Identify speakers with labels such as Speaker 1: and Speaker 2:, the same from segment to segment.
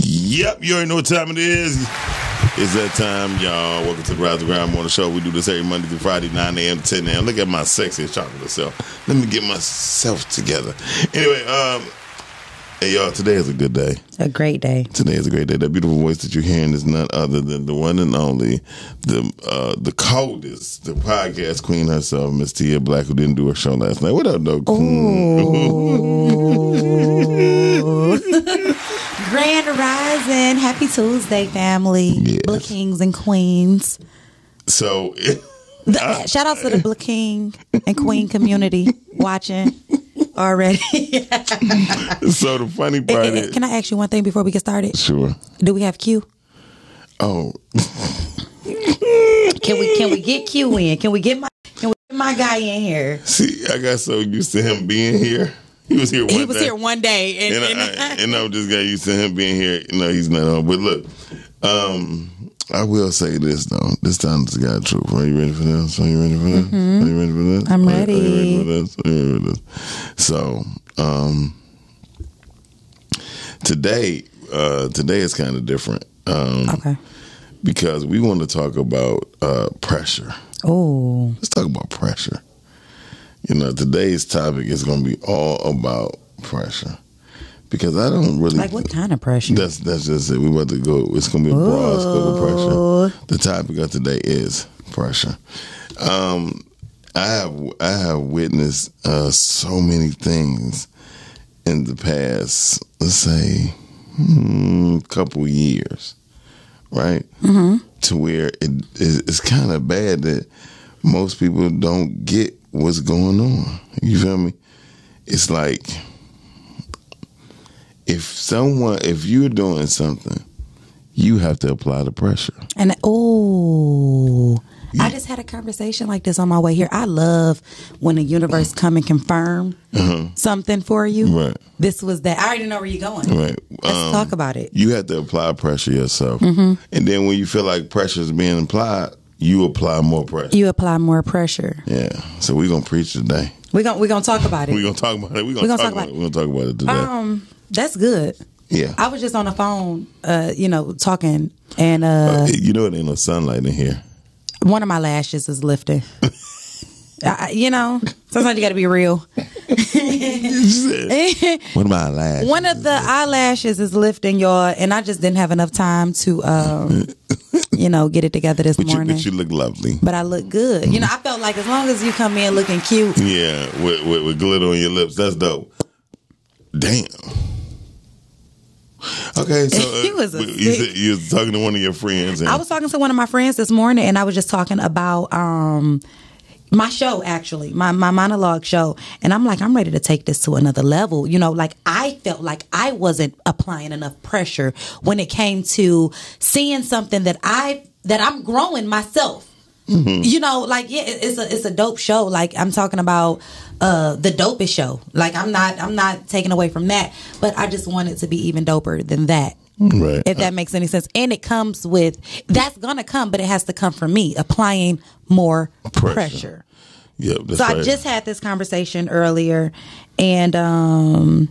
Speaker 1: You already know what time it is. It's that time, y'all. Welcome to the Rise to Ground Morning Show. We do this every Monday through Friday, 9 a.m. to 10 a.m. Look at my sexy chocolate self. Let me get myself together. Anyway, um, hey, y'all, today is a good day.
Speaker 2: A great day.
Speaker 1: Today is a great day. That beautiful voice that you're hearing is none other than the one and only, the uh, the coldest, the podcast queen herself, Miss Tia Black, who didn't do her show last night. What up, though,
Speaker 2: Ooh. Grand Rising. Happy Tuesday, family.
Speaker 1: Yes.
Speaker 2: Black Kings and Queens.
Speaker 1: So,
Speaker 2: The, shout out to the Black King and Queen community watching already.
Speaker 1: so the funny part is,
Speaker 2: Eh, Can I ask you one thing before we get started?
Speaker 1: sure.
Speaker 2: Do we have Q?
Speaker 1: Oh,
Speaker 2: Can we can we get Q in? Can we get my can we get my guy in here?
Speaker 1: see, I got so used to him being here. He was here. One
Speaker 2: He was
Speaker 1: day.
Speaker 2: here one day and,
Speaker 1: and, I, I, and I'm just got used to him being here. No, he's not on. But look, um, I will say this though. This time it's got truth. Are you ready for this? Are you ready for this? Are you ready for this?
Speaker 2: Mm-hmm. I'm
Speaker 1: Are- Are you
Speaker 2: ready.
Speaker 1: ready for this? Are you ready for this? So, um, today, uh, today is kind of different um,
Speaker 2: okay.
Speaker 1: because we want to talk about uh, pressure.
Speaker 2: Oh.
Speaker 1: Let's talk about pressure. You know, today's topic is going to be all about pressure because I don't really
Speaker 2: Like what kind of pressure?
Speaker 1: that's that's just it. We about to go. It's gonna be a broad scope of pressure. The topic of today is pressure. Um, I have I have witnessed uh, so many things in the past. Let's say hmm, couple years, right? Mm-hmm. To where it is it's kind of bad that most people don't get what's going on. You feel me? It's like if someone if you're doing something you have to apply the pressure
Speaker 2: And oh, I just had a conversation like this on my way here. I love when the universe come and confirm
Speaker 1: Uh-huh.
Speaker 2: something for you.
Speaker 1: right
Speaker 2: This was that. I already know where you're going.
Speaker 1: Mm-hmm. right
Speaker 2: Let's
Speaker 1: um,
Speaker 2: talk Mm-hmm. about it.
Speaker 1: you have to apply pressure yourself and then when you feel like pressure is being applied you apply more pressure
Speaker 2: You apply more pressure.
Speaker 1: yeah so we're gonna preach today
Speaker 2: We're gonna we're gonna talk about
Speaker 1: we're
Speaker 2: it.
Speaker 1: gonna talk about it we're gonna,
Speaker 2: We gonna
Speaker 1: talk,
Speaker 2: talk
Speaker 1: about
Speaker 2: about
Speaker 1: it
Speaker 2: it.
Speaker 1: we're gonna talk about it today
Speaker 2: Um, that's good.
Speaker 1: yeah
Speaker 2: I was just on the phone, uh, you know, talking, and uh,
Speaker 1: you know it ain't no sunlight in here
Speaker 2: one of my lashes is lifting. I, I- you know, sometimes you got to be real.
Speaker 1: what about last
Speaker 2: One of the eyelashes is lifting, y'all, and I just didn't have enough time to, um, you know, get it together this
Speaker 1: but you,
Speaker 2: morning.
Speaker 1: but you look lovely
Speaker 2: but I look good. You know, I felt like as long as you come in looking cute,
Speaker 1: yeah with, with, with glitter on your lips that's dope damn okay so uh,
Speaker 2: He was a
Speaker 1: we- you,
Speaker 2: sick-
Speaker 1: said you was talking to one of your friends and
Speaker 2: I was talking to one of my friends this morning, and I was just talking about um, my show, actually, my my monologue show, and I'm like, I'm ready to take this to another level. You know, like I felt like I wasn't applying enough pressure when it came to seeing something that I that I'm growing myself. You know, like yeah, it- it's a it's a dope show. Like I'm talking about uh the dopest show. Like I'm not I'm not taking away from that, but I just want it to be even doper than that
Speaker 1: right
Speaker 2: if that makes any sense. And it comes with that's gonna come, but it has to come from me applying more
Speaker 1: Pressure.
Speaker 2: pressure.
Speaker 1: Yep. That's
Speaker 2: So
Speaker 1: right.
Speaker 2: I just had this conversation earlier, and um,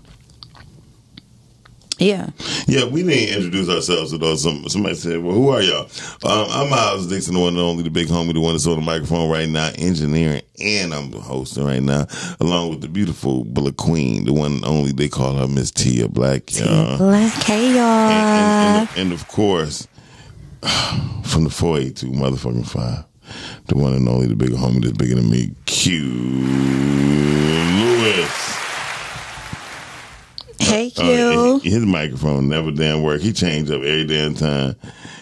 Speaker 2: yeah,
Speaker 1: yeah, we didn't introduce ourselves to those. Some, somebody said, "Well, who are y'all?" Um, I'm Miles Dixon, the one and only, the big homie, the one that's on the microphone right now, engineering, and I'm hosting right now, along with the beautiful Black Queen, the one and only. They call her Miss Tia Black. y'all.
Speaker 2: black hey y'all.
Speaker 1: Uh-huh. and, and, and, and of course, from the 482 motherfucking five, the one and only, the big homie that's bigger than me, Q Lewis.
Speaker 2: Hey
Speaker 1: Uh,
Speaker 2: you.
Speaker 1: his, his microphone never damn work. He changed up every damn time.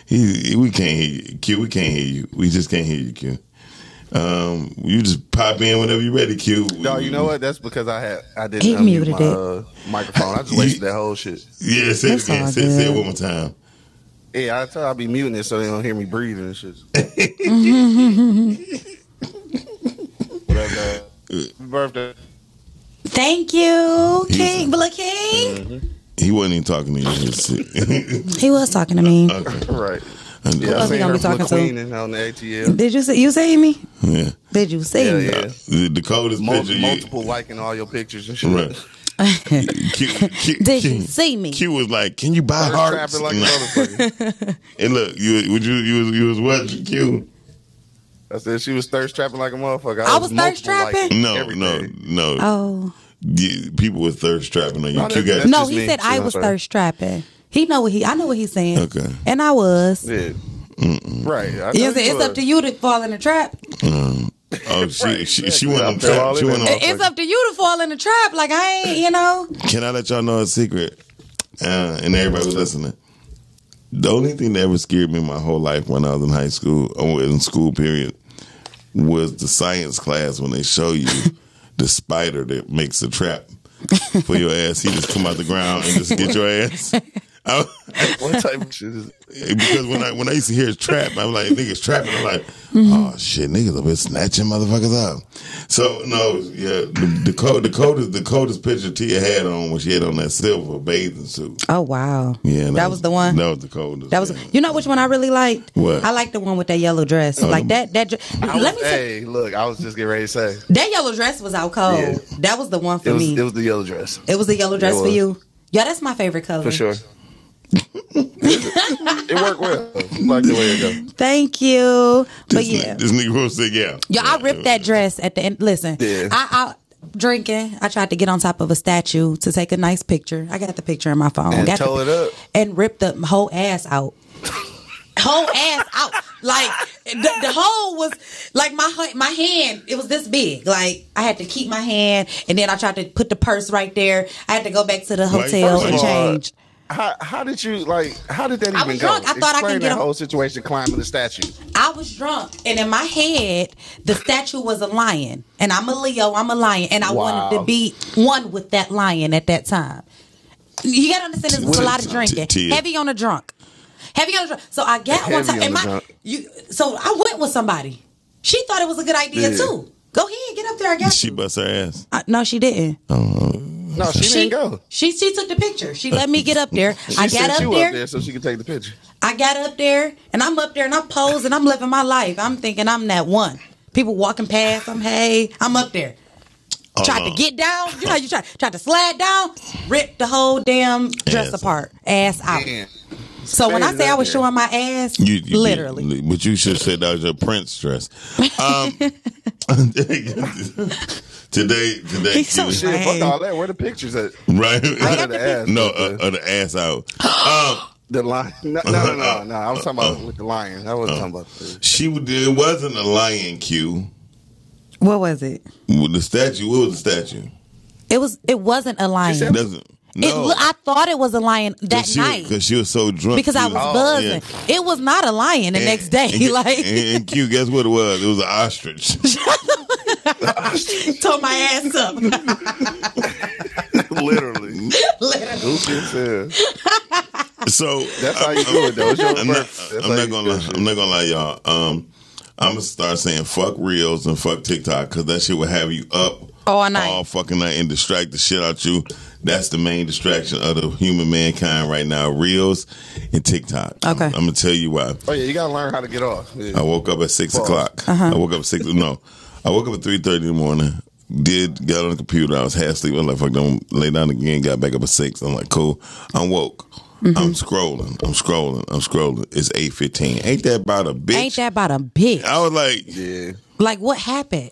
Speaker 1: He, he- we can't hear you, Q. We can't hear you. We just can't hear you, Q. Um, you just pop in whenever you're ready, Q.
Speaker 3: No, you know what? That's because I had I didn't
Speaker 2: He
Speaker 3: unmute
Speaker 2: muted
Speaker 3: my
Speaker 2: it.
Speaker 3: uh, microphone. I just wasted that whole shit.
Speaker 1: Yeah, say it
Speaker 2: That's
Speaker 1: again.
Speaker 2: all
Speaker 1: Say, say it
Speaker 2: good.
Speaker 1: one more time.
Speaker 3: Yeah, I tell I be muting it so they don't hear me breathing and shit. what up, dog? Happy uh, birthday.
Speaker 2: Thank you, King Black King.
Speaker 1: He wasn't even talking to you. He was- Uh,
Speaker 2: He was talking to me.
Speaker 3: Right.
Speaker 1: And,
Speaker 3: Yeah, I
Speaker 2: else we
Speaker 3: seen
Speaker 2: gonna
Speaker 3: her
Speaker 2: be talking
Speaker 3: from
Speaker 2: to?
Speaker 3: Queen and on the ATL.
Speaker 2: Did you see you see me?
Speaker 1: yeah.
Speaker 2: Did you see
Speaker 3: Yeah,
Speaker 2: me?
Speaker 3: yeah.
Speaker 1: The, the coldest
Speaker 3: Mul-
Speaker 1: picture. you-
Speaker 3: multiple liking all your pictures and shit.
Speaker 1: Right. Q, Q,
Speaker 2: Did you
Speaker 1: Q,
Speaker 2: see me?
Speaker 1: Q was like, "Can you buy
Speaker 3: First
Speaker 1: hearts?"
Speaker 3: trapping like a
Speaker 1: And, like,
Speaker 3: motherfucker.
Speaker 1: and look, you would you you was, you was what Q?
Speaker 3: I said she was thirst trapping like a motherfucker.
Speaker 2: I was thirst
Speaker 3: multiple
Speaker 2: trapping?
Speaker 3: liking
Speaker 1: No,
Speaker 3: everything.
Speaker 1: no, no.
Speaker 2: Oh
Speaker 1: You- people were thirst trapping on you.
Speaker 3: No,
Speaker 1: Q
Speaker 3: that-
Speaker 1: got
Speaker 3: that-
Speaker 2: no,
Speaker 3: just
Speaker 2: he
Speaker 3: me.
Speaker 2: said
Speaker 3: She
Speaker 2: I
Speaker 3: was
Speaker 2: was
Speaker 3: like-
Speaker 2: thirst trapping. He know what he I know what he's saying.
Speaker 1: Okay.
Speaker 2: And I was.
Speaker 3: Yeah. Right. I know
Speaker 2: Yes, it's
Speaker 3: was.
Speaker 2: up to you to fall in the trap.
Speaker 1: oh she she, she went
Speaker 3: I
Speaker 1: on
Speaker 3: fell
Speaker 1: trap.
Speaker 3: all
Speaker 1: She
Speaker 3: in
Speaker 1: went
Speaker 3: it.
Speaker 1: on.
Speaker 2: It's up to you to fall in the trap. Like I ain't, you know.
Speaker 1: Can I let y'all know a secret? Uh, and everybody was listening. The only thing that ever scared me my whole life when I was in high school or in school period was the science class when they show you the spider that makes a trap for your ass. He just come out the ground and just get your ass. I-
Speaker 3: What type of shit is
Speaker 1: because when I when I used to hear trap, I'm like niggas trapping. I'm like, oh shit, niggas up here snatching motherfuckers up. So no, yeah, the, the cold, the coldest, the coldest picture Tia had on when she had on that silver bathing suit.
Speaker 2: Oh wow.
Speaker 1: Yeah,
Speaker 2: That was the one?
Speaker 1: That was the coldest.
Speaker 2: That was
Speaker 1: yeah.
Speaker 2: you know which one I really liked.
Speaker 1: What?
Speaker 2: I like the one with that yellow dress. like that that. dr-
Speaker 3: Oh, I was,
Speaker 2: Let me say
Speaker 3: hey, look, I was just getting ready to say
Speaker 2: that yellow dress was out cold.
Speaker 3: Yeah.
Speaker 2: That was the one for
Speaker 3: it was
Speaker 2: me.
Speaker 3: it was the yellow dress
Speaker 2: It was a yellow dress for
Speaker 3: was.
Speaker 2: you. Yeah, that's my favorite color.
Speaker 3: for sure. it worked well. Like the way it go.
Speaker 2: Thank you. But
Speaker 1: This,
Speaker 2: yeah.
Speaker 1: this nigga was said, yeah.
Speaker 2: Yeah, I ripped that dress at the end. Listen,
Speaker 3: Yeah.
Speaker 2: I, I drinking. I tried to get on top of a statue to take a nice picture. I got the picture in my phone.
Speaker 3: And
Speaker 2: Got the-
Speaker 3: tore it up.
Speaker 2: and ripped the whole ass out. whole ass out. Like the, the hole was like my hu- my hand. It was this big. Like I had to keep my hand, and then I tried to put the purse right there. I had to go back to the
Speaker 1: Like,
Speaker 2: hotel
Speaker 1: first
Speaker 2: and
Speaker 1: of
Speaker 3: all,
Speaker 2: change.
Speaker 3: How how did you like? How did that even
Speaker 2: I was
Speaker 3: go?
Speaker 2: drunk. I thought I
Speaker 3: Explain
Speaker 2: could
Speaker 3: that
Speaker 2: get a-
Speaker 3: whole situation climbing the statue.
Speaker 2: I was drunk, and in my head, the statue was a lion, and I'm a Leo, I'm a lion, and I
Speaker 3: Wow.
Speaker 2: wanted to be one with that lion at that time. You gotta understand, this was a
Speaker 1: What
Speaker 2: lot
Speaker 1: is-
Speaker 2: of drinking,
Speaker 1: T- T-
Speaker 2: heavy on a drunk, heavy on a drunk. So I got one
Speaker 3: Heavy
Speaker 2: time,
Speaker 3: on
Speaker 2: and
Speaker 3: the
Speaker 2: my,
Speaker 3: drunk.
Speaker 2: you, so I went with somebody. She thought it was a good idea
Speaker 3: Yeah.
Speaker 2: too. Go ahead, get up there. I got
Speaker 1: She
Speaker 2: you.
Speaker 1: bust her ass.
Speaker 2: I- no, she didn't.
Speaker 3: No, she,
Speaker 2: she
Speaker 3: didn't go.
Speaker 2: She she took the picture. She let me get up there. I
Speaker 3: She
Speaker 2: got
Speaker 3: set
Speaker 2: up
Speaker 3: you
Speaker 2: there.
Speaker 3: up there so she could take the picture.
Speaker 2: I got up there and I'm up there and I'm posing. I'm living my life. I'm thinking I'm that one. People walking past. I'm hey. I'm up there.
Speaker 1: Oh,
Speaker 2: Tried to get down. You know how you try tried to slide down. Ripped the whole damn dress
Speaker 1: Ass.
Speaker 2: apart. Ass out.
Speaker 3: Damn.
Speaker 2: So when I say I was
Speaker 3: Faded up
Speaker 2: showing my ass,
Speaker 1: You- you-
Speaker 2: literally.
Speaker 1: you- but you should have said that was your prince dress. Um, today, today,
Speaker 2: He's so
Speaker 1: Q-
Speaker 2: shit.
Speaker 3: Shit,
Speaker 2: Hey.
Speaker 3: fuck all that. Where the pictures at?
Speaker 1: right?
Speaker 3: Out of the ass.
Speaker 1: No,
Speaker 3: with
Speaker 1: uh,
Speaker 3: the,
Speaker 1: uh, the ass out.
Speaker 3: the lion. No, no, no, no, no. I was talking about with the lion. I wasn't talking about. The,
Speaker 1: She would. It wasn't a lion Q.
Speaker 2: What was it?
Speaker 1: Well, the statue. What was the statue?
Speaker 2: It was. It wasn't a lion.
Speaker 1: It doesn't. No.
Speaker 2: It, lo- I thought it was a lion that
Speaker 1: she,
Speaker 2: night
Speaker 1: because she was Eh, so drunk.
Speaker 2: because I
Speaker 1: Q.
Speaker 2: was
Speaker 3: Oh,
Speaker 2: buzzing. It was not a lion the
Speaker 1: And-
Speaker 2: next day.
Speaker 1: and-
Speaker 2: like
Speaker 1: and, and Q, guess what it was? It was an ostrich.
Speaker 2: tore my ass up.
Speaker 3: literally.
Speaker 2: literally.
Speaker 3: Goofy as hell.
Speaker 1: So
Speaker 3: That's how you do it, though. It's your
Speaker 1: I'm not,
Speaker 3: first. That's
Speaker 1: I'm
Speaker 3: how
Speaker 1: not
Speaker 3: you
Speaker 1: gonna
Speaker 3: do
Speaker 1: lie.
Speaker 3: shit.
Speaker 1: I'm not gonna lie, y'all. Um, I'm gonna start saying fuck reels and fuck TikTok because that shit will have you up
Speaker 2: All night.
Speaker 1: all fucking night, and distract the shit out you. That's the main distraction of the human mankind right now: reels and TikTok.
Speaker 2: Okay.
Speaker 1: I'm, I'm gonna tell you why.
Speaker 3: Oh yeah, you gotta learn how to get off. Yeah.
Speaker 1: I woke up at six
Speaker 3: Pause.
Speaker 1: o'clock.
Speaker 2: Uh-huh.
Speaker 1: I woke up at six. No, I woke up at three thirty in the morning. Did got on the computer. I was half asleep. I'm like, fuck, don't lay down again. Got back up at six. I'm like, cool. I'm woke.
Speaker 2: Mm-hmm.
Speaker 1: I'm scrolling. I'm scrolling. I'm scrolling. It's eight fifteen. Ain't that about a bitch?
Speaker 2: Ain't that about a bitch?
Speaker 1: I was like,
Speaker 3: yeah.
Speaker 2: Like what happened?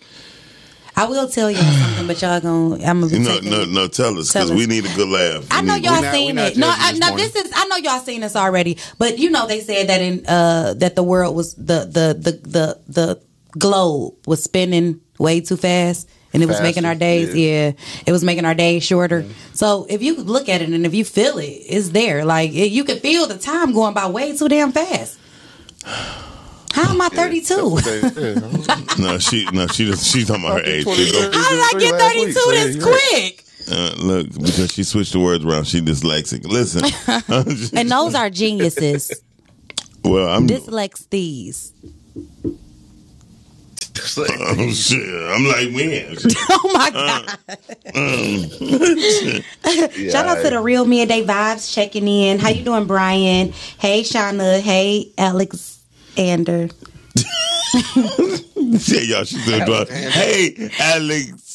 Speaker 2: I will tell you something, but y'all gonna I'm gonna be
Speaker 1: no,
Speaker 2: taking-
Speaker 1: no, no. Tell us
Speaker 2: Tell
Speaker 1: because we
Speaker 2: us.
Speaker 1: need a good laugh.
Speaker 2: I
Speaker 1: We
Speaker 2: know
Speaker 1: need-
Speaker 2: y'all
Speaker 3: we not-
Speaker 2: seen
Speaker 3: we not
Speaker 2: it. No,
Speaker 3: judging
Speaker 2: I,
Speaker 3: this
Speaker 2: no,
Speaker 3: morning.
Speaker 2: this is I know y'all seen this already, but you know they said that in uh that the world was the the the the the globe was spinning way too fast. And it was
Speaker 3: Faster,
Speaker 2: making our days, yeah. It was making our days shorter. So if you look at it and if you feel it, it's there. Like it, you can feel the time going by way too damn fast. How am I thirty two?
Speaker 3: Yeah.
Speaker 1: No, she, no, she just, she's talking about her age. She go-
Speaker 2: How did I get 32 this quick?
Speaker 1: uh, look, because she switched the words around. She dyslexic. Listen,
Speaker 2: And those are geniuses.
Speaker 1: well, I'm
Speaker 2: Dyslexies.
Speaker 1: Oh shit! I'm like man.
Speaker 2: oh my god! Shout out to the real men. They vibes checking in. How you doing, Brian? Hey, Shauna. Hey, Alexander.
Speaker 1: yeah, y'all should do it. Hey, Alex.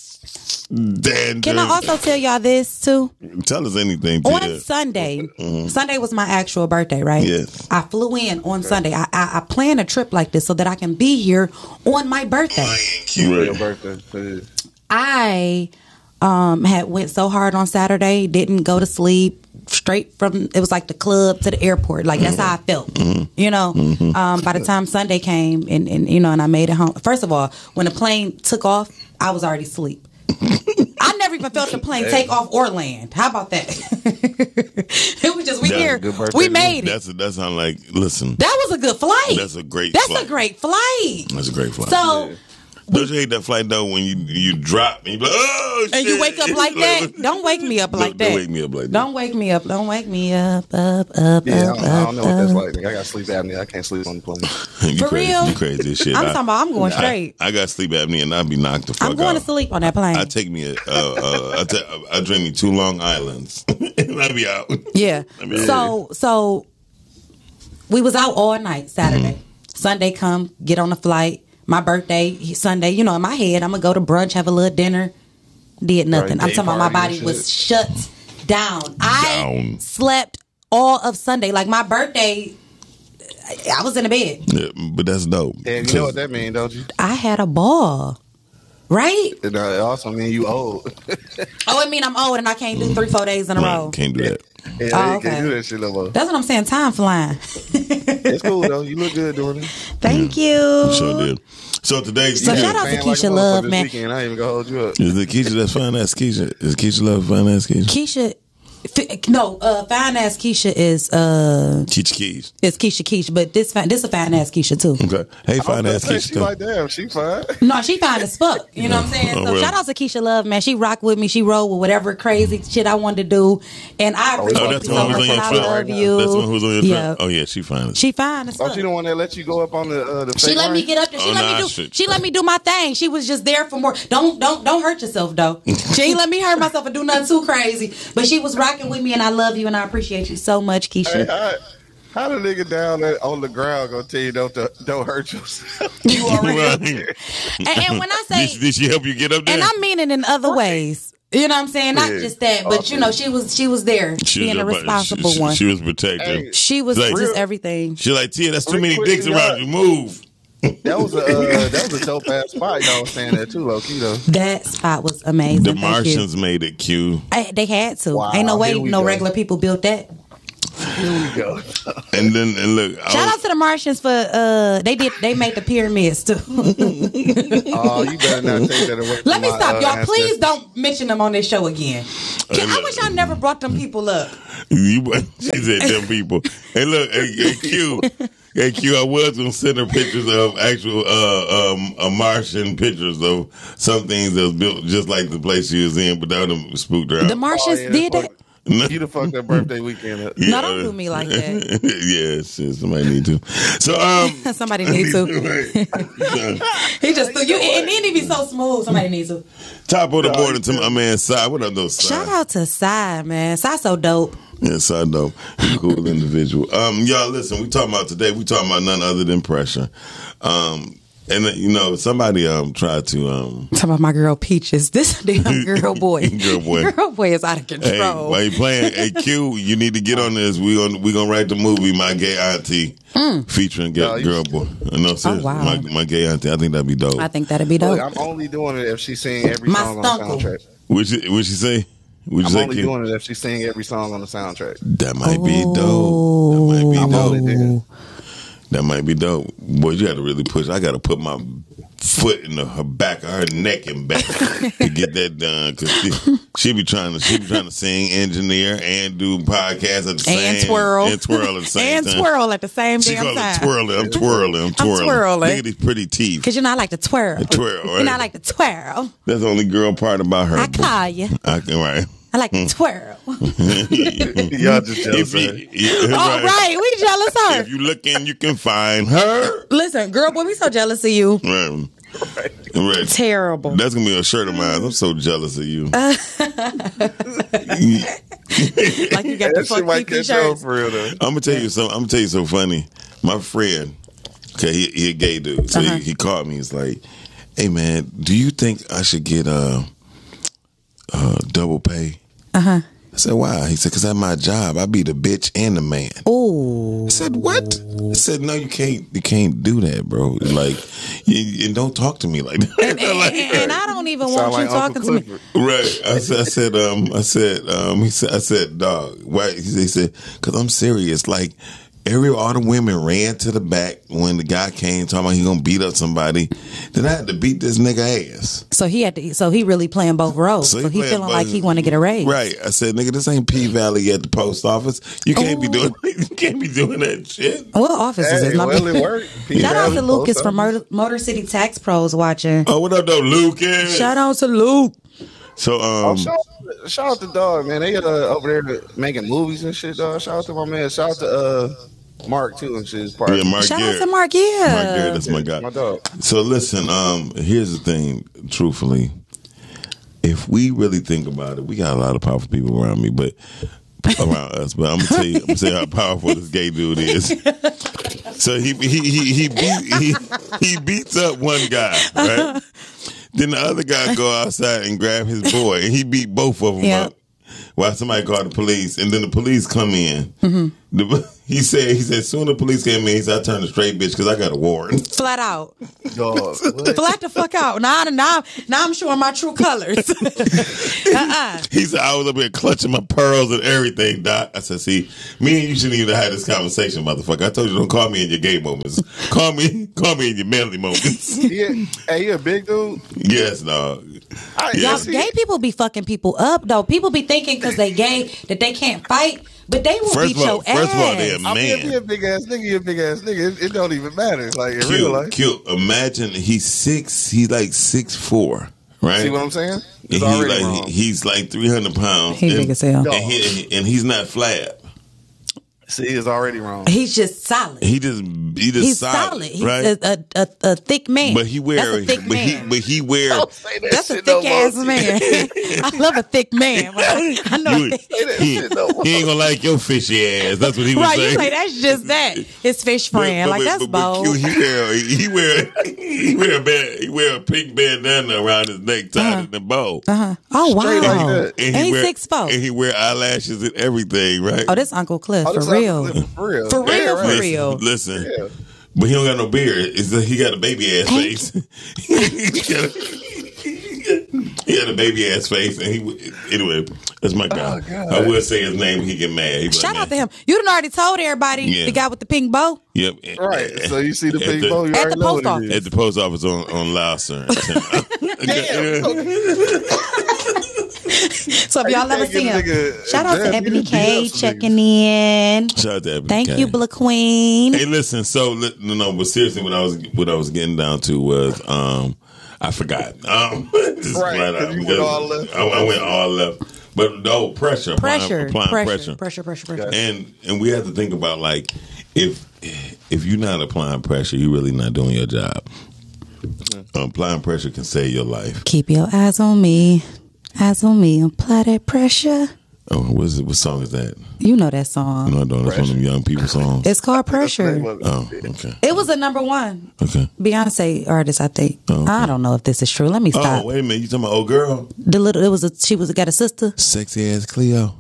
Speaker 1: Dander.
Speaker 2: Can I also tell y'all this too?
Speaker 1: tell us anything?
Speaker 2: On
Speaker 1: Tia.
Speaker 2: Sunday, Sunday was my actual birthday, right?
Speaker 1: Yes.
Speaker 2: I flew in on Sunday. I, I I plan a trip like this so that I can be here on my birthday.
Speaker 3: Your
Speaker 1: Right.
Speaker 3: birthday. please.
Speaker 2: I um had went so hard on Saturday, didn't go to sleep. Straight from it was like the club to the airport, like that's how I felt,
Speaker 1: Mm-hmm.
Speaker 2: you know. Um, by the time Sunday came and, and you know, and I made it home. First of all, when the plane took off, I was already asleep. I never even felt the plane take off or land. How about that? it was just we
Speaker 1: That's a
Speaker 2: here,
Speaker 3: good birthday
Speaker 2: we
Speaker 3: to
Speaker 2: made it.
Speaker 1: That's that sound like. Listen,
Speaker 2: that was a good flight.
Speaker 1: that's a great.
Speaker 2: That's
Speaker 1: flight.
Speaker 2: a great flight.
Speaker 1: That's a great flight.
Speaker 2: So
Speaker 1: Don't you hate that flight though when you you drop and you be like, oh
Speaker 2: and you
Speaker 1: shit."
Speaker 2: wake up like that. Don't wake me up like
Speaker 1: don't,
Speaker 2: that.
Speaker 1: Don't wake me up like
Speaker 2: Don't wake me up. Don't wake me up, up, up,
Speaker 3: Yeah, I
Speaker 2: up,
Speaker 3: don't, I
Speaker 2: up.
Speaker 3: don't know what that's like. nigga. I got sleep apnea. I can't sleep on the plane.
Speaker 1: that. you
Speaker 2: For
Speaker 1: crazy,
Speaker 2: real?
Speaker 1: You crazy as shit.
Speaker 2: I'm
Speaker 1: I-
Speaker 2: talking about I'm going
Speaker 1: I-
Speaker 2: straight.
Speaker 1: I, got sleep apnea and I'd be knocked the fuck
Speaker 2: I'm going
Speaker 1: out.
Speaker 2: to sleep on that plane.
Speaker 1: I take me a, uh, uh, I, ta- I drink me two Long Islands and I be out.
Speaker 2: yeah.
Speaker 1: I mean,
Speaker 2: So so we was out all night Saturday.
Speaker 3: Mm-hmm.
Speaker 2: Sunday come, get on the flight. My birthday he- Sunday, you know, in my head, I'm gonna go to brunch, have a little dinner. Did nothing.
Speaker 3: Right,
Speaker 2: I'm
Speaker 3: day
Speaker 2: talking about my
Speaker 3: party
Speaker 2: body
Speaker 3: and
Speaker 2: was shut down. I
Speaker 1: Down.
Speaker 2: slept all of Sunday. Like my birthday, I I was in the bed.
Speaker 1: Yeah, but that's dope.
Speaker 3: And you know what that means, don't you?
Speaker 2: I had a ball. Right?
Speaker 3: It uh, it also mean you old.
Speaker 2: Oh, it mean I'm old and I can't do three, four days in a
Speaker 1: Right,
Speaker 2: row.
Speaker 1: can't do that.
Speaker 3: Yeah,
Speaker 2: Oh,
Speaker 3: you
Speaker 2: okay.
Speaker 3: can't do that shit no more.
Speaker 2: That's what I'm saying. Time flying.
Speaker 3: It's cool though. You look good doing it.
Speaker 2: Thank you.
Speaker 1: Sure did. So today's
Speaker 2: So
Speaker 1: yeah.
Speaker 2: shout out to
Speaker 3: Fan like a
Speaker 2: Keisha
Speaker 3: motherfucker
Speaker 2: Love,
Speaker 3: this
Speaker 2: man.
Speaker 3: Weekend. I ain't even gonna hold you up.
Speaker 1: Is it Keisha that's fine ass Keisha? Is Keisha Love fine ass Keisha?
Speaker 2: Keisha, fi- no, uh, fine ass Keisha is uh
Speaker 1: Keisha Keys.
Speaker 2: is Keisha Keisha, but this fine, this a fine ass Keisha too.
Speaker 1: Okay. Hey,
Speaker 3: I was
Speaker 1: fine
Speaker 3: gonna
Speaker 1: ass
Speaker 3: say,
Speaker 1: Keisha.
Speaker 3: She
Speaker 1: though.
Speaker 3: like, damn, she fine.
Speaker 2: No, she fine as fuck. You know what I'm saying?
Speaker 1: Oh,
Speaker 2: So
Speaker 1: really?
Speaker 2: shout out to Keisha Love, man. She rocked with me. She rode with whatever crazy
Speaker 1: Mm.
Speaker 2: shit I wanted to do, and I
Speaker 3: Oh, that's
Speaker 2: appreciate you
Speaker 1: the one
Speaker 2: so
Speaker 1: who's on
Speaker 2: much. And
Speaker 1: your
Speaker 2: I
Speaker 1: trip.
Speaker 2: love
Speaker 3: That's
Speaker 2: you.
Speaker 1: That's the one who was on your trip.
Speaker 2: Yeah,
Speaker 1: Oh yeah, she fine. as-
Speaker 2: she fine as
Speaker 3: Aren't
Speaker 2: fuck.
Speaker 3: you Oh, the one that let you go up on the uh, the?
Speaker 2: She
Speaker 3: fake
Speaker 2: let me
Speaker 3: line?
Speaker 2: get up there. She
Speaker 1: Oh,
Speaker 2: let
Speaker 1: nah,
Speaker 2: me do.
Speaker 1: shit.
Speaker 2: She let me do my thing. She was just there for more. Don't don't don't hurt yourself though. she ain't let me hurt myself or do nothing too crazy. But she was rocking with me, and I love you, and I appreciate you so much, Keisha.
Speaker 3: How, how the nigga down there on the ground gonna tell you don't don't hurt yourself? You already
Speaker 1: Right.
Speaker 3: up there.
Speaker 2: and, and when I
Speaker 1: Did, she-
Speaker 2: say,
Speaker 1: did she help you get up there?
Speaker 2: and I mean it in other ways. You know what I'm saying? Not
Speaker 3: Yeah.
Speaker 2: just that, but you know, she was she was there,
Speaker 1: She was
Speaker 2: being a
Speaker 1: your bu-
Speaker 2: responsible
Speaker 1: she,
Speaker 2: one.
Speaker 1: She, she was protecting.
Speaker 3: Hey.
Speaker 2: She was
Speaker 1: Like-
Speaker 2: just everything.
Speaker 1: She like Tia. That's too
Speaker 3: Rick
Speaker 1: many
Speaker 3: Quick
Speaker 1: dicks
Speaker 3: is
Speaker 1: around
Speaker 3: up.
Speaker 1: you. Move.
Speaker 3: That was a uh, that was a dope ass spot. Y'all was saying that too, low key though.
Speaker 2: That spot was amazing.
Speaker 1: The
Speaker 2: Thank you.
Speaker 1: Martians made it. Q.
Speaker 2: I- they had to.
Speaker 3: Wow,
Speaker 2: Ain't no way
Speaker 3: here we
Speaker 2: no
Speaker 3: go.
Speaker 2: regular people built that.
Speaker 3: Here we go.
Speaker 1: And then and look. I
Speaker 2: Shout
Speaker 1: was-
Speaker 2: out to the Martians for uh they did they made the pyramids too.
Speaker 3: Oh, you better not take that away. from
Speaker 2: Let me
Speaker 3: my,
Speaker 2: stop,
Speaker 3: uh,
Speaker 2: y'all. Please
Speaker 3: ancestors.
Speaker 2: don't mention them on this show again. Can- I wish I never brought them people up.
Speaker 1: You, she said them people. Hey, look, hey, hey, Q. Hey, Q, I was going to send her pictures of actual uh, um, uh, Martian pictures of some things that was built just like the place she was in, but that would have spooked her out.
Speaker 2: The Martians
Speaker 3: Oh, yeah,
Speaker 2: did that.
Speaker 3: fuck. You the fuck that birthday weekend. Up.
Speaker 2: No, don't do me like that.
Speaker 1: yeah, shit, somebody need to. So, um.
Speaker 2: Somebody needs to. He just threw you, and then he be so smooth. Somebody needs to.
Speaker 1: Top of the morning to my man Sai. What up, though, Sai?
Speaker 2: Shout out to Sai, man. Sai so dope.
Speaker 1: Yes, I know. You're a cool individual. Um, y'all, listen. We talking about today. We talking about none other than pressure. Um, and uh, you know, somebody um tried to um.
Speaker 2: Talking about my girl Peaches. This damn girl boy.
Speaker 1: Girl boy.
Speaker 2: Girl boy is out of
Speaker 1: Hey,
Speaker 2: control.
Speaker 1: why you playing? hey, Q, you need to get on this. We gonna we gonna write the movie My Gay Auntie featuring gay,
Speaker 3: No, you-
Speaker 1: Girl Boy. Uh, No, seriously,
Speaker 2: Mm. Oh, wow.
Speaker 1: my, my Gay Auntie. I think that'd be dope.
Speaker 2: I think that'd be dope.
Speaker 3: Look, I'm only doing it if she sing every
Speaker 2: My
Speaker 3: song on the
Speaker 2: stunkle.
Speaker 3: soundtrack.
Speaker 1: Would you would she say? Would you
Speaker 3: I'm
Speaker 1: say
Speaker 3: only
Speaker 1: Q?
Speaker 3: doing it if she sing every song on the soundtrack.
Speaker 1: that might be dope? That might be
Speaker 2: Oh.
Speaker 3: I'm only
Speaker 1: dope.
Speaker 3: doing.
Speaker 1: That might be dope. Boy, you got to really push. I got to put my foot in the, her back of her neck and back to get that done. Cause she, she be trying to she be trying to sing, engineer, and do podcasts at the
Speaker 2: and
Speaker 1: same
Speaker 2: twirl
Speaker 1: and twirl at the same
Speaker 2: and
Speaker 1: time.
Speaker 2: twirl at the same
Speaker 1: She
Speaker 2: damn
Speaker 1: called it
Speaker 2: time.
Speaker 1: twirling. I'm twirling. I'm twirling.
Speaker 2: twirling.
Speaker 1: Look at these pretty teeth.
Speaker 2: Cause you know I like to twirl.
Speaker 1: Twirl,
Speaker 2: You know I
Speaker 1: right.
Speaker 2: like to twirl.
Speaker 1: That's the only girl part about her.
Speaker 2: I call you.
Speaker 1: I can right.
Speaker 2: I like
Speaker 1: Hmm.
Speaker 2: to twirl.
Speaker 3: Y'all just jealous.
Speaker 1: If you,
Speaker 3: man.
Speaker 1: yeah,
Speaker 2: All
Speaker 1: right.
Speaker 2: right, we jealous her.
Speaker 1: If you looking, you can find her.
Speaker 2: Listen, girl, boy, we so jealous of you.
Speaker 1: Right. Right.
Speaker 2: Terrible.
Speaker 1: That's gonna be a shirt of mine. I'm so jealous of you.
Speaker 2: Like you got the
Speaker 3: That shit
Speaker 2: fuck
Speaker 3: might
Speaker 2: PP
Speaker 3: catch on
Speaker 2: shirts.
Speaker 3: for real though.
Speaker 1: I'm gonna tell you something. I'm gonna tell you so funny. My friend, okay, he, he a gay dude, so
Speaker 2: Uh-huh.
Speaker 1: he, he called me. He's like, "Hey man, do you think I should get uh, uh double pay?"
Speaker 2: Uh-huh.
Speaker 1: I said, "Why?" He said, "Cause at my job, I be the bitch and the man."
Speaker 2: Ooh.
Speaker 1: I said, "What?" I said, "No, you can't. You can't do that, bro. Like, you, you don't talk to me like that." Like,
Speaker 2: And, and I don't even want
Speaker 3: Sound
Speaker 2: you
Speaker 3: like
Speaker 2: talking
Speaker 3: Uncle
Speaker 2: to me.
Speaker 3: Clifford.
Speaker 1: Right. I said, I said, um, I said, um, he said, I said, dog, why? He said- he said, cause I'm serious. Like, every, all the women ran to the back when the guy came talking about he gonna beat up somebody. Then I had to beat this nigga ass.
Speaker 2: So he had to. So he really playing both roles. So he,
Speaker 1: playing
Speaker 2: feeling like
Speaker 1: both-
Speaker 2: he want to get a raise.
Speaker 1: Right. I said, nigga, this ain't P Valley at the post office. You can't be
Speaker 2: Ooh.
Speaker 1: doing, you can't be doing that shit.
Speaker 2: What office is this?
Speaker 3: Hey,
Speaker 2: My-
Speaker 3: well, it worked. Pete
Speaker 2: Shout out
Speaker 3: Valley
Speaker 2: to Lucas
Speaker 3: Post
Speaker 2: from
Speaker 3: Office.
Speaker 2: Motor, Motor City Tax Pros watching.
Speaker 1: Oh, what up though, Lucas?
Speaker 2: Shout out to Luke.
Speaker 1: So,
Speaker 3: Oh,
Speaker 1: um,
Speaker 3: shout, out, shout out to dog man. They uh, over there making movies and shit, dog. Shout out to my man. Shout out to uh, Mark too and shit. His part.
Speaker 1: yeah, Mark
Speaker 2: Shout
Speaker 1: Garrett.
Speaker 2: out to Mark.
Speaker 1: Mark Garrett,
Speaker 2: Yeah.
Speaker 1: that's my guy.
Speaker 3: my dog.
Speaker 1: So listen, um, here's the thing, truthfully. If we really think about it, we got a lot of powerful people around me, but around us. But I'm gonna tell you, I'm gonna tell you how powerful this gay dude is. So he he he he, beat, he he beats up one guy, right? Then the other guy go outside and grab his boy, and he beat both of them
Speaker 2: Yeah.
Speaker 1: up. While somebody called the police, and then the police come in. The, he said, "He said, soon the police came in. He said, I turned a straight bitch because I got a warrant."
Speaker 2: Flat out.
Speaker 3: Dog. what?
Speaker 2: Flat the fuck out. Now, now, now I'm showing my true colors. uh-uh.
Speaker 1: He said, I was up here clutching my pearls and everything, Doc. I said, see, me and you shouldn't even have this conversation, motherfucker. I told you don't call me in your gay moments. Call me call me in your manly moments.
Speaker 3: He a- hey, you a big dude.
Speaker 1: yes, dog.
Speaker 3: I,
Speaker 1: Yeah.
Speaker 2: Y'all, gay people be fucking people up though. People be thinking because they gay that they can't fight, but they will
Speaker 1: First
Speaker 2: beat
Speaker 1: of all,
Speaker 2: your ass.
Speaker 1: first of all, they're
Speaker 3: I mean, if you a
Speaker 1: man.
Speaker 3: big ass nigga, you a big ass nigga. It, it don't even matter. Like in real
Speaker 1: Cute,
Speaker 3: life.
Speaker 1: cute. Imagine he's six, he's like six four, right?
Speaker 3: See what I'm saying?
Speaker 1: and
Speaker 3: It's
Speaker 1: he
Speaker 3: already
Speaker 1: like,
Speaker 3: wrong.
Speaker 1: he- he's like three hundred pounds.
Speaker 2: He
Speaker 1: and,
Speaker 2: big as hell.
Speaker 1: and he- and he's not flab.
Speaker 3: See, it's already wrong.
Speaker 2: He's just solid.
Speaker 1: He just he just
Speaker 2: He's
Speaker 1: solid,
Speaker 2: solid. He's
Speaker 1: right?
Speaker 2: a, a, a, a thick man.
Speaker 1: but he wear
Speaker 2: That's a thick
Speaker 1: but
Speaker 2: man. Oh,
Speaker 1: he but he wear
Speaker 3: Don't say that
Speaker 2: That's a
Speaker 3: shit
Speaker 2: thick
Speaker 3: no
Speaker 2: ass
Speaker 3: more.
Speaker 2: man. I love a thick man. I know.
Speaker 1: You-
Speaker 2: a thick-
Speaker 3: Say that
Speaker 1: he,
Speaker 3: shit no more.
Speaker 1: he ain't gonna like your fishy ass. That's what he was
Speaker 2: right?
Speaker 1: saying.
Speaker 2: You say that's just that. His fish
Speaker 1: But-
Speaker 2: friend.
Speaker 1: but-
Speaker 2: like
Speaker 1: but-
Speaker 2: that's
Speaker 1: but- but
Speaker 2: bold.
Speaker 1: Q, He wear he wear he wear a band, he wear a pink bandana around his neck tied in the bow.
Speaker 2: Uh-huh. Oh wow.
Speaker 3: Straight like that.
Speaker 1: he
Speaker 2: And he's
Speaker 1: wear-
Speaker 2: six four.
Speaker 1: And he wear eyelashes and everything, right?
Speaker 2: Oh, this Uncle Cliff
Speaker 3: Oh,
Speaker 2: for
Speaker 3: this
Speaker 2: real.
Speaker 3: happened For real.
Speaker 2: For real,
Speaker 3: Yeah,
Speaker 2: for
Speaker 3: right.
Speaker 1: listen,
Speaker 2: real.
Speaker 1: Listen.
Speaker 3: Yeah.
Speaker 1: But he don't got no beard. It's that he got a baby ass
Speaker 2: Thank
Speaker 1: face. he, got a, he had a baby ass face, and he w- anyway. That's my guy.
Speaker 3: Oh, God.
Speaker 1: I will say his name. He get mad. He be like,
Speaker 2: Shout out
Speaker 1: "Man,
Speaker 2: to him. You done already told everybody
Speaker 1: Yeah.
Speaker 2: the guy with the pink bow.
Speaker 1: Yep.
Speaker 3: Right. So you see the
Speaker 1: At
Speaker 3: big bow, you
Speaker 2: at
Speaker 3: already
Speaker 2: the
Speaker 3: know
Speaker 2: post
Speaker 3: what it
Speaker 1: at
Speaker 3: is.
Speaker 1: the post office on on Louser.
Speaker 2: So if y'all
Speaker 3: you
Speaker 2: ever
Speaker 3: can't give
Speaker 2: see him,
Speaker 3: nigga-
Speaker 2: shout out to
Speaker 3: Damn, you
Speaker 2: Ebony
Speaker 3: done beat
Speaker 2: K
Speaker 3: up some
Speaker 2: checking in.
Speaker 1: Shout out to Ebony
Speaker 2: Thank
Speaker 1: Kane.
Speaker 2: you, Bla Queen.
Speaker 1: Hey, listen. So li- no, no. But seriously, what I was what I was getting down to was um I forgot. Um, just
Speaker 3: Right,
Speaker 1: out,
Speaker 3: 'cause you went
Speaker 1: because
Speaker 3: all left.
Speaker 1: I, I went all left. But no pressure. applying-
Speaker 2: pressure,
Speaker 1: Applying
Speaker 2: pressure,
Speaker 1: pressure.
Speaker 2: pressure, pressure, pressure,
Speaker 1: And and we have to think about like if if you're not applying pressure, you're really not doing your job.
Speaker 3: Mm-hmm.
Speaker 1: Applying pressure can save your life.
Speaker 2: Keep your eyes on me. Eyes on me. Apply that pressure.
Speaker 1: Oh, what is it? What song is that?
Speaker 2: You know that song.
Speaker 1: No, I don't. That's one of them young people songs.
Speaker 2: It's called
Speaker 3: Name
Speaker 2: Pressure.
Speaker 3: of it.
Speaker 1: Oh, okay,
Speaker 2: It was a number one
Speaker 1: okay.
Speaker 2: Beyonce artist, I think.
Speaker 1: Oh, okay.
Speaker 2: I don't know if this is true. Let me
Speaker 1: Oh,
Speaker 2: stop.
Speaker 1: wait a minute. You talking about old girl?
Speaker 2: the little, it was a, she was got a sister.
Speaker 1: Sexy ass Cleo.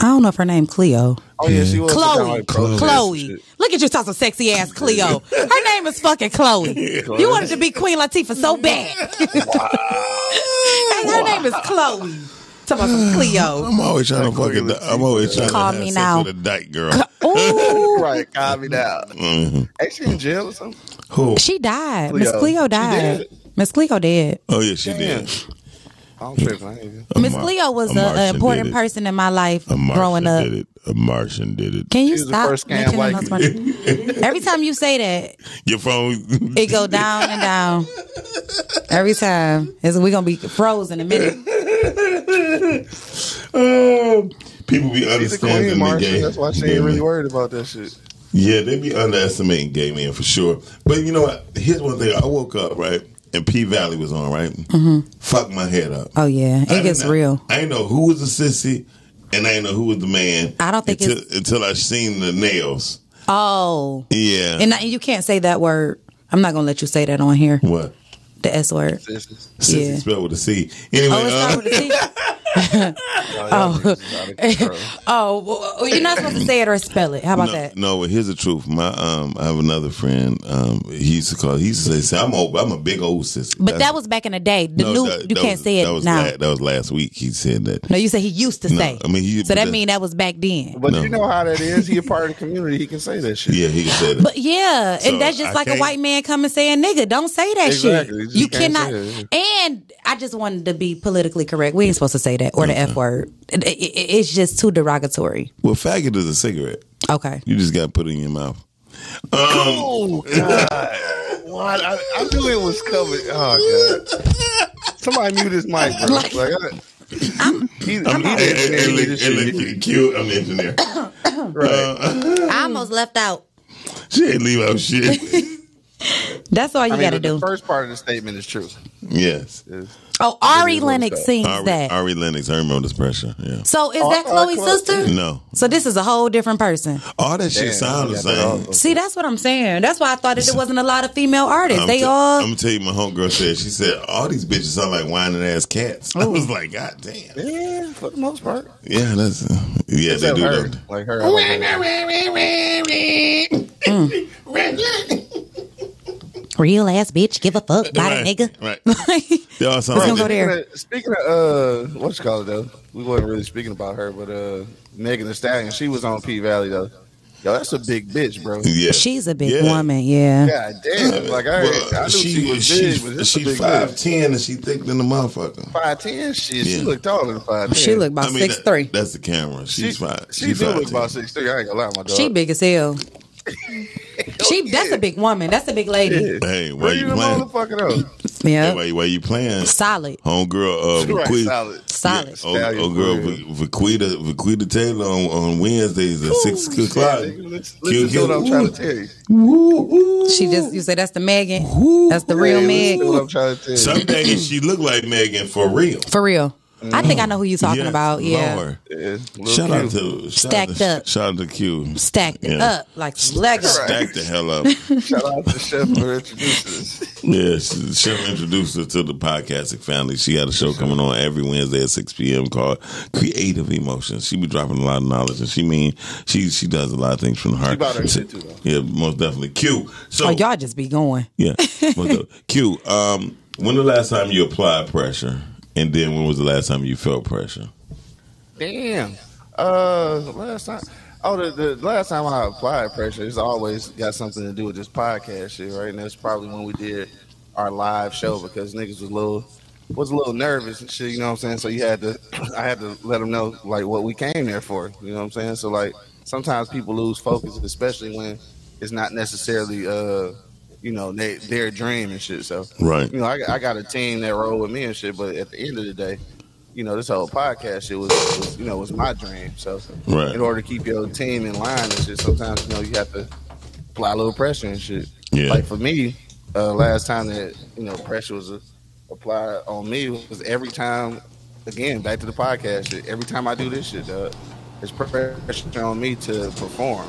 Speaker 2: I don't know if her name Cleo.
Speaker 3: Oh yeah, she was
Speaker 2: Chloe,
Speaker 3: like,
Speaker 1: Chloe.
Speaker 2: Chloe. Look at you, talking sexy ass Cleo. Her name is fucking Chloe. You wanted to be Queen Latifah so bad. Hey, her name is Chloe. Talking about some Cleo.
Speaker 1: Ah. I'm always trying to fucking. I'm always trying
Speaker 2: Call
Speaker 1: to have
Speaker 2: me
Speaker 1: sex
Speaker 2: now.
Speaker 1: with a dyke girl.
Speaker 2: Ooh,
Speaker 3: Right, calm me down.
Speaker 1: Mhm.
Speaker 3: Ain't she in jail or something?
Speaker 1: Who?
Speaker 2: she died. Miss Cleo
Speaker 3: She
Speaker 2: died.
Speaker 3: did?
Speaker 2: Miss Cleo did.
Speaker 1: Oh yeah, she
Speaker 3: Damn.
Speaker 1: did.
Speaker 3: I'm tripping. I ain't even-
Speaker 1: A
Speaker 2: Miss
Speaker 1: Mar-
Speaker 2: Cleo was
Speaker 1: a
Speaker 2: a-
Speaker 1: Martian
Speaker 2: an important
Speaker 1: did it.
Speaker 2: person in my life
Speaker 1: A Martian
Speaker 2: growing up.
Speaker 1: did it. A Martian did it.
Speaker 2: Can you
Speaker 3: She was the
Speaker 2: stop
Speaker 3: first scam
Speaker 2: making
Speaker 3: white
Speaker 2: those funny- Every time you say that,
Speaker 1: Your phone.
Speaker 2: it go down and down. Every time, it's, we gonna be froze in a minute.
Speaker 1: Um, people be
Speaker 3: She's a queen,
Speaker 1: understanding the
Speaker 3: Marcia.
Speaker 1: gay.
Speaker 3: That's why she
Speaker 1: gay
Speaker 3: ain't really
Speaker 1: men.
Speaker 3: worried about that shit.
Speaker 1: Yeah, they be underestimating gay men for sure. But you know what? Here's one thing. I woke up right, and P Valley was on, right? Mm-hmm. Fuck my head up.
Speaker 2: Oh yeah,
Speaker 1: I
Speaker 2: it gets
Speaker 1: didn't-
Speaker 2: real.
Speaker 1: I didn't know who was the sissy, and I didn't know who was the man.
Speaker 2: I don't think
Speaker 1: until, until I seen the nails.
Speaker 2: Oh,
Speaker 1: Yeah.
Speaker 2: and I, you can't say that word. I'm not gonna let you say that on here.
Speaker 1: what?
Speaker 2: The S word.
Speaker 3: Sisters.
Speaker 1: Sissy
Speaker 2: Yeah.
Speaker 1: spelled with a C. Anyway,
Speaker 2: Oh, it's
Speaker 1: uh,
Speaker 2: not with a T.
Speaker 3: Oh, y'all niggas is out of control.
Speaker 2: Oh, well, well, you're not supposed to say it or spell it. How about
Speaker 1: no,
Speaker 2: that?
Speaker 1: no, well, here's the truth. My um, I have another friend. Um, he used to call. He used to say, "I'm old. I'm a big old sissy."
Speaker 2: But that was back in the day. The
Speaker 1: no,
Speaker 2: new
Speaker 1: that-
Speaker 2: you
Speaker 1: that
Speaker 2: can't
Speaker 1: was-
Speaker 2: say
Speaker 1: That
Speaker 2: it
Speaker 1: was
Speaker 2: now.
Speaker 1: la- that was last week. He said that.
Speaker 2: No, you said he used to
Speaker 1: No,
Speaker 2: say.
Speaker 1: I mean, he-
Speaker 2: so that
Speaker 1: but-
Speaker 2: mean that was back then.
Speaker 3: But
Speaker 1: No.
Speaker 3: you know how that is. He a part of the community. He can say that shit.
Speaker 1: Yeah, he said it.
Speaker 2: But yeah,
Speaker 1: So
Speaker 2: and that's just
Speaker 1: I
Speaker 2: like a
Speaker 1: can't-
Speaker 2: white man coming saying "nigga." Don't say that
Speaker 3: Exactly.
Speaker 2: shit.
Speaker 3: You just
Speaker 2: You,
Speaker 3: can't
Speaker 2: cannot.
Speaker 3: say that,
Speaker 2: And I just wanted to be politically correct. We ain't supposed to say that or the f word. It- it- it- it's just too derogatory.
Speaker 1: well, faggot is a cigarette.
Speaker 2: Okay.
Speaker 1: You just got to put it in your mouth.
Speaker 3: Oh God! Why- I, I knew it was covered. Oh God! Somebody mute his mic, bro. Like, I, he, I'm he
Speaker 1: Hey, hey, hey,
Speaker 3: didn't
Speaker 1: look,
Speaker 3: this
Speaker 1: hey, look,
Speaker 3: shit.
Speaker 1: you cute. I'm an engineer.
Speaker 3: Right.
Speaker 2: I almost left out.
Speaker 1: She ain't leave out shit.
Speaker 2: That's all you
Speaker 3: I mean,
Speaker 2: got to
Speaker 3: the,
Speaker 2: do.
Speaker 3: the first part of the statement is true.
Speaker 1: yes.
Speaker 2: oh, Ari
Speaker 3: It is what
Speaker 2: Lennox
Speaker 3: it's called.
Speaker 2: sings
Speaker 1: Ari,
Speaker 2: that.
Speaker 1: Ari Lennox, her mother's pressure. Yeah.
Speaker 2: so is that
Speaker 3: Ari-
Speaker 2: Chloe's
Speaker 3: Chloe-
Speaker 2: sister?
Speaker 1: No.
Speaker 2: So this is a whole different person.
Speaker 1: All that shit
Speaker 3: Damn,
Speaker 1: sound the
Speaker 3: got that all
Speaker 1: same.
Speaker 3: over.
Speaker 2: See, that's what I'm saying. That's why I thought that there wasn't a lot of female artists. they all.
Speaker 1: I'm gonna tell you, my homegirl said she said all these bitches sound like whining ass cats. I
Speaker 2: Oh.
Speaker 1: was like, God damn.
Speaker 3: Yeah, for the most part.
Speaker 1: Yeah, that's uh, yeah, they
Speaker 3: Except
Speaker 1: do
Speaker 3: her.
Speaker 1: though.
Speaker 3: Like her. I like her.
Speaker 2: Real ass bitch, give a fuck, body
Speaker 1: Right,
Speaker 2: nigga.
Speaker 1: right.
Speaker 2: Like,
Speaker 1: They all sound
Speaker 2: Let's
Speaker 1: like
Speaker 2: go
Speaker 1: that.
Speaker 2: there.
Speaker 3: Speaking of, speaking of uh, what's called though, we wasn't really speaking about her, but uh, Megan Thee Stallion, she was on P Valley though. Yo, that's a big bitch, bro.
Speaker 1: Yeah.
Speaker 2: She's a big
Speaker 1: Yeah.
Speaker 2: woman, yeah.
Speaker 3: God damn! Like I,
Speaker 1: Well,
Speaker 3: I knew she, was big,
Speaker 1: she's-
Speaker 3: but this a
Speaker 1: she's
Speaker 3: big bitch.
Speaker 1: 5'10 and she thick than the motherfucker.
Speaker 3: five ten. Shit,
Speaker 1: Yeah.
Speaker 3: she looked taller than five ten.
Speaker 2: She look about six
Speaker 1: that-
Speaker 2: three.
Speaker 1: That's the camera. She's five.
Speaker 3: She
Speaker 1: she's
Speaker 3: do look
Speaker 1: 5'10.
Speaker 3: about six three. I ain't gonna lie, my dog.
Speaker 2: She big as hell. she that's
Speaker 3: yeah.
Speaker 2: a big woman. That's a big lady.
Speaker 1: Hey, why
Speaker 3: Bring
Speaker 1: you
Speaker 3: the
Speaker 1: playing?
Speaker 3: motherfucker up.
Speaker 2: Yeah,
Speaker 1: Hey, why, you- why you playing?
Speaker 2: solid,
Speaker 1: Homegirl, uh,
Speaker 3: She right,
Speaker 1: Vaquita-
Speaker 3: solid.
Speaker 2: solid.
Speaker 1: Oh, oh girl, Va- Vaquita, Vaquita Taylor on, on Wednesdays at six
Speaker 3: Shit,
Speaker 1: o'clock.
Speaker 3: nigga, Listen
Speaker 1: Kill,
Speaker 3: listen to
Speaker 1: kill.
Speaker 3: what I'm trying to tell you.
Speaker 2: She just you say that's the Megan. That's the real
Speaker 3: Hey,
Speaker 2: Meg.
Speaker 3: listen to what I'm trying to tell you.
Speaker 1: Some days she look like Megan for real.
Speaker 2: For real. I think I know who you talking
Speaker 1: Yes,
Speaker 2: about. Yeah.
Speaker 1: Lord.
Speaker 3: Yeah, Lil'
Speaker 1: Shout out
Speaker 3: Q.
Speaker 1: to shout out
Speaker 2: Stacked
Speaker 1: to,
Speaker 2: up.
Speaker 1: Shout out to Q.
Speaker 2: Stacked it
Speaker 1: Yeah.
Speaker 2: up like some Lego.
Speaker 1: Stack the hell up.
Speaker 3: shout out to Chef for introducing us.
Speaker 1: yeah, she, she'll introduce her to the podcasting family. She got a show coming on every Wednesday at six p.m. called Creative Emotions. She be dropping a lot of knowledge, and she mean she she does a lot of things from the heart.
Speaker 3: about her shit, too, though.
Speaker 1: Yeah, most definitely. Q. So
Speaker 2: Oh, y'all just be going.
Speaker 1: Yeah. Well, go- Q, um, when the last time you applied pressure? And then when was the last time you felt pressure?
Speaker 3: Damn. Uh, last time. Oh, the, the last time I applied pressure, it's always got something to do with this podcast shit, right? And that's probably when we did our live show because niggas was a little was a little nervous and shit. You know what I'm saying? So you had to, I had to let them know like what we came there for. You know what I'm saying? So like sometimes people lose focus, especially when it's not necessarily uh, you know, they, their dream and shit. So
Speaker 1: Right.
Speaker 3: you know, I, I got a team that roll with me and shit. But at the end of the day, you know, this whole podcast shit was, was you know, was my dream. So
Speaker 1: Right.
Speaker 3: in order to keep your team in line and shit, sometimes you know you have to apply a little pressure and shit.
Speaker 1: Yeah.
Speaker 3: Like for me, uh, last time that you know pressure was uh, applied on me was every time. Again, back to the podcast shit. Every time I do this shit, dog, it's pressure on me to perform.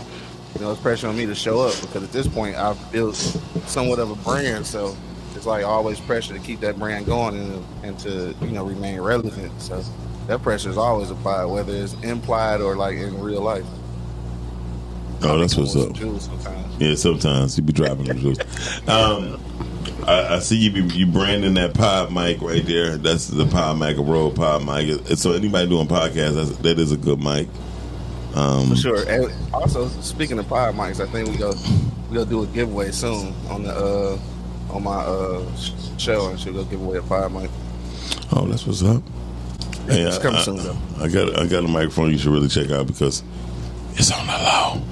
Speaker 3: You know, it's pressure on me to show up because at this point I've built somewhat of a brand, so it's like always pressure to keep that brand going and, and to you know remain relevant. So that pressure is always applied, whether it's implied or like in real life.
Speaker 1: Oh, that's what's
Speaker 3: Almost
Speaker 1: up.
Speaker 3: Jews sometimes.
Speaker 1: Yeah, sometimes you be dropping the juice. Um, I, I see you be you branding that pod mic right there. That's the pod mic, a roll pod mic. So anybody doing podcasts, that's, that is a good mic. Um,
Speaker 3: For sure. And also speaking of pod mics, I think we go we go do a giveaway soon on the uh on my uh sh- show and she'll go give away a pod mic.
Speaker 1: Oh, that's what's up. Hey,
Speaker 3: It's
Speaker 1: I-
Speaker 3: coming
Speaker 1: I,
Speaker 3: soon, though.
Speaker 1: I got I got a microphone you should really check out because it's on the low.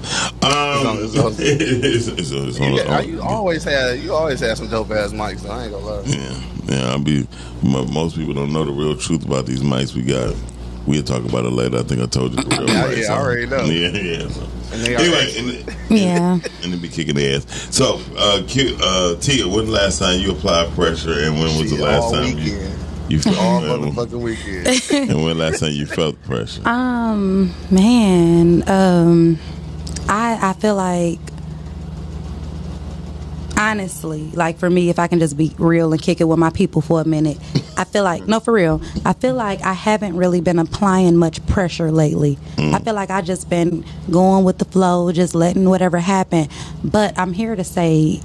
Speaker 1: Um,
Speaker 3: It's on-
Speaker 1: it's- it's- it's on
Speaker 3: You,
Speaker 1: the
Speaker 3: got-
Speaker 1: low.
Speaker 3: you always had you always had some dope ass mics, so I ain't gonna lie.
Speaker 1: Yeah, yeah. I be mo- most people don't know the real truth about these mics we got. We'll talk about it later. I think I told you the real
Speaker 3: Yeah,
Speaker 1: price.
Speaker 3: yeah, I already know.
Speaker 1: Yeah, yeah. So.
Speaker 3: And they are
Speaker 1: Anyway,
Speaker 3: excellent.
Speaker 1: and,
Speaker 2: Yeah.
Speaker 1: and then be kicking the ass. So, uh, Q, uh, Tia, when the last time you applied pressure, and when was
Speaker 3: Shit,
Speaker 1: the last
Speaker 3: all
Speaker 1: time
Speaker 3: weekend.
Speaker 1: you you felt
Speaker 3: all
Speaker 1: and
Speaker 3: motherfucking weekend.
Speaker 1: when last time you felt pressure?
Speaker 2: Um, man, um, I I feel like honestly, like for me, if I can just be real and kick it with my people for a minute, I feel like no, for real, I feel like I haven't really been applying much pressure lately. I feel like I just been going with the flow, just letting whatever happen. But I'm here to say,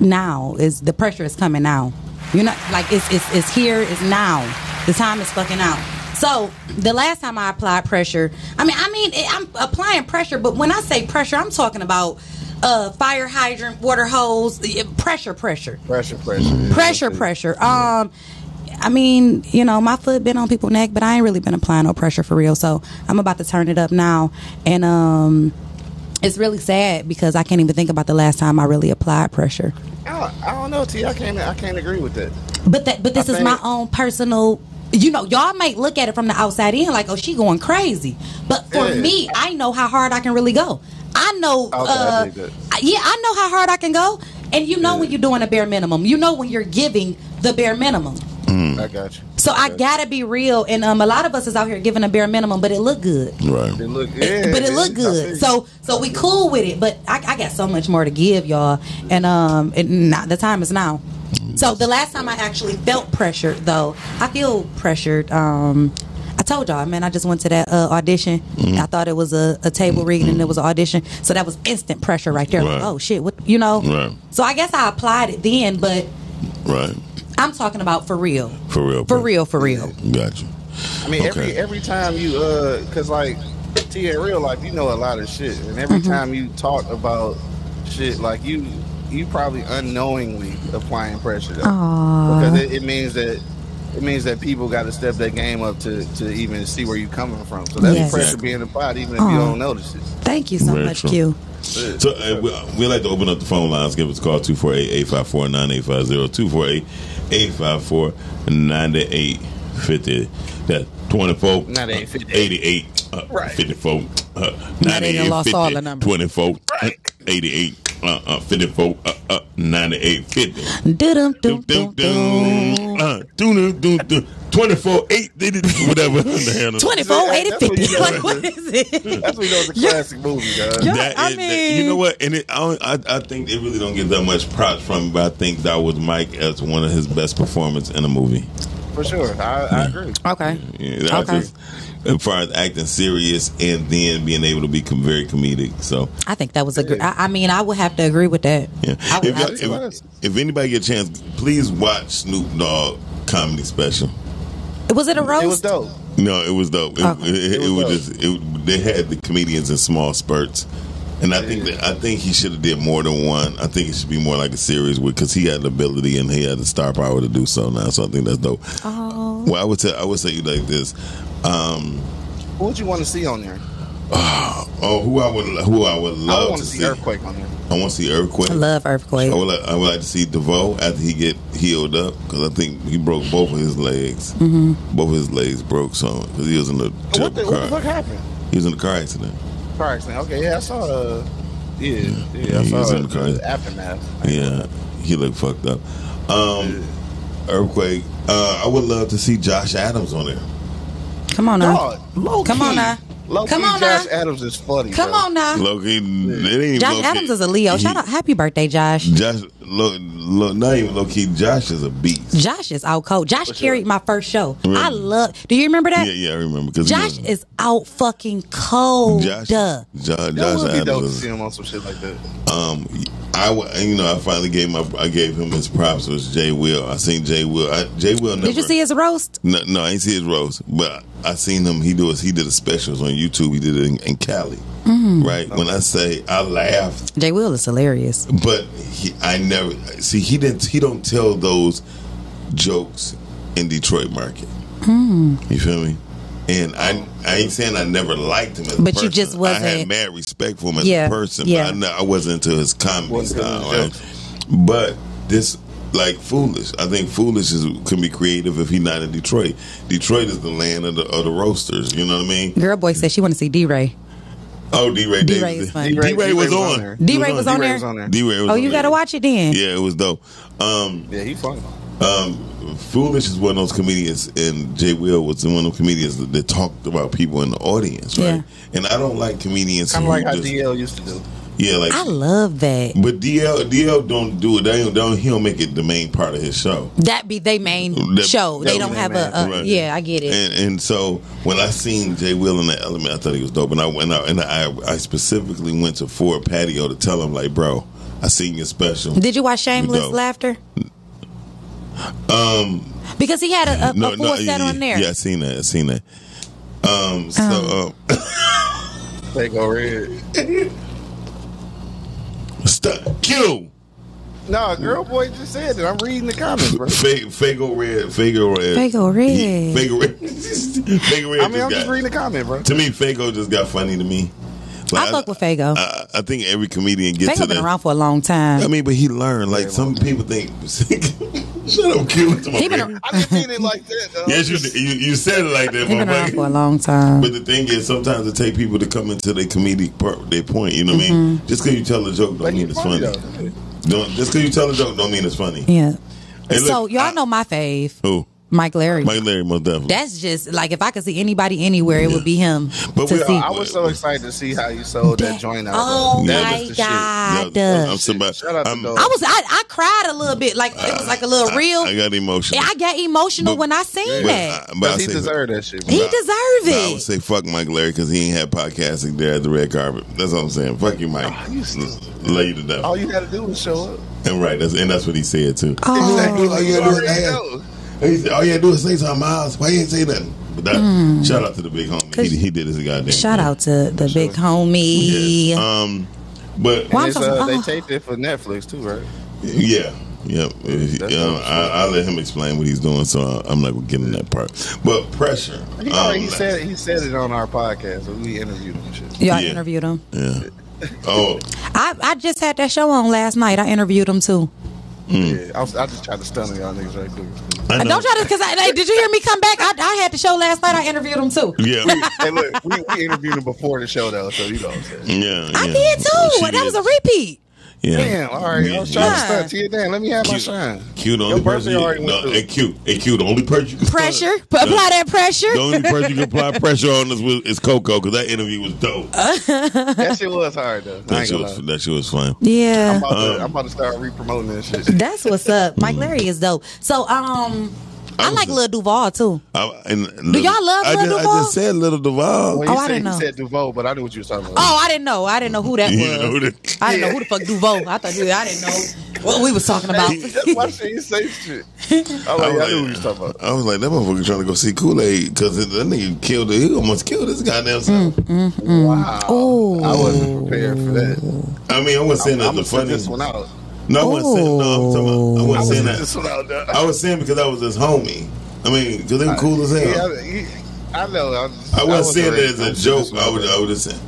Speaker 2: now is the pressure is coming now. You're not like it's it's it's here, it's now. The time is fucking out. So the last time I applied pressure, I mean, I mean, it- I'm applying pressure, but when I say pressure, I'm talking about uh, fire hydrant, water hose, eh, pressure, pressure,
Speaker 3: Pressure, pressure, yeah.
Speaker 2: pressure, pressure. Um, I mean, you know, my foot been on people's neck, but I ain't really been applying no pressure for real. So I'm about to turn it up now, and um, it's really sad because I can't even think about the last time I really applied pressure.
Speaker 3: I don't, I don't know, T. I can't. I can't agree with that.
Speaker 2: But that, but this
Speaker 3: I
Speaker 2: is my
Speaker 3: think-
Speaker 2: own personal. You know, y'all might look at it from the outside in, like, "Oh, she going crazy." But for
Speaker 3: Yeah.
Speaker 2: me, I know how hard I can really go. I know.
Speaker 3: Okay, I
Speaker 2: uh,
Speaker 3: dig that.
Speaker 2: I- yeah, I know how hard I can go, and you know when you're doing a bare minimum. You know when you're giving the bare minimum.
Speaker 3: I got you.
Speaker 2: So I gotta be real, and um, a lot of us is out here giving a bare minimum, but it look good.
Speaker 1: Right.
Speaker 3: It look, yeah,
Speaker 2: It- but it looked
Speaker 3: I feel
Speaker 2: good.
Speaker 3: you.
Speaker 2: So so we cool with it. But I, I got so much more to give y'all, and um, it, not, the time is now. So the last time I actually felt pressured, though, I feel pressured. Um, I told y'all, man, I just went to that uh, audition.
Speaker 3: Mm-hmm.
Speaker 2: I thought it was a, a table read and it was an audition. So that was instant pressure right there. Like,
Speaker 1: Right.
Speaker 2: oh shit, what you know?
Speaker 1: Right.
Speaker 2: So I guess I applied it then, but
Speaker 1: Right.
Speaker 2: I'm talking about for real,
Speaker 1: For real.
Speaker 2: for real, for real.
Speaker 1: Gotcha.
Speaker 3: I mean, every
Speaker 1: Okay.
Speaker 3: every time you, uh, cause like, T in real life, you know a lot of shit, and every
Speaker 2: Mm-hmm.
Speaker 3: time you talk about shit, like you, you probably unknowingly applying pressure, though,
Speaker 2: Aw.
Speaker 3: because it, it means that it means that people got to step their game up to to even see where you coming from. So that's
Speaker 2: Yes.
Speaker 3: pressure being applied, even if
Speaker 2: Aw.
Speaker 3: you don't notice it.
Speaker 2: Thank you so
Speaker 1: Very
Speaker 2: much,
Speaker 1: true.
Speaker 2: Q.
Speaker 1: So uh, we, we like to open up the phone lines. Give us a call 248-854-9850, 248-854-9850. That's 24
Speaker 3: Not eight fifty.
Speaker 1: 88 uh,
Speaker 3: Right.
Speaker 1: 54 uh,
Speaker 2: Now they done lost
Speaker 1: 98,
Speaker 2: all the numbers.
Speaker 1: 24 uh,
Speaker 3: Right.
Speaker 1: 88 uh, uh, 54 uh, uh, 98 50. Dum,
Speaker 2: Dum dum
Speaker 1: dum,
Speaker 2: dum dum.
Speaker 1: dum. Uh, dum, dum, dum, dum. 24 8 whatever the hell.
Speaker 2: Twenty-four, eighty,
Speaker 3: That's what you
Speaker 2: fifty.
Speaker 3: know.
Speaker 2: Like, what is it?
Speaker 3: That's what you know it's a
Speaker 2: Yeah.
Speaker 3: classic movie, dog.
Speaker 2: Yeah.
Speaker 1: That
Speaker 2: I
Speaker 1: is-
Speaker 2: mean-
Speaker 1: you know what? And it, I, don't, I, I think they really don't get that much props from. it, But I think that was Mike as one of his best performance in a movie.
Speaker 3: for sure. I, I
Speaker 1: Mm-hmm.
Speaker 3: agree.
Speaker 2: Okay.
Speaker 1: Yeah, that was
Speaker 2: Okay.
Speaker 1: just- as far as acting serious and then being able to be com- very comedic. So
Speaker 2: I think that was a good. I, I mean, I would have to agree with that.
Speaker 1: yeah.
Speaker 2: I would
Speaker 1: If,
Speaker 2: have
Speaker 1: y'all-
Speaker 2: to.
Speaker 1: if, if anybody get a chance, please watch Snoop Dogg comedy special.
Speaker 2: was it a roast?
Speaker 3: It was dope.
Speaker 1: No, it was dope. It,
Speaker 2: Okay.
Speaker 1: it, it
Speaker 3: It was
Speaker 1: was,
Speaker 3: dope.
Speaker 1: just it, they had the comedians in small spurts, and I think that, I think he should have did more than one. I think it should be more like a series with because he had the ability and he had the star power to do so now. So I think that's dope.
Speaker 2: Oh.
Speaker 1: Well, I would tell I would say you like this. Um,
Speaker 3: Who would you want to see on there?
Speaker 1: oh, who I would who I would
Speaker 3: I
Speaker 1: love
Speaker 3: want
Speaker 1: to
Speaker 3: to see
Speaker 1: see.
Speaker 3: Earthquake on there.
Speaker 1: I want to see earthquake.
Speaker 2: I love earthquake.
Speaker 1: I would, like, I would like to see DeVoe after he get healed up because I think he broke both of his legs.
Speaker 2: Mm-hmm.
Speaker 1: Both of his legs broke, so because he was in a
Speaker 3: What
Speaker 1: terrible
Speaker 3: the, what the
Speaker 1: car.
Speaker 3: fuck happened?
Speaker 1: He was in a car accident.
Speaker 3: Car accident. Okay, yeah, I saw. Uh, yeah, yeah, I
Speaker 1: he
Speaker 3: saw
Speaker 1: was in
Speaker 3: the,
Speaker 1: the car.
Speaker 3: the aftermath.
Speaker 1: Yeah, he looked fucked up. Um, earthquake. Uh, I would love to see Josh Adams on there.
Speaker 2: Come on now.
Speaker 3: Dog, low
Speaker 2: Come
Speaker 3: key,
Speaker 2: on now.
Speaker 3: Low
Speaker 2: Come
Speaker 3: key,
Speaker 2: on
Speaker 3: Josh
Speaker 2: now.
Speaker 3: Adams is funny.
Speaker 2: Come
Speaker 3: bro.
Speaker 2: on now.
Speaker 1: Loki, it ain't
Speaker 2: Josh
Speaker 1: low-key.
Speaker 2: Adams is a Leo.
Speaker 1: He-
Speaker 2: Shout out, happy birthday, Josh.
Speaker 1: Josh, look, look, not even low key. Josh is a beast.
Speaker 2: Josh is out cold. Josh
Speaker 3: sure.
Speaker 2: carried my first show.
Speaker 1: Really?
Speaker 2: I love. Do you remember that?
Speaker 1: Yeah, yeah, I remember because
Speaker 2: Josh is out fucking cold.
Speaker 1: Josh.
Speaker 2: Duh.
Speaker 1: Jo- Josh,
Speaker 3: That would be dope to
Speaker 1: Adams.
Speaker 3: see
Speaker 1: Is,
Speaker 3: him on some shit like that.
Speaker 1: um, I wa- and, you know I finally gave my I gave him his props was Jay Will. I seen Jay Will. I, Jay Will. Never,
Speaker 2: Did you see his roast?
Speaker 1: No, no, I ain't see his roast, but I seen him. He do his, He did a specials on YouTube. He did it in, in Cali, right? When I say I laughed,
Speaker 2: Jay Will is hilarious.
Speaker 1: but he, I never see. He didn't. He don't tell those jokes in Detroit market.
Speaker 2: Hmm.
Speaker 1: You feel me? And I, I ain't saying I never liked him as a
Speaker 2: But you
Speaker 1: person.
Speaker 2: just
Speaker 1: I had
Speaker 2: wasn't-
Speaker 1: mad respect for him as
Speaker 2: Yeah,
Speaker 1: a person. But
Speaker 2: yeah.
Speaker 1: I, ne- I wasn't into his comedy
Speaker 3: Wasn't into
Speaker 1: style.
Speaker 3: his
Speaker 1: Right? But this like foolish. I think foolish is, can be creative if he's not in Detroit. Detroit is the land of the, of the roasters. You know what I mean?
Speaker 2: Girl boy said she want to see D Ray.
Speaker 1: Oh, D Ray
Speaker 2: D-Ray is
Speaker 1: Davis.
Speaker 2: funny.
Speaker 1: D Ray was on.
Speaker 2: D Ray was on
Speaker 3: D-Ray
Speaker 2: there.
Speaker 3: was on there.
Speaker 1: D Ray was.
Speaker 2: Oh,
Speaker 1: on
Speaker 2: you
Speaker 1: there.
Speaker 2: gotta watch it then.
Speaker 1: Yeah, it was dope. Um,
Speaker 3: Yeah, he funny.
Speaker 1: um, Foolish is one of those comedians, and Jay Will was one of those comedians that, that talked about people in the audience, right?
Speaker 2: Yeah.
Speaker 1: And I don't like comedians
Speaker 3: Kind
Speaker 1: who
Speaker 3: of like how
Speaker 1: just,
Speaker 3: DL used to do.
Speaker 1: yeah, like
Speaker 2: I love that.
Speaker 1: But DL DL don't do it. They don't, don't he don't make it the main part of his show.
Speaker 2: That be they main
Speaker 1: That-
Speaker 2: show.
Speaker 1: that
Speaker 2: They
Speaker 1: was
Speaker 2: don't
Speaker 3: their
Speaker 2: have
Speaker 3: main-
Speaker 2: a, a
Speaker 1: Right.
Speaker 2: yeah. I get it.
Speaker 1: And and so when I seen Jay Will in the element, I thought he was dope. And I went out and I I specifically went to Ford Patio to tell him like, bro, I seen your special.
Speaker 2: Did you watch Shameless
Speaker 1: No.
Speaker 2: Laughter? Um, because he had a, a, a full set
Speaker 1: Um, yeah,
Speaker 2: on there.
Speaker 1: Yeah, I seen that. I seen that. Um, so um,
Speaker 3: They go red.
Speaker 1: st- uh, kill.
Speaker 3: No, girl boy just said that. I'm reading the comments, bro.
Speaker 1: Fa- Fago Red, Fago Red,
Speaker 2: Fago Red.
Speaker 1: He- Fago Red, Fago Red.
Speaker 3: I mean, I'm
Speaker 1: got-
Speaker 3: just reading the comment, bro.
Speaker 1: To me, Fago just got funny to me.
Speaker 2: I fuck with Fago.
Speaker 1: I, I think every comedian gets to
Speaker 2: Fago been
Speaker 1: that.
Speaker 2: around for a long
Speaker 1: I
Speaker 2: time.
Speaker 1: mean, but he learned. Like some people think, shut up, Q. It's my
Speaker 2: He been
Speaker 1: favorite.
Speaker 2: a-
Speaker 3: I didn't mean it like that. Though.
Speaker 1: yes, you, you you said it like that,
Speaker 2: He been around for a
Speaker 1: motherfucker.
Speaker 2: long time.
Speaker 1: But the thing is, sometimes it take people to come into their comedic part, their point. You know what I
Speaker 2: Mm-hmm.
Speaker 1: mean? Just because you tell a joke don't
Speaker 3: But
Speaker 1: mean
Speaker 3: he's
Speaker 1: it's
Speaker 3: funny,
Speaker 1: funny.
Speaker 3: though.
Speaker 1: Don't, just because you tell a joke don't mean it's funny.
Speaker 2: Yeah.
Speaker 1: Hey, look,
Speaker 2: so y'all
Speaker 1: I-
Speaker 2: know my fave,
Speaker 1: Who?
Speaker 2: Mike Larry.
Speaker 1: Mike Larry, most definitely.
Speaker 2: That's just like if I could see anybody anywhere, it would be him
Speaker 1: But
Speaker 2: to
Speaker 1: we are-
Speaker 2: see.
Speaker 3: I was so excited to see how you sold that,
Speaker 2: That-
Speaker 3: joint out.
Speaker 2: oh
Speaker 3: though.
Speaker 1: my
Speaker 3: That was the shit.
Speaker 2: God.
Speaker 1: Yeah,
Speaker 2: Doug.
Speaker 1: I'm somebody.
Speaker 3: Shout out to
Speaker 1: I'm-
Speaker 3: Doug.
Speaker 2: I was I, I cried a little bit, like it was like a little real.
Speaker 1: I got emotional.
Speaker 2: And I got emotional
Speaker 1: But-
Speaker 2: when I seen
Speaker 1: But
Speaker 2: that.
Speaker 1: I- but I
Speaker 3: he
Speaker 1: say-
Speaker 3: deserved that shit.
Speaker 2: he
Speaker 1: but
Speaker 3: Bro.
Speaker 1: I-
Speaker 2: deserved
Speaker 1: But I would
Speaker 2: it.
Speaker 1: say fuck Mike Larry because he ain't had podcasting there at the red carpet. That's what I'm saying. Fuck you, Mike.
Speaker 3: Ah, you Oh, stupid.
Speaker 1: Lay you to death.
Speaker 3: All you had to do was show up.
Speaker 1: And right, that's and that's what he said too.
Speaker 2: Oh.
Speaker 1: all you
Speaker 3: You
Speaker 1: gotta do
Speaker 3: already
Speaker 1: is
Speaker 3: know.
Speaker 1: ask. He said, all you gotta do is say something, Miles. Why you ain't say nothing? But that, shout out to the big homie. He, he did his goddamn.
Speaker 2: Hmm. Shout
Speaker 1: thing.
Speaker 2: out to the big homie.
Speaker 1: Yes. Um, but
Speaker 2: Why- I'm
Speaker 3: It's,
Speaker 2: talking-
Speaker 3: uh, they
Speaker 2: oh.
Speaker 3: taped it for Netflix too, right?
Speaker 1: yeah, yeah. If-
Speaker 3: That's
Speaker 1: um,
Speaker 3: what
Speaker 1: I, I let him explain what he's doing, so I- I'm not gonna get in that part. But pressure.
Speaker 3: He,
Speaker 1: um,
Speaker 3: already he said he said it on our podcast. when We interviewed him. and Shit.
Speaker 2: Y'all
Speaker 1: Yeah.
Speaker 2: interviewed him.
Speaker 1: Yeah. Oh,
Speaker 2: I, I just had that show on last night. I interviewed him too.
Speaker 3: Yeah, I, was, I just tried to stun y'all niggas right quick.
Speaker 1: I know.
Speaker 2: Don't try to, because I, hey, did you hear me come back? I, I had the show last night. I interviewed him too.
Speaker 1: Yeah,
Speaker 3: hey, look, we, we interviewed him before the show though, so you know what I'm saying.
Speaker 1: yeah.
Speaker 2: I
Speaker 1: yeah.
Speaker 2: did too.
Speaker 1: She
Speaker 2: that
Speaker 1: did.
Speaker 2: was a repeat.
Speaker 1: Yeah.
Speaker 3: Damn, all right. I was trying to
Speaker 2: Yeah.
Speaker 3: stun to you. Damn, let me have my
Speaker 1: Cute.
Speaker 3: shine.
Speaker 1: Q, the
Speaker 3: Your
Speaker 1: only person
Speaker 3: birthday
Speaker 1: you,
Speaker 3: already
Speaker 1: no,
Speaker 3: went
Speaker 1: hey,
Speaker 3: through.
Speaker 1: Q, hey, Q, the only person you can
Speaker 2: Pressure.
Speaker 1: start-
Speaker 2: But apply that
Speaker 1: The
Speaker 2: pressure.
Speaker 1: only person you can apply pressure on is, with- is Coco because that interview was dope.
Speaker 3: That shit was hard though. I
Speaker 1: that,
Speaker 3: ain't
Speaker 1: shit
Speaker 3: gonna
Speaker 1: was,
Speaker 3: lie.
Speaker 1: that shit was fun.
Speaker 2: Yeah.
Speaker 3: I'm about, to, I'm about to start re-promoting that shit.
Speaker 2: That's what's up. Mike Larry is dope. So, um, I,
Speaker 1: Mm. I was
Speaker 2: like
Speaker 1: a-
Speaker 2: Lil Duval too.
Speaker 1: I, and
Speaker 2: Do y'all love
Speaker 1: I
Speaker 2: Lil
Speaker 1: just, I
Speaker 2: Duval?
Speaker 1: just said Little Duval.
Speaker 3: Well, you
Speaker 2: Oh, I
Speaker 3: said,
Speaker 2: didn't
Speaker 3: you
Speaker 2: know.
Speaker 3: said Duval, but I knew what you was talking about.
Speaker 2: Oh, I didn't know. I didn't know who that
Speaker 1: You know who
Speaker 2: was.
Speaker 1: that-
Speaker 2: I didn't know who the fuck Duval. I thought you. I didn't know what we was talking about.
Speaker 3: That's why I said you say shit.
Speaker 1: I
Speaker 3: I, was
Speaker 1: was,
Speaker 3: like, I knew what you was
Speaker 1: like,
Speaker 3: talking about.
Speaker 1: I was like, that motherfucker trying to go see Kool Aid because that nigga killed it. He almost killed this goddamn
Speaker 2: Hmm.
Speaker 1: self.
Speaker 2: Mm.
Speaker 3: Wow.
Speaker 2: Ooh.
Speaker 3: I wasn't prepared for that.
Speaker 1: I mean, I wasn't saying
Speaker 3: I'm
Speaker 1: that
Speaker 3: gonna
Speaker 1: the
Speaker 3: send
Speaker 1: funny.
Speaker 3: this one out.
Speaker 1: No, I wasn't saying. No, I'm talking about, I
Speaker 2: Oh.
Speaker 3: I
Speaker 1: wasn't
Speaker 3: was
Speaker 1: saying
Speaker 3: send
Speaker 1: that.
Speaker 3: this one out. though.
Speaker 1: I was saying because I was his homie. I mean, because they were cool as hell.
Speaker 3: Yeah, I, I know. I'm just-
Speaker 1: I wasn't saying
Speaker 3: ready.
Speaker 1: that as a
Speaker 3: I'm
Speaker 1: joke.
Speaker 3: just-
Speaker 1: I would, I would just say.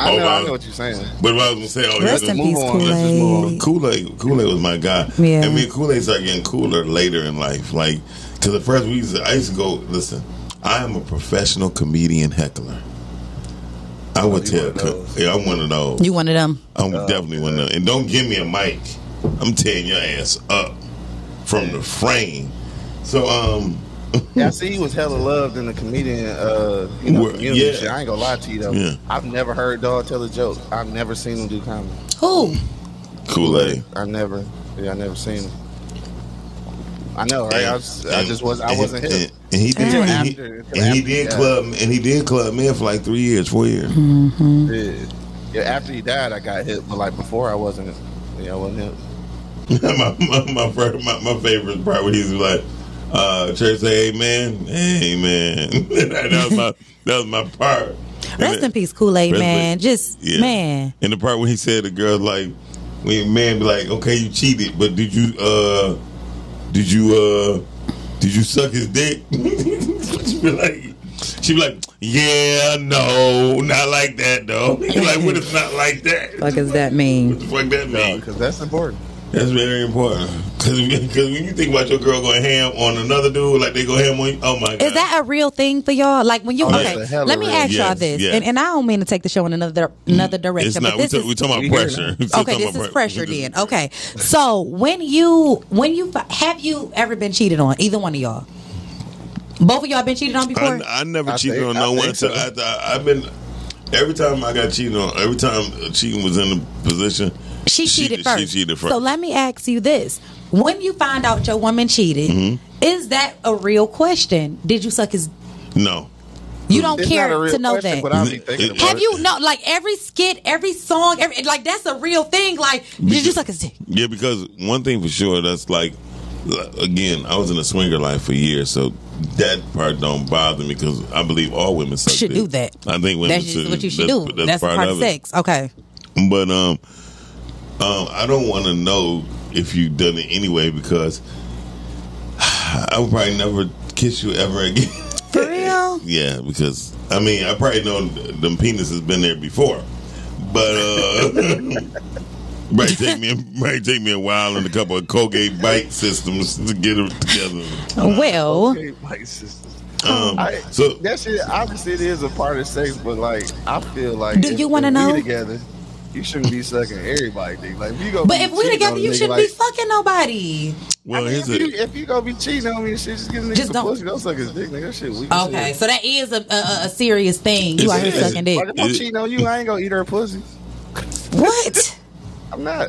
Speaker 3: I
Speaker 1: oh,
Speaker 3: know, I
Speaker 1: wow.
Speaker 3: know what you're saying.
Speaker 1: But what I was gonna say, oh, yeah,
Speaker 2: Rest
Speaker 1: just
Speaker 2: in
Speaker 1: move
Speaker 2: peace,
Speaker 1: on. Let's just move on.
Speaker 2: Kool-Aid.
Speaker 1: Kool Aid, Kool Aid was my guy.
Speaker 2: Yeah.
Speaker 1: And me and Kool Aid started getting cooler later in life. Like, cause at first we used to, I used to go listen. I am a professional comedian heckler. I would
Speaker 3: Oh, you one
Speaker 1: tell,
Speaker 3: of
Speaker 1: co-
Speaker 3: those. Oh,
Speaker 1: yeah, I'm one of those.
Speaker 2: You one of them.
Speaker 1: I'm definitely one of them. And don't give me a mic. I'm tearing your ass up from the frame. So, um,
Speaker 3: Yeah, I see he was hella loved in the comedian uh, you know,
Speaker 1: Well,
Speaker 3: community.
Speaker 1: yeah.
Speaker 3: Shit. I ain't gonna lie to you though.
Speaker 1: Yeah.
Speaker 3: I've never heard dog tell a joke. I've never seen him do comedy.
Speaker 2: Who?
Speaker 1: Kool Aid.
Speaker 3: I never, yeah, I never seen him. I know, right? I, was, I
Speaker 1: And-
Speaker 3: just was, I
Speaker 1: and-
Speaker 3: wasn't him.
Speaker 1: And, and he did,
Speaker 3: Until
Speaker 1: and he,
Speaker 3: after-
Speaker 1: and
Speaker 3: until
Speaker 1: he
Speaker 3: after,
Speaker 1: did
Speaker 3: yeah.
Speaker 1: club, and he did club men for like three years, four years.
Speaker 2: Hmm.
Speaker 3: Yeah. yeah, after he died, I got hit, but like before, I wasn't. Yeah, I wasn't him.
Speaker 1: my, my, my, fir- my, my favorite part when he's like, uh, church say amen, amen. that was my that was my part.
Speaker 2: Rest in peace, Kool Aid
Speaker 1: Rest in
Speaker 2: man.
Speaker 1: peace.
Speaker 2: Just
Speaker 1: Yeah.
Speaker 2: man.
Speaker 1: And the part when he said the girl like, when a man be like, okay, you cheated, but did you uh, did you uh, did you suck his dick? she be like. She be like, yeah, no, not like that though. He like, what if not like that?
Speaker 2: Fuck does that mean?
Speaker 1: What the fuck that mean?
Speaker 3: Because that's important.
Speaker 1: That's very important because when you think about your girl going ham on another dude like they go ham on you, oh my god,
Speaker 2: Is that a real thing for y'all? Like when you
Speaker 1: Oh,
Speaker 2: okay?
Speaker 3: that's a hella
Speaker 2: Let me
Speaker 3: real-
Speaker 2: ask y'all
Speaker 1: Yes,
Speaker 2: this,
Speaker 1: yes.
Speaker 2: and, and I don't mean to take the show in another another direction,
Speaker 1: it's not.
Speaker 2: but
Speaker 1: We,
Speaker 2: this
Speaker 1: talk,
Speaker 2: is
Speaker 1: we talking
Speaker 3: You
Speaker 1: about
Speaker 3: hear
Speaker 1: pressure. Still
Speaker 2: okay.
Speaker 1: talking
Speaker 2: This is
Speaker 1: about
Speaker 2: pressure then. Okay, so when you when you fi- have you ever been cheated on? Either one of y'all? Both of y'all been cheated on before?
Speaker 1: I, I never
Speaker 3: I
Speaker 1: cheated
Speaker 3: think-
Speaker 1: on
Speaker 3: I
Speaker 1: no one.
Speaker 3: think so.
Speaker 1: Until after I, I've been every time I got cheated on, every time cheating was in the position,
Speaker 2: she cheated first.
Speaker 1: She cheated first.
Speaker 2: So let me ask you this: When you find out your woman cheated,
Speaker 1: Mm-hmm.
Speaker 2: is that a real question? Did you suck his?
Speaker 1: no,
Speaker 2: You don't
Speaker 3: It's
Speaker 2: care
Speaker 3: not a real
Speaker 2: to know
Speaker 3: question,
Speaker 2: that.
Speaker 3: But I'll be thinking
Speaker 1: Have
Speaker 3: about
Speaker 2: Have
Speaker 3: it.
Speaker 2: you no like every skit, every song, every like that's a real thing. Like, did you
Speaker 1: Because-
Speaker 2: suck his dick?
Speaker 1: Yeah, because one thing for sure, that's like, like, again, I was in a swinger life for years, so that part don't bother me because I believe all women suck
Speaker 2: Should
Speaker 1: dick.
Speaker 2: do that.
Speaker 1: I think women
Speaker 2: That's just what you should do. That's, part, of
Speaker 1: it.
Speaker 2: sex. Okay.
Speaker 1: But um, um, I don't want to know if you done it anyway because I would probably never kiss you ever again.
Speaker 2: For real?
Speaker 1: yeah, because I mean, I probably know them penis has been there before, but uh, might take me might take me a while and a couple of Colgate bite systems to get it together.
Speaker 2: Well,
Speaker 3: Okay, my sister.
Speaker 1: Um,
Speaker 3: Oh, I,
Speaker 1: so
Speaker 3: that shit obviously it is a part of sex, but like I feel like
Speaker 2: Do
Speaker 3: if-
Speaker 2: you wanna
Speaker 3: if
Speaker 2: know?
Speaker 3: We together, you shouldn't be sucking everybody. Dick. Like if you go,
Speaker 2: but if we together, you shouldn't be
Speaker 3: like,
Speaker 2: fucking nobody.
Speaker 1: well,
Speaker 3: I mean,
Speaker 1: here's
Speaker 3: if, you,
Speaker 1: a,
Speaker 3: if you gonna be cheating on me and shit, just give niggas
Speaker 2: Just
Speaker 3: some
Speaker 2: don't.
Speaker 3: pussy. Don't suck his dick, nigga. That shit weak. as
Speaker 2: Okay,
Speaker 3: shit.
Speaker 2: so that is a, a, a serious thing. You
Speaker 1: It's-
Speaker 2: out here
Speaker 1: it's-
Speaker 2: sucking dick.
Speaker 3: Like, if I'm
Speaker 1: It-
Speaker 3: cheating on you, I ain't gonna eat her pussy.
Speaker 2: What?
Speaker 3: I'm not.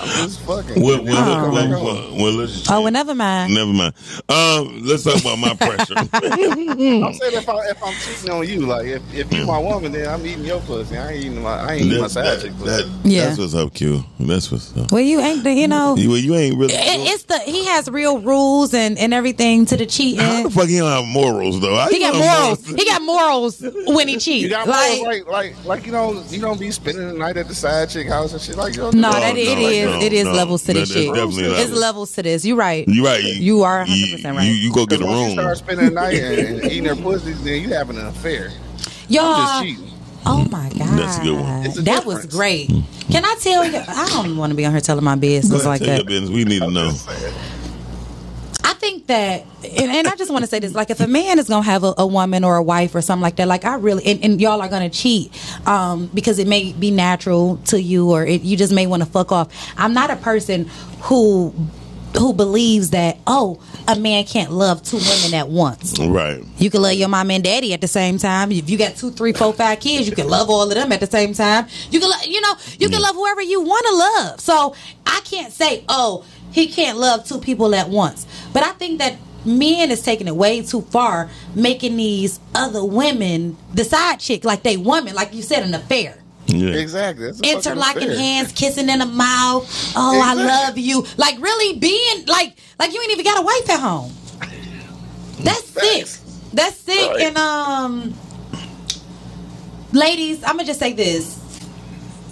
Speaker 3: I'm just fucking.
Speaker 1: well, well,
Speaker 3: And then I'll
Speaker 1: well,
Speaker 3: come
Speaker 1: well,
Speaker 3: back home.
Speaker 1: well, well, let's
Speaker 2: Oh, well, never mind.
Speaker 1: never mind. Um, let's talk about my pressure.
Speaker 3: I'm saying if, I, if I'm cheating on you, like if, if you my woman, then I'm eating your pussy. I ain't eating my I ain't eating my
Speaker 1: That's,
Speaker 3: side
Speaker 1: that,
Speaker 3: chick pussy.
Speaker 1: that,
Speaker 2: Yeah.
Speaker 1: that's what's up, Q. That's what's up.
Speaker 2: Well, you ain't. the- You know, it,
Speaker 1: You, you ain't really.
Speaker 2: it's the he has real rules and and everything to the cheating.
Speaker 1: how the fuck he don't have morals though? How
Speaker 2: He
Speaker 1: you
Speaker 2: got
Speaker 1: don't
Speaker 2: morals.
Speaker 1: know?
Speaker 2: He got morals when he cheats.
Speaker 3: You got
Speaker 2: Like,
Speaker 3: like, like, like, like, you don't, you don't be spending the night at the side chick house and shit. Like, you don't
Speaker 2: no,
Speaker 1: No,
Speaker 2: that it
Speaker 1: no,
Speaker 2: is.
Speaker 1: no,
Speaker 2: it is
Speaker 1: no.
Speaker 2: levels to
Speaker 1: That
Speaker 2: this
Speaker 1: is
Speaker 2: shit.
Speaker 1: definitely
Speaker 2: It's
Speaker 1: levels.
Speaker 2: levels to this. You right.
Speaker 1: You right.
Speaker 2: You are 100% right.
Speaker 1: You, you go get a
Speaker 3: Because once you
Speaker 1: room.
Speaker 3: start spending the night and, and eating her pussy, then you having an affair.
Speaker 2: Y'all.
Speaker 3: I'm just cheating.
Speaker 2: Oh my god.
Speaker 1: That's a good one. Hmm.
Speaker 3: It's a
Speaker 2: That was
Speaker 3: difference.
Speaker 2: great. Can I tell you? I don't even want to be on here telling my business
Speaker 1: Go
Speaker 2: like
Speaker 1: ahead, tell your
Speaker 2: that.
Speaker 1: business. We need to know.
Speaker 2: I think that, and, and I just want to say this: like, if a man is gonna have a, a woman or a wife or something like that, like I really, and, and y'all are gonna cheat um, because it may be natural to you, or it, you just may want to fuck off. I'm not a person who who believes that oh, a man can't love two women at once.
Speaker 1: Right.
Speaker 2: You can love your mom and daddy at the same time. If you got two, three, four, five kids, you can love all of them at the same time. You can, lo- you know, you can love whoever you want to love. So I can't say, oh, he can't love two people at once. But I think that men is taking it way too far, making these other women the side chick, like they woman, like you said, an affair.
Speaker 1: Yeah.
Speaker 3: Exactly. That's a fucking
Speaker 2: Interlocking
Speaker 3: affair.
Speaker 2: hands, kissing in the mouth. Oh, I
Speaker 3: Exactly.
Speaker 2: love you. Like really being like like you ain't even got a wife at hhome. That's sick.
Speaker 3: Facts.
Speaker 2: That's sick.
Speaker 3: Right.
Speaker 2: And um, ladies, I'm gonna just say this: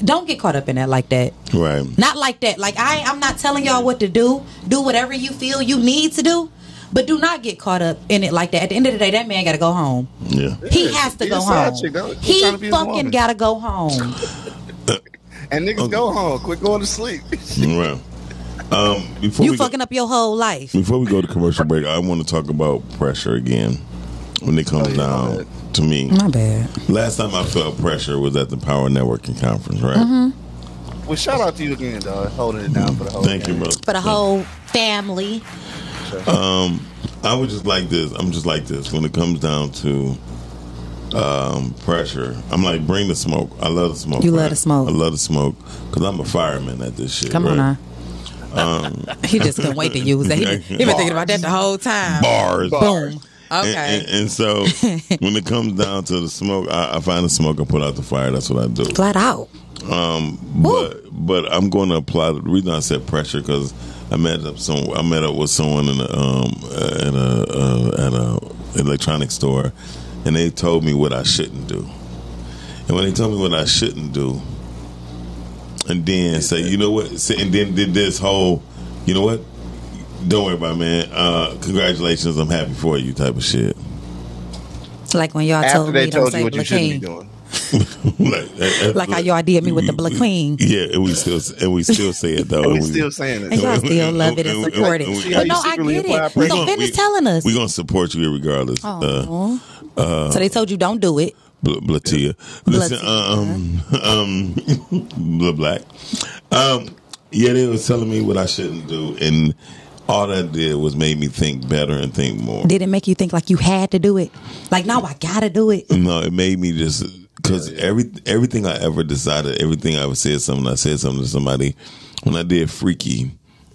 Speaker 2: don't get caught up in that like that.
Speaker 1: Right.
Speaker 2: Not like that. Like I, I'm not telling y'all what to do. Do whatever you feel you need to do, but do not get caught up in it like that. At the end of the day, that man gotta go home.
Speaker 1: Yeah.
Speaker 2: He has to
Speaker 3: He
Speaker 2: go
Speaker 3: a side
Speaker 2: home.
Speaker 3: chick, though. He
Speaker 2: he
Speaker 3: trying to be his
Speaker 2: fucking
Speaker 3: woman.
Speaker 2: gotta go home.
Speaker 3: And niggas go home. Quit going to sleep.
Speaker 1: Right. Um, before
Speaker 2: You
Speaker 1: we go-
Speaker 2: fucking up your whole life.
Speaker 1: Before we go to commercial break, I want to talk about pressure again when it comes
Speaker 3: Oh, yeah, my
Speaker 1: down to me.
Speaker 2: My bad.
Speaker 1: Last time I felt pressure was at the Power Networking Conference, right?
Speaker 2: Mm-hmm.
Speaker 3: Well, shout out to you again, dog. Holding it down for the whole.
Speaker 1: Thank you,
Speaker 3: game.
Speaker 1: bro.
Speaker 2: For the whole family.
Speaker 1: I was just like this. I'm just like this when it comes down to um, pressure. I'm like, bring the smoke. I love the smoke.
Speaker 2: You love the smoke.
Speaker 1: I love the smoke because I'm a fireman at this shit.
Speaker 2: Come on
Speaker 1: right?
Speaker 2: now.
Speaker 1: Um,
Speaker 2: he just couldn't wait to use that. He been, he been thinking about that the whole time.
Speaker 1: Bars.
Speaker 2: Boom.
Speaker 1: And-
Speaker 2: Okay.
Speaker 1: And, and so when it comes down to the smoke, I, I find the smoke and put out the fire. That's what I do.
Speaker 2: Flat out.
Speaker 1: but but I'm going to apply. The reason I said pressure because I met up some. I met up with someone in a, um at a uh, at a electronic store, and they told me what I shouldn't do. And when they told me what I shouldn't do, and then say, you know what? Say- And then did this whole, you know what? Don't worry about it, man. Uh, congratulations, I'm happy for you, type of shit.
Speaker 2: Like when y'all
Speaker 3: After
Speaker 2: told
Speaker 3: they
Speaker 2: me
Speaker 3: told
Speaker 2: don't
Speaker 3: you what you
Speaker 2: say
Speaker 3: shouldn't be
Speaker 2: Blakeem.
Speaker 3: doing.
Speaker 1: like,
Speaker 2: Like how y'all did me with the Black Queen.
Speaker 1: Yeah, and we still and we still say it though.
Speaker 3: And we
Speaker 1: and
Speaker 3: still saying it.
Speaker 2: And y'all still love it and
Speaker 1: And we-
Speaker 2: support it.
Speaker 1: and we-
Speaker 2: But no, I
Speaker 3: Secretly
Speaker 2: get
Speaker 3: apply
Speaker 2: it.
Speaker 3: pressure.
Speaker 2: So
Speaker 1: We-
Speaker 2: finish telling us. Oh.
Speaker 1: We're gonna support you regardless. Uh,
Speaker 2: Aw. so they told you don't do it.
Speaker 1: Bl- Blatia. Listen,
Speaker 2: Blatia.
Speaker 1: um, um, Bla Black. Um, yeah, they was telling me what I shouldn't do, and all that did was made me think better and think more.
Speaker 2: Did it make you think like you had to do it? Like now I gotta do it.
Speaker 1: No, it made me just because every everything I ever decided, everything I ever said something, I said something to somebody. When I did Freaky,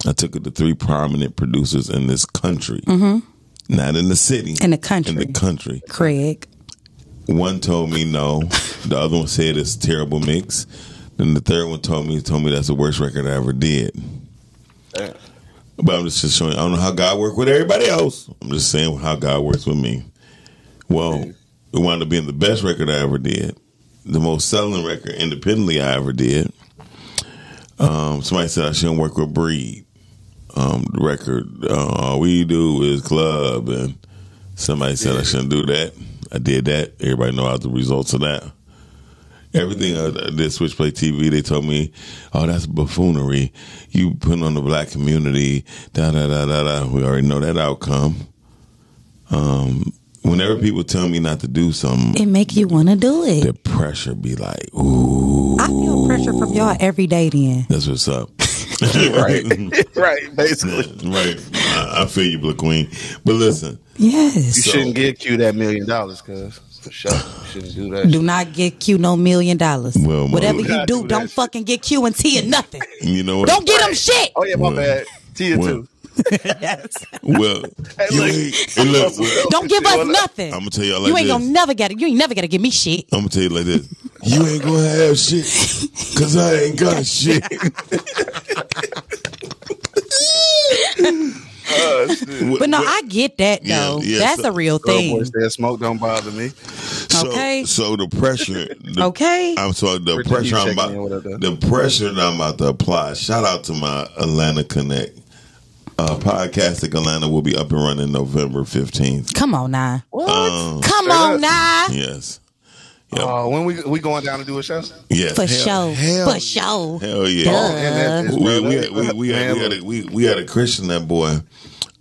Speaker 1: I took it to three prominent producers in this country, not in the city,
Speaker 2: In the country.
Speaker 1: in the country.
Speaker 2: Craig.
Speaker 1: One told me no. The other one said it's a terrible mix. Then the third one told me told me that's the worst record I ever did.
Speaker 3: Damn.
Speaker 1: But I'm just just showing. I don't know how God worked with everybody else. I'm just saying how God works with me. Well, it wound up being the best record I ever did, the most selling record independently I ever did. Um, somebody said I shouldn't work with Breed. Um, the record uh, all we do is club, and somebody said I shouldn't do that. I did that. Everybody know how the results of that. Everything I I did, Switch Play TV, they told me, oh, that's buffoonery. You putting on the black community, da da da da da. We already know that outcome. Um, whenever people tell me not to do something,
Speaker 2: It make you wanna do it.
Speaker 1: the pressure be like, ooh,
Speaker 2: I feel pressure from y'all every day then.
Speaker 1: that's what's up.
Speaker 3: right, right. Basically,
Speaker 1: right. I, I feel you, Blue Queen. But listen,
Speaker 3: you
Speaker 2: Yes.
Speaker 3: shouldn't give Q that million dollars, cuz for sure, you shouldn't do that.
Speaker 2: Do not get Q no million dollars.
Speaker 1: Well, my-
Speaker 2: Whatever you
Speaker 3: Gotta
Speaker 2: do,
Speaker 3: do that
Speaker 2: don't
Speaker 3: shit.
Speaker 2: fucking get Q and T and nothing.
Speaker 1: you know what?
Speaker 2: Don't get them shit.
Speaker 3: Oh yeah, my
Speaker 1: Well.
Speaker 3: bad. Tia
Speaker 1: Well.
Speaker 3: too.
Speaker 2: Yes.
Speaker 1: Well,
Speaker 3: Hey,
Speaker 1: you
Speaker 3: look.
Speaker 1: ain't- hey, look, well,
Speaker 2: Don't give us
Speaker 3: Well,
Speaker 2: nothing.
Speaker 1: I'm gonna tell y'all like
Speaker 2: You ain't
Speaker 1: this.
Speaker 2: gonna never get it. You ain't never gonna give me shit.
Speaker 1: I'm gonna tell you like this. You ain't gonna have shit, cause I ain't got shit.
Speaker 3: Oh, shit.
Speaker 2: But no, I get that
Speaker 1: Yeah,
Speaker 2: though.
Speaker 1: yeah,
Speaker 2: That's
Speaker 1: so-
Speaker 2: a real
Speaker 3: Little boy
Speaker 2: thing.
Speaker 3: said, "Smoke don't bother me."
Speaker 1: so,
Speaker 2: okay.
Speaker 1: So the pressure. The,
Speaker 2: Okay.
Speaker 1: I'm sorry. The
Speaker 3: Richard,
Speaker 1: pressure
Speaker 3: you
Speaker 1: I'm
Speaker 3: checking
Speaker 1: about.
Speaker 3: in with her,
Speaker 1: The pressure that I'm about to apply. Shout out to my Atlanta Connect. Uh, Podcastic Atlanta will be up and running November 15th.
Speaker 2: Come on now.
Speaker 3: What?
Speaker 1: Um,
Speaker 2: Come
Speaker 3: Straight up.
Speaker 2: on now.
Speaker 1: yes.
Speaker 3: Oh, when we we going down to do a
Speaker 2: Oh,
Speaker 3: show? Oh,
Speaker 1: Yes.
Speaker 2: For
Speaker 1: hell,
Speaker 2: sure.
Speaker 1: Hell,
Speaker 2: For sure.
Speaker 1: Hell yeah.
Speaker 3: And that's-
Speaker 1: We, we, had- we, we, had, we, had a, we, we had a Christian that boy.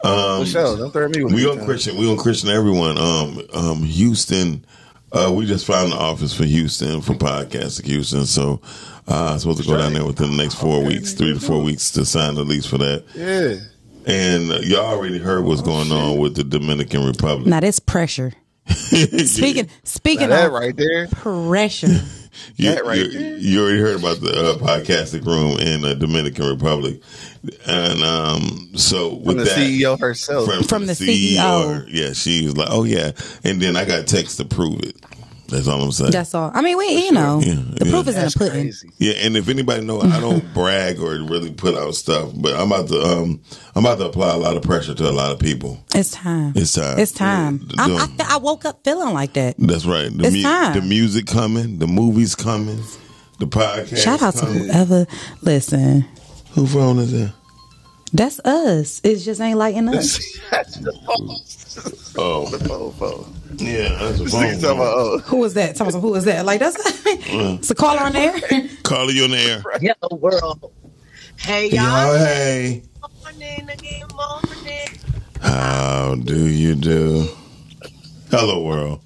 Speaker 3: For sure. Don't throw me with
Speaker 1: We
Speaker 3: that
Speaker 1: on
Speaker 3: time.
Speaker 1: Christian. We on Christian. Everyone. Um, um, Houston. Uh, we just found an office for Houston for podcasting Houston. So uh, I'm supposed to go down there within the next four weeks, three to four weeks to sign the lease for that.
Speaker 3: Yeah.
Speaker 1: And uh, y'all already heard what's going on with the Dominican Republic.
Speaker 2: Now that's pressure. Speaking
Speaker 3: Now
Speaker 2: speaking
Speaker 3: that
Speaker 2: of
Speaker 3: right there.
Speaker 2: pressure.
Speaker 1: you,
Speaker 3: that right
Speaker 1: you,
Speaker 3: there.
Speaker 1: you already heard about the uh, podcasting room in the Dominican Republic, and um, so with
Speaker 3: From the
Speaker 1: that,
Speaker 3: CEO herself.
Speaker 2: Oh, From the E CEO.
Speaker 1: E Yeah, she was like, "Oh yeah," and then I got text to prove it. That's all I'm saying.
Speaker 2: That's all. I mean, we you know
Speaker 1: Yeah,
Speaker 2: the
Speaker 1: yeah.
Speaker 2: proof is in the
Speaker 3: That's
Speaker 2: pudding.
Speaker 3: crazy.
Speaker 1: Yeah, and if anybody know, I don't brag or really put out stuff, but I'm about to um I'm about to apply a lot of pressure to a lot of people.
Speaker 2: It's time.
Speaker 1: It's time.
Speaker 2: It's time.
Speaker 1: Yeah,
Speaker 2: I'm-
Speaker 1: the-
Speaker 2: I, fe- I woke up feeling like that.
Speaker 1: That's right. The,
Speaker 2: It's time.
Speaker 1: the music coming, the movies coming, the podcast.
Speaker 2: Shout out to
Speaker 1: coming.
Speaker 2: whoever. Listen,
Speaker 1: who phone is that?
Speaker 2: that's us. It just ain't lighting us.
Speaker 3: That's the phone.
Speaker 1: Oh,
Speaker 3: The phone phone.
Speaker 1: yeah, that's the
Speaker 3: This nigga talking
Speaker 1: phone.
Speaker 3: about, oh,
Speaker 2: Who is that? Tell me who is that? Like that's it's a caller on there.
Speaker 1: Carla, you on the air?
Speaker 4: Hello world. Hey
Speaker 1: Y'all,
Speaker 4: y'all.
Speaker 1: hey,
Speaker 4: Morning again, morning
Speaker 1: how do you do? Hello, world.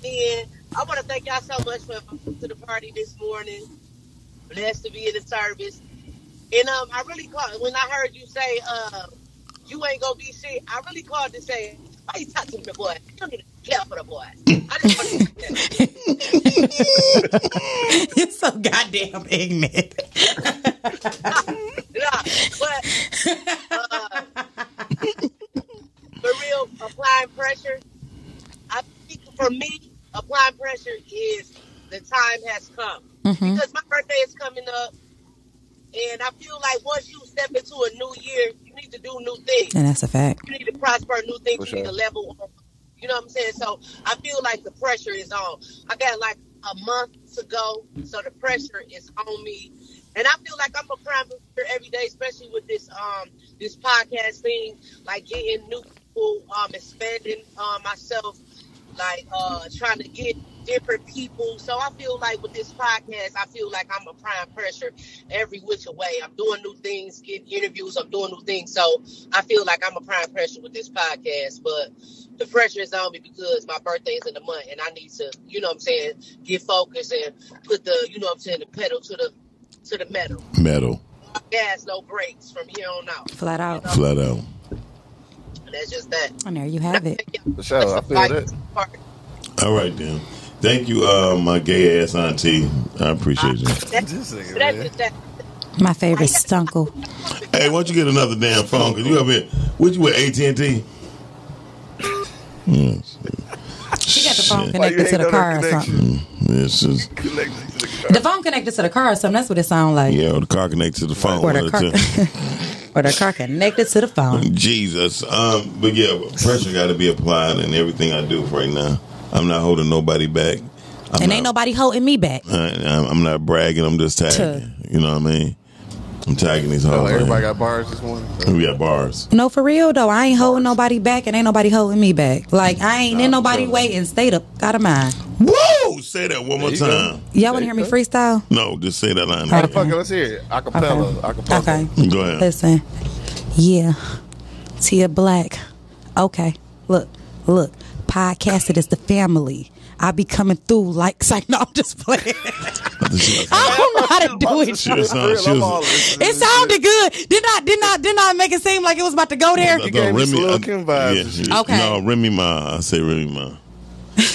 Speaker 4: again. I want to thank y'all so much for coming to the party this morning. Blessed to be in the service. And um, I really called when I heard you say uh, you ain't gonna be shit. I really called to say why you talking to the boy. You don't even care for the boy. I just want to say
Speaker 2: You're so goddamn ignorant.
Speaker 4: that. Nah, but uh, for real, applying pressure. I think for me, applying pressure is the time has come because my birthday is coming up, and I feel like once you step into a new year, you need to do new things.
Speaker 2: And that's a fact.
Speaker 4: You need to prosper new things.
Speaker 3: For
Speaker 4: You need
Speaker 3: sure.
Speaker 4: to level up. You know what I'm saying? So I feel like the pressure is on. I got like a month to go, so the pressure is on me, and I feel like I'm a prime here every day, especially with this um this podcast thing, like getting new people, um expanding uh, myself, like uh trying to get different people. So I feel like with this podcast, I feel like I'm applying pressure every which way. I'm doing new things, getting interviews, I'm doing new things. So I feel like I'm applying pressure with this podcast, but the pressure is on me because my birthday is in the month and I need to, you know what I'm saying, get focused and put the, you know what I'm saying, the pedal to the to the metal.
Speaker 1: Metal,
Speaker 4: Gas, no brakes from here on out.
Speaker 2: Flat out.
Speaker 1: flat out.
Speaker 4: And that's just that.
Speaker 2: And there you have it.
Speaker 3: For sure, Oh, I feel
Speaker 4: Like,
Speaker 3: that.
Speaker 4: part-
Speaker 1: All right then. Thank you, uh, my gay ass auntie. I appreciate you.
Speaker 4: That's,
Speaker 3: This nigga,
Speaker 4: that's
Speaker 3: man.
Speaker 4: just that.
Speaker 2: My favorite stunkle.
Speaker 1: Hey, why don't you get another damn phone? Cause you up here? What you with AT and T?
Speaker 2: She got the phone
Speaker 1: Shit.
Speaker 3: Why you
Speaker 2: connected to
Speaker 3: hating
Speaker 2: the
Speaker 3: on that
Speaker 2: car or something.
Speaker 3: connection?
Speaker 1: This is
Speaker 3: Connection to the
Speaker 2: The phone connected to the car or something. That's what it sounds like.
Speaker 1: yeah. The car connected to the phone.
Speaker 2: Or
Speaker 1: one
Speaker 2: the
Speaker 1: of the
Speaker 2: car.
Speaker 1: two.
Speaker 2: or the car connected to the phone.
Speaker 1: Jesus. Um, but yeah, pressure got to be applied in everything I do right now. I'm not holding nobody back. I'm
Speaker 2: And
Speaker 1: not,
Speaker 2: ain't nobody holding me back.
Speaker 1: I, I'm- I'm not bragging. I'm just tagging. You know what I mean? I'm tagging these
Speaker 3: Oh,
Speaker 1: hoes.
Speaker 3: everybody got bars this morning.
Speaker 1: we got bars.
Speaker 2: No, for real though, I ain't holding nobody back, and ain't nobody holding me back. Like I ain't in
Speaker 3: Nah,
Speaker 2: nobody
Speaker 3: sure.
Speaker 2: way and stayed up out of mind.
Speaker 1: Woo! Say that one more
Speaker 3: There you go.
Speaker 1: time.
Speaker 2: Y'all want to hear me freestyle?
Speaker 1: No, just say that line.
Speaker 2: Alright.
Speaker 3: Fuck it, let's hear it. Acapella, acapella.
Speaker 2: Okay.
Speaker 1: Go ahead.
Speaker 2: Listen, yeah, Tia Black. Okay, look, look, podcast it is the family. I be coming through like, it's like, no, I'm just playing. I don't know how to do it.
Speaker 1: She was- uh,
Speaker 3: For real,
Speaker 1: she
Speaker 3: I'm
Speaker 1: was-
Speaker 3: all listening to
Speaker 2: It
Speaker 3: this
Speaker 2: sounded
Speaker 3: shit.
Speaker 2: good. Did I did not did not make it seem like it was about to go there?
Speaker 1: I
Speaker 3: You
Speaker 1: thought
Speaker 3: gave me some Lil'
Speaker 1: I-
Speaker 3: Kim vibes and shit.
Speaker 1: uh, yeah,
Speaker 2: Okay.
Speaker 1: No, Remy Ma. I say Remy Ma.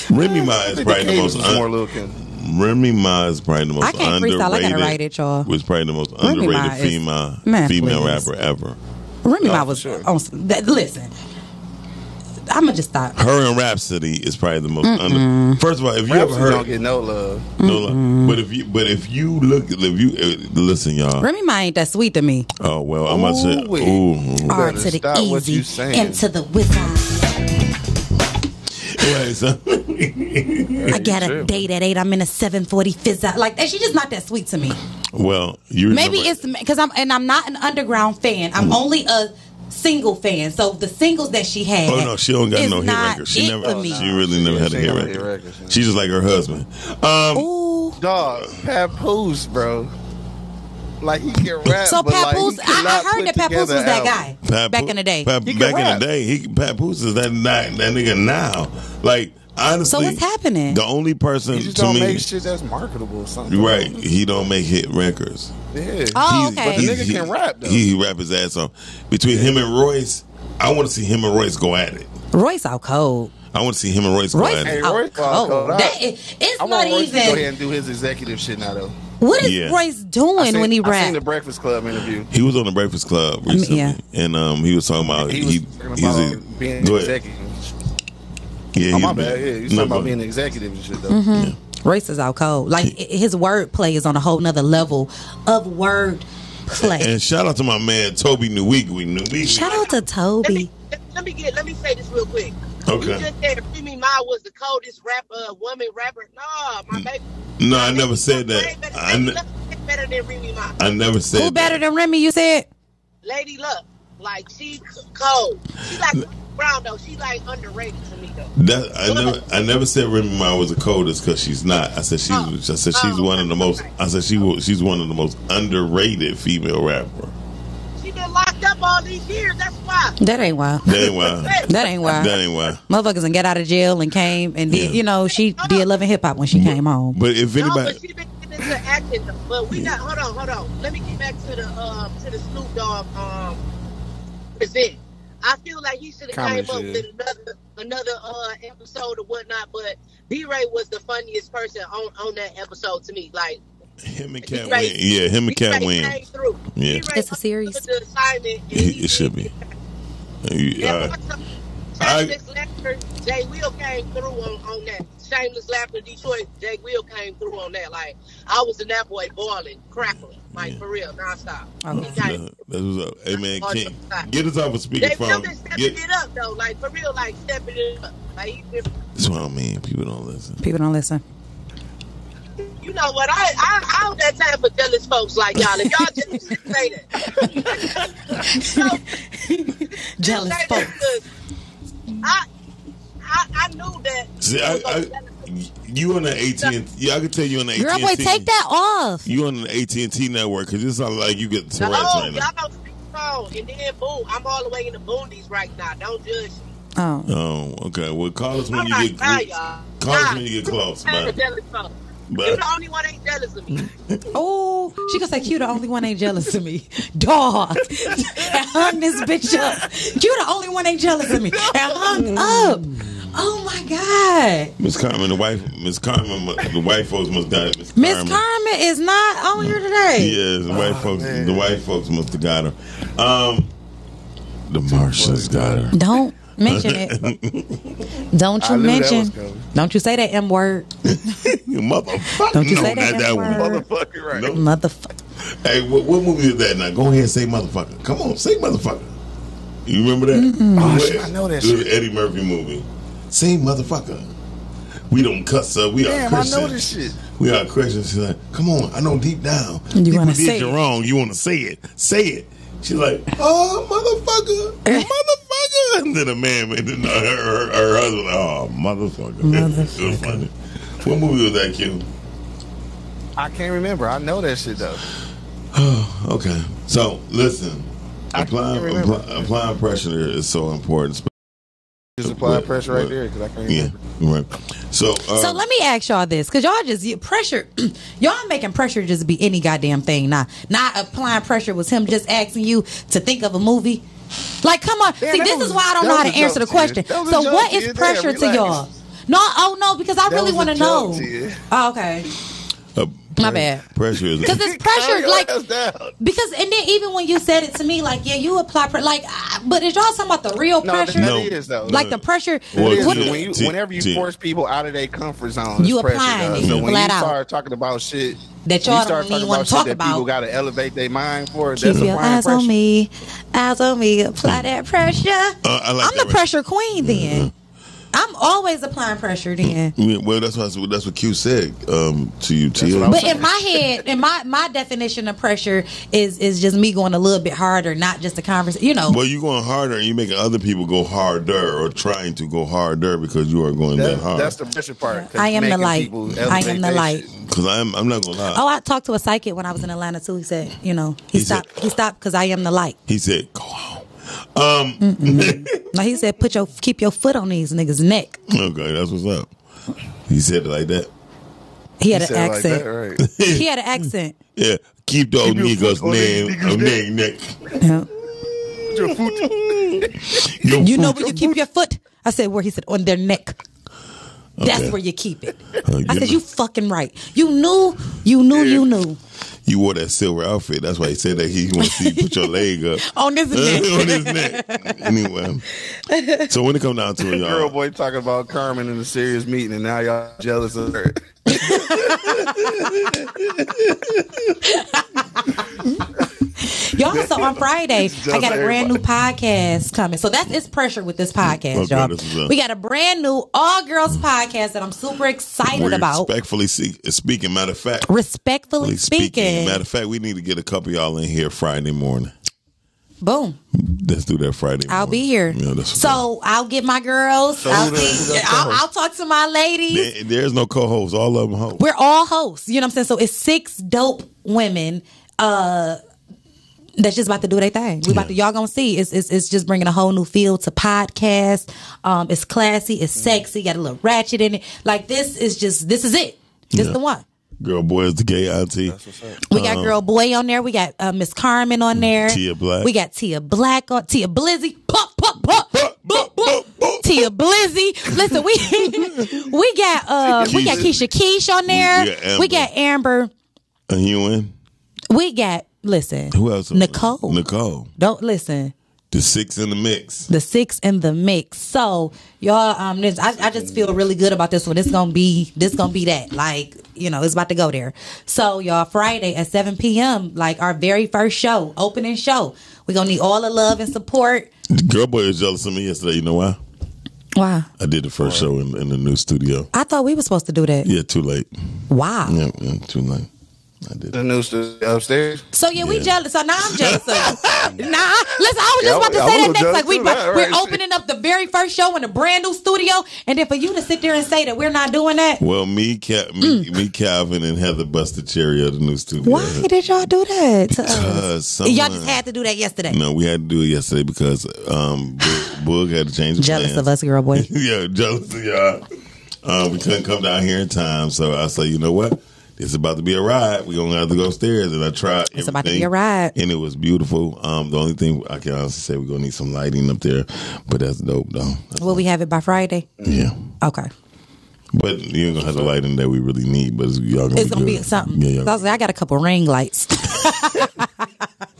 Speaker 1: Remy Ma
Speaker 3: I
Speaker 1: is
Speaker 3: think
Speaker 1: probably the
Speaker 3: Kate
Speaker 1: most.
Speaker 3: was more
Speaker 1: Un-
Speaker 3: Lil' Kim.
Speaker 1: Remy Ma is probably the most
Speaker 2: I can't
Speaker 1: underrated.
Speaker 2: freestyle. I gotta write it, y'all.
Speaker 1: Was probably the most
Speaker 2: Remy Ma
Speaker 1: underrated
Speaker 2: is-
Speaker 1: female
Speaker 2: Man,
Speaker 1: female
Speaker 2: please.
Speaker 1: rapper ever.
Speaker 2: Remy
Speaker 3: No,
Speaker 2: Ma
Speaker 3: for
Speaker 2: was
Speaker 3: sure.
Speaker 2: on. some- That, listen, I'm gonna just stop.
Speaker 1: Her and Rhapsody is probably the most. Under- First of all, if you ever
Speaker 3: Rappers
Speaker 1: heard,
Speaker 3: don't get no love.
Speaker 1: no, like, but if you but if you look, if you uh, listen, y'all.
Speaker 2: Remy Ma ain't that sweet to me.
Speaker 1: oh well, I'm about to.
Speaker 3: Ooh-wee.
Speaker 1: Ooh. ooh.
Speaker 2: R
Speaker 3: better
Speaker 2: to the
Speaker 3: stop what
Speaker 2: easy
Speaker 3: you saying.
Speaker 2: and to the wizard.
Speaker 1: Anyway, so-
Speaker 2: I got a
Speaker 3: true.
Speaker 2: date at eight. I'm in a seven forty fizz. out. Like, and she just not that sweet to me.
Speaker 1: well, you
Speaker 2: Maybe
Speaker 1: remember-
Speaker 2: it's because I'm and I'm not an underground fan.
Speaker 1: Mm-hmm.
Speaker 2: I'm only a single fan. So the singles that she had.
Speaker 1: Oh no, she don't got
Speaker 2: is
Speaker 1: no hit
Speaker 2: not
Speaker 1: record. She
Speaker 2: it
Speaker 1: never.
Speaker 2: for me.
Speaker 1: She really never had a
Speaker 3: She
Speaker 1: hit
Speaker 3: ain't got no hit
Speaker 1: record.
Speaker 3: record, she-
Speaker 1: She's just like her husband. Um,
Speaker 2: Ooh.
Speaker 3: Dog, Papoose, bro. Like he can rap.
Speaker 2: So
Speaker 3: but like, he
Speaker 2: Papoose, I,
Speaker 3: cannot
Speaker 2: I
Speaker 3: put
Speaker 2: heard that Papoose
Speaker 3: together
Speaker 2: was that
Speaker 3: an
Speaker 2: guy
Speaker 3: album.
Speaker 1: Papoose-
Speaker 2: back in the day.
Speaker 1: Pap-
Speaker 3: He can
Speaker 1: back in
Speaker 3: rap.
Speaker 1: the day, he Papoose is that not, that nigga now. Like honestly,
Speaker 2: what's happening?
Speaker 1: The only person
Speaker 3: He just
Speaker 1: to
Speaker 3: don't
Speaker 1: me,
Speaker 3: make shit that's marketable or something.
Speaker 1: right? He don't make hit records.
Speaker 3: Yeah.
Speaker 2: Oh,
Speaker 1: He's-
Speaker 2: okay.
Speaker 3: But the
Speaker 1: he's-
Speaker 3: nigga can rap, though.
Speaker 1: He, he rap his ass off. Between him and Royce, I want to see him and Royce go at it.
Speaker 2: Royce out cold.
Speaker 1: I want to see him and Royce,
Speaker 2: Royce
Speaker 1: go at
Speaker 3: Hey,
Speaker 1: it.
Speaker 2: out
Speaker 3: Royce out
Speaker 2: cold.
Speaker 3: cold.
Speaker 2: That is, it's
Speaker 3: I
Speaker 2: not
Speaker 3: want Royce to go ahead
Speaker 2: even.
Speaker 3: and do his executive shit now, though.
Speaker 2: What is
Speaker 1: Yeah.
Speaker 2: Royce
Speaker 3: I
Speaker 2: doing
Speaker 3: seen-
Speaker 2: Oh, when he
Speaker 3: I seen
Speaker 2: rap?
Speaker 3: the Breakfast Club interview.
Speaker 1: He was on the Breakfast Club recently,
Speaker 2: yeah.
Speaker 1: and um, he was talking about
Speaker 3: Uh, He was
Speaker 1: he,
Speaker 3: talking
Speaker 1: he's
Speaker 3: about
Speaker 1: a,
Speaker 3: being
Speaker 1: go ahead.
Speaker 3: executive.
Speaker 1: Yeah,
Speaker 3: Oh,
Speaker 1: he's
Speaker 3: my
Speaker 1: been-
Speaker 3: bad. Yeah, you
Speaker 1: no,
Speaker 3: talking
Speaker 1: go
Speaker 3: about
Speaker 1: ahead.
Speaker 3: being executive and shit, though.
Speaker 2: Mm-hmm. Royce is out cold. Like i- his word play is on a whole nother level of word play.
Speaker 1: And shout out to my man Toby Newigwe. Newigwe.
Speaker 2: Shout out to
Speaker 4: Let me,
Speaker 2: Toby.
Speaker 4: let, let me get let me say this real quick.
Speaker 1: Okay.
Speaker 4: You just said Remy Ma was the coldest rapper, woman rapper. No, my baby.
Speaker 1: No,
Speaker 4: my
Speaker 1: I never
Speaker 4: baby
Speaker 1: said
Speaker 4: Lil
Speaker 1: that.
Speaker 4: Wayne better-
Speaker 1: I ne-
Speaker 4: Lil Wayne better than Remy Ma.
Speaker 1: I never said
Speaker 2: Who better
Speaker 1: that.
Speaker 2: than Remy? You said
Speaker 4: Lady Luck, like she cold. She like Brown though. She like underrated to me though.
Speaker 1: That- I never, I never said Remy Ma was the coldest because she's not. I said she's,
Speaker 4: Oh.
Speaker 1: I said she's
Speaker 4: Oh,
Speaker 1: one of the most.
Speaker 4: okay.
Speaker 1: I said she was, she's one of the most underrated female rapper.
Speaker 4: She been locked up all these years. That's why.
Speaker 2: that ain't why.
Speaker 1: That ain't why.
Speaker 2: That ain't why.
Speaker 1: that ain't why.
Speaker 2: Motherfuckers and get out of jail and came and did
Speaker 1: Yeah.
Speaker 2: you know she did love and hip hop when she came home.
Speaker 1: But if
Speaker 4: No,
Speaker 1: anybody,
Speaker 4: but she been getting into acting. But we not. Hold on, hold on. Let me get back to the um to the Snoop Dogg um present. I feel like he should have
Speaker 3: Comedy
Speaker 4: came up
Speaker 3: shit.
Speaker 4: with another another uh episode or whatnot. But B Ray was the funniest person on on that episode to me. Like
Speaker 1: him and Cat
Speaker 4: Right.
Speaker 1: Win, yeah, him and Cat
Speaker 4: B-Ray
Speaker 1: Win,
Speaker 4: came through.
Speaker 1: Yeah.
Speaker 4: B-Ray
Speaker 2: It's a series.
Speaker 4: understood the assignment, and he
Speaker 1: it should
Speaker 4: did
Speaker 1: be. You-
Speaker 4: Yeah,
Speaker 1: uh,
Speaker 4: also,
Speaker 1: I-
Speaker 4: Shameless Laughter, Jay Will came through on, on that. Shameless Laughter Detroit, Jay Will came through on that. Like, I was in that boy boiling, crackling, like for real, nonstop.
Speaker 2: Okay.
Speaker 4: He got it.
Speaker 1: that- that was up. Hey man, King, get us off a
Speaker 4: Jay Will
Speaker 1: speakerphone.
Speaker 4: been stepping
Speaker 1: Get,
Speaker 4: it up, though, like for real, like stepping it up. Like, he been,
Speaker 1: that's what I mean. People don't listen.
Speaker 2: People don't listen.
Speaker 4: you know what? I, I, I don't have time for jealous folks like y'all. If y'all just say that.
Speaker 2: Jealous
Speaker 4: Say that
Speaker 2: folks.
Speaker 4: because I, I, I knew that.
Speaker 1: See, I, I, you on the AT&T. Yeah, I can tell you on the AT&T.
Speaker 5: Girl, boy, take that off.
Speaker 1: You on the AT&T network because it's not like you get
Speaker 4: No,
Speaker 1: Tourette's right
Speaker 4: Oh, y'all
Speaker 1: now.
Speaker 4: don't speak strong. And then boom, I'm all the way in the boonies right now. Don't judge me.
Speaker 2: Oh.
Speaker 1: Oh, okay. Well, call us when
Speaker 4: I'm
Speaker 1: you
Speaker 4: like,
Speaker 1: get
Speaker 4: nah, Oh y'all.
Speaker 1: call us
Speaker 4: Nah.
Speaker 1: when you get close.
Speaker 4: I'm
Speaker 1: Bye.
Speaker 4: a jealous folk.
Speaker 1: Bye.
Speaker 4: You're the only one ain't jealous of me.
Speaker 2: Oh, she gonna say, "You the only one ain't jealous of me, dog." and hung this bitch up. You the only one ain't jealous of me, and hung up. Oh my god,
Speaker 1: Miss Carmen, the wife, Miss Carmen, mu- the white folks must got it. Miss
Speaker 2: Miss
Speaker 1: Carmen.
Speaker 2: Carmen is not on here today.
Speaker 1: Yes, the white folks. The white folks must have got her. Um, the Martians got her.
Speaker 2: Don't mention it. Don't you
Speaker 3: I knew that was
Speaker 2: mention?
Speaker 3: coming.
Speaker 2: Don't you say that M word,
Speaker 1: You motherfucker!
Speaker 2: Don't you
Speaker 1: no,
Speaker 2: say that
Speaker 1: not that
Speaker 2: word.
Speaker 1: one.
Speaker 3: Motherfucker, right?
Speaker 1: Nope.
Speaker 2: motherfucker.
Speaker 1: Hey, what, what movie is that? Now go ahead and say motherfucker. Come on, say motherfucker. You remember that?
Speaker 3: Oh,
Speaker 1: Where-
Speaker 3: shit, I know that
Speaker 1: it was
Speaker 3: shit.
Speaker 1: an Eddie Murphy movie. Say motherfucker. We don't cuss up. We are
Speaker 3: Damn, I
Speaker 1: Christians.
Speaker 3: know this shit.
Speaker 1: We are Christians. She's like, come on, I know deep down.
Speaker 2: You
Speaker 1: people
Speaker 2: wanna
Speaker 1: did
Speaker 2: say
Speaker 1: you
Speaker 2: it.
Speaker 1: wrong. You want to say it. Say it. She's like, oh, motherfucker. motherfucker. And then a man, and then her, her, her husband, oh, motherfucker. it was
Speaker 2: Motherfucker.
Speaker 1: funny. What movie was that, Q?
Speaker 3: I can't remember. I know that shit though.
Speaker 1: Okay. So, listen.
Speaker 3: I
Speaker 1: Applying,
Speaker 3: can't remember.
Speaker 1: apply, applying pressure is so important.
Speaker 3: Just apply
Speaker 1: What-
Speaker 3: pressure right
Speaker 1: what-
Speaker 3: there because I can't
Speaker 1: Yeah,
Speaker 3: remember.
Speaker 1: right. So, uh,
Speaker 2: So let me ask y'all this, cause y'all just you- pressure, y'all making pressure just be any goddamn thing. Nah, not applying pressure was him just asking you to think of a movie. Like, come on,
Speaker 3: Man,
Speaker 2: see,
Speaker 3: that
Speaker 2: this
Speaker 3: was-
Speaker 2: is why I don't
Speaker 3: that
Speaker 2: know how
Speaker 3: was
Speaker 2: to
Speaker 3: a
Speaker 2: answer the
Speaker 3: joke to you.
Speaker 2: question.
Speaker 3: That was a
Speaker 2: So
Speaker 3: joke
Speaker 2: what
Speaker 3: to
Speaker 2: is
Speaker 3: you. Damn,
Speaker 2: pressure to
Speaker 3: relax.
Speaker 2: y'all? No, oh no, because I
Speaker 3: That
Speaker 2: really
Speaker 3: was a
Speaker 2: want to
Speaker 3: joke
Speaker 2: know.
Speaker 3: to you.
Speaker 2: Oh, okay,
Speaker 1: uh,
Speaker 2: my bad.
Speaker 1: pressure is
Speaker 2: because it's pressure.
Speaker 3: Calm
Speaker 2: Like
Speaker 3: your ass down.
Speaker 2: because and then even when you said it to me, like yeah, you apply pressure. Like, ah, but is y'all talking about the real
Speaker 3: No,
Speaker 2: pressure?
Speaker 1: No.
Speaker 3: that is though.
Speaker 2: Like the pressure.
Speaker 1: Well,
Speaker 3: It is,
Speaker 2: what-
Speaker 1: yeah.
Speaker 3: when you,
Speaker 1: T-
Speaker 3: whenever you
Speaker 1: T-
Speaker 3: force people out of their comfort zone, it's
Speaker 2: You
Speaker 3: pressure,
Speaker 2: applying
Speaker 3: dog.
Speaker 2: it,
Speaker 3: So when
Speaker 2: flat
Speaker 3: you
Speaker 2: out.
Speaker 3: start talking about shit
Speaker 2: That y'all
Speaker 3: when you start
Speaker 2: don't even
Speaker 3: talking
Speaker 2: wanna
Speaker 3: about
Speaker 2: talk
Speaker 3: shit
Speaker 2: about.
Speaker 3: that people got to elevate their mind for. That's
Speaker 2: Keep your
Speaker 3: applying
Speaker 2: eyes
Speaker 3: pressure.
Speaker 2: on me, eyes on me. Apply that pressure.
Speaker 1: I like
Speaker 2: I'm the
Speaker 1: that, right?
Speaker 2: pressure queen. Then I'm always applying pressure. Then,
Speaker 1: Yeah, well, that's what that's what Q said um, to you, T.
Speaker 3: what I was
Speaker 2: but in my head, in my my definition of pressure is is just me going a little bit harder, not just a conversation. You know,
Speaker 1: Well, you're going harder, and you're making other people go harder, or trying to go harder because you are going that,
Speaker 3: That-
Speaker 1: hard.
Speaker 3: that's the pressure part. 'cause
Speaker 2: I am the
Speaker 3: making
Speaker 2: light.
Speaker 3: people
Speaker 2: I
Speaker 3: elevate
Speaker 2: am the
Speaker 3: their
Speaker 2: light.
Speaker 3: shit.
Speaker 1: Because I'm I'm not gonna lie.
Speaker 2: oh, I talked to a psychic when I was in Atlanta too. He said, you know, he,
Speaker 1: He said-
Speaker 2: stopped. he stopped because I am the light.
Speaker 1: He said, "Go on." Um,
Speaker 2: No, he said, put your keep your foot on these niggas' neck.
Speaker 1: okay, that's what's up. He said it like that.
Speaker 2: He had an
Speaker 3: You said it like
Speaker 2: accent.
Speaker 3: that, right?
Speaker 2: He had an accent.
Speaker 1: Yeah, keep those
Speaker 3: your
Speaker 1: niggas'
Speaker 3: foot on they
Speaker 1: name,
Speaker 3: niggas'
Speaker 1: name, neck.
Speaker 2: Yeah.
Speaker 3: Your foot-
Speaker 1: Your
Speaker 2: You know
Speaker 1: foot-
Speaker 2: where you keep your foot? I said where he said on their neck. That's
Speaker 1: Okay.
Speaker 2: where you keep it.
Speaker 1: Uh,
Speaker 2: I
Speaker 1: you
Speaker 2: said
Speaker 1: know-
Speaker 2: you fucking right. You knew, you knew, you knew.
Speaker 1: you wore that silver outfit. That's why he said that he wants to see you put your leg up.
Speaker 2: On this
Speaker 1: on
Speaker 2: neck.
Speaker 1: his neck. Anyway, so when it come down to it, y'all,
Speaker 3: Girl boy talking about Carmen in a serious meeting, and now y'all jealous of her.
Speaker 2: y'all so on Friday,
Speaker 3: just
Speaker 2: I got a brand new
Speaker 3: everybody.
Speaker 2: podcast coming. So that's it's pressure with this podcast,
Speaker 1: Okay,
Speaker 2: y'all.
Speaker 1: this is a-
Speaker 2: we got a brand new all girls podcast that I'm super excited
Speaker 1: we're
Speaker 2: about.
Speaker 1: respectfully see- speaking. Matter of fact,
Speaker 2: Respectfully
Speaker 1: speaking,
Speaker 2: speaking,
Speaker 1: Matter of fact, we need to get a couple of y'all in here Friday morning.
Speaker 2: boom.
Speaker 1: Let's do that Friday.
Speaker 2: I'll
Speaker 1: morning.
Speaker 2: be here.
Speaker 1: Yeah, that's what's up.
Speaker 2: so I'll get my girls. I'll,
Speaker 3: who the- who
Speaker 2: see,
Speaker 3: the
Speaker 2: I'll,
Speaker 3: co-host?
Speaker 2: I'll talk to my ladies.
Speaker 1: There- there's no co-hosts. All of them hoes.
Speaker 2: We're all hosts. You know what I'm saying? So it's six dope women. Uh, that's just about to do their thing. We about to y'all gonna see. It's, it's it's just bringing a whole new feel to podcast. Um, it's classy. It's
Speaker 1: Mm.
Speaker 2: sexy. Got a little ratchet in it. Like this is just this is it. This
Speaker 1: Yeah.
Speaker 2: the one.
Speaker 1: Girl, boy is the gay auntie.
Speaker 2: We got girl boy on there. We got uh, Miss Carmen on there.
Speaker 1: Tia Black.
Speaker 2: We got Tia Black on Tia Blizzy. Pop pop pop.
Speaker 1: Bup, bup, bup, bup.
Speaker 2: Tia Blizzy. Listen, we we got uh we got
Speaker 1: Keisha.
Speaker 2: Keisha Keish on there.
Speaker 1: we got Amber.
Speaker 2: we got Amber.
Speaker 1: And you in?
Speaker 2: We got listen.
Speaker 1: Who else?
Speaker 2: Nicole.
Speaker 1: Nicole.
Speaker 2: Don't listen.
Speaker 1: The six in the mix.
Speaker 2: The six in the mix. So y'all, um, this I, I just feel really good about this one. It's gonna be this gonna be that. Like you know, it's about to go there. So y'all, Friday at seven p.m. Like our very first show, opening show. We gonna need all the love and support.
Speaker 1: Girl, boy is jealous of me yesterday. You know why?
Speaker 2: Wow.
Speaker 1: I did the first show in, in the new studio.
Speaker 2: I thought we were supposed to do that.
Speaker 1: Yeah, too late.
Speaker 2: Wow.
Speaker 1: Yeah, yeah, too late. I did.
Speaker 3: The news upstairs.
Speaker 2: So yeah, we
Speaker 1: Yeah.
Speaker 2: jealous. So now I'm jealous. Of you. nah, listen. I was
Speaker 3: Yeah,
Speaker 2: just about to
Speaker 3: I- I
Speaker 2: say that
Speaker 3: was
Speaker 2: next.
Speaker 3: jealous
Speaker 2: Like we
Speaker 3: too, right,
Speaker 2: we're
Speaker 3: right.
Speaker 2: opening up the very first show in a brand new studio, and then for you to sit there and say that we're not doing that.
Speaker 1: Well, me, Cal- me,
Speaker 2: Mm.
Speaker 1: me, Calvin, and Heather busted cherry at the new studio.
Speaker 2: Why did y'all do that to us?
Speaker 1: Because someone,
Speaker 2: Y'all just had to do that yesterday.
Speaker 1: No, we had to do it yesterday because um, Boog, Boog had to change. the
Speaker 2: Jealous
Speaker 1: plans.
Speaker 2: of us, girl boy.
Speaker 1: yeah, jealous of y'all. Um, we couldn't come down here in time, so I said, you know what? It's about to be a ride. We're gonna have to go upstairs, and I tried.
Speaker 2: It's about to
Speaker 1: everything,
Speaker 2: be a ride.
Speaker 1: and it was beautiful. Um, the only thing I can honestly say, we're gonna need some lighting up there, but that's dope
Speaker 2: Mm.
Speaker 1: though. That's-
Speaker 2: Will we have it by Friday?
Speaker 1: yeah,
Speaker 2: Okay.
Speaker 1: but you're gonna have the lighting that we really need. But it's, y'all gonna
Speaker 2: It's
Speaker 1: be
Speaker 2: gonna be
Speaker 1: good.
Speaker 2: something.
Speaker 1: Yeah, y'all-
Speaker 2: So I, was like, I got a couple ring lights.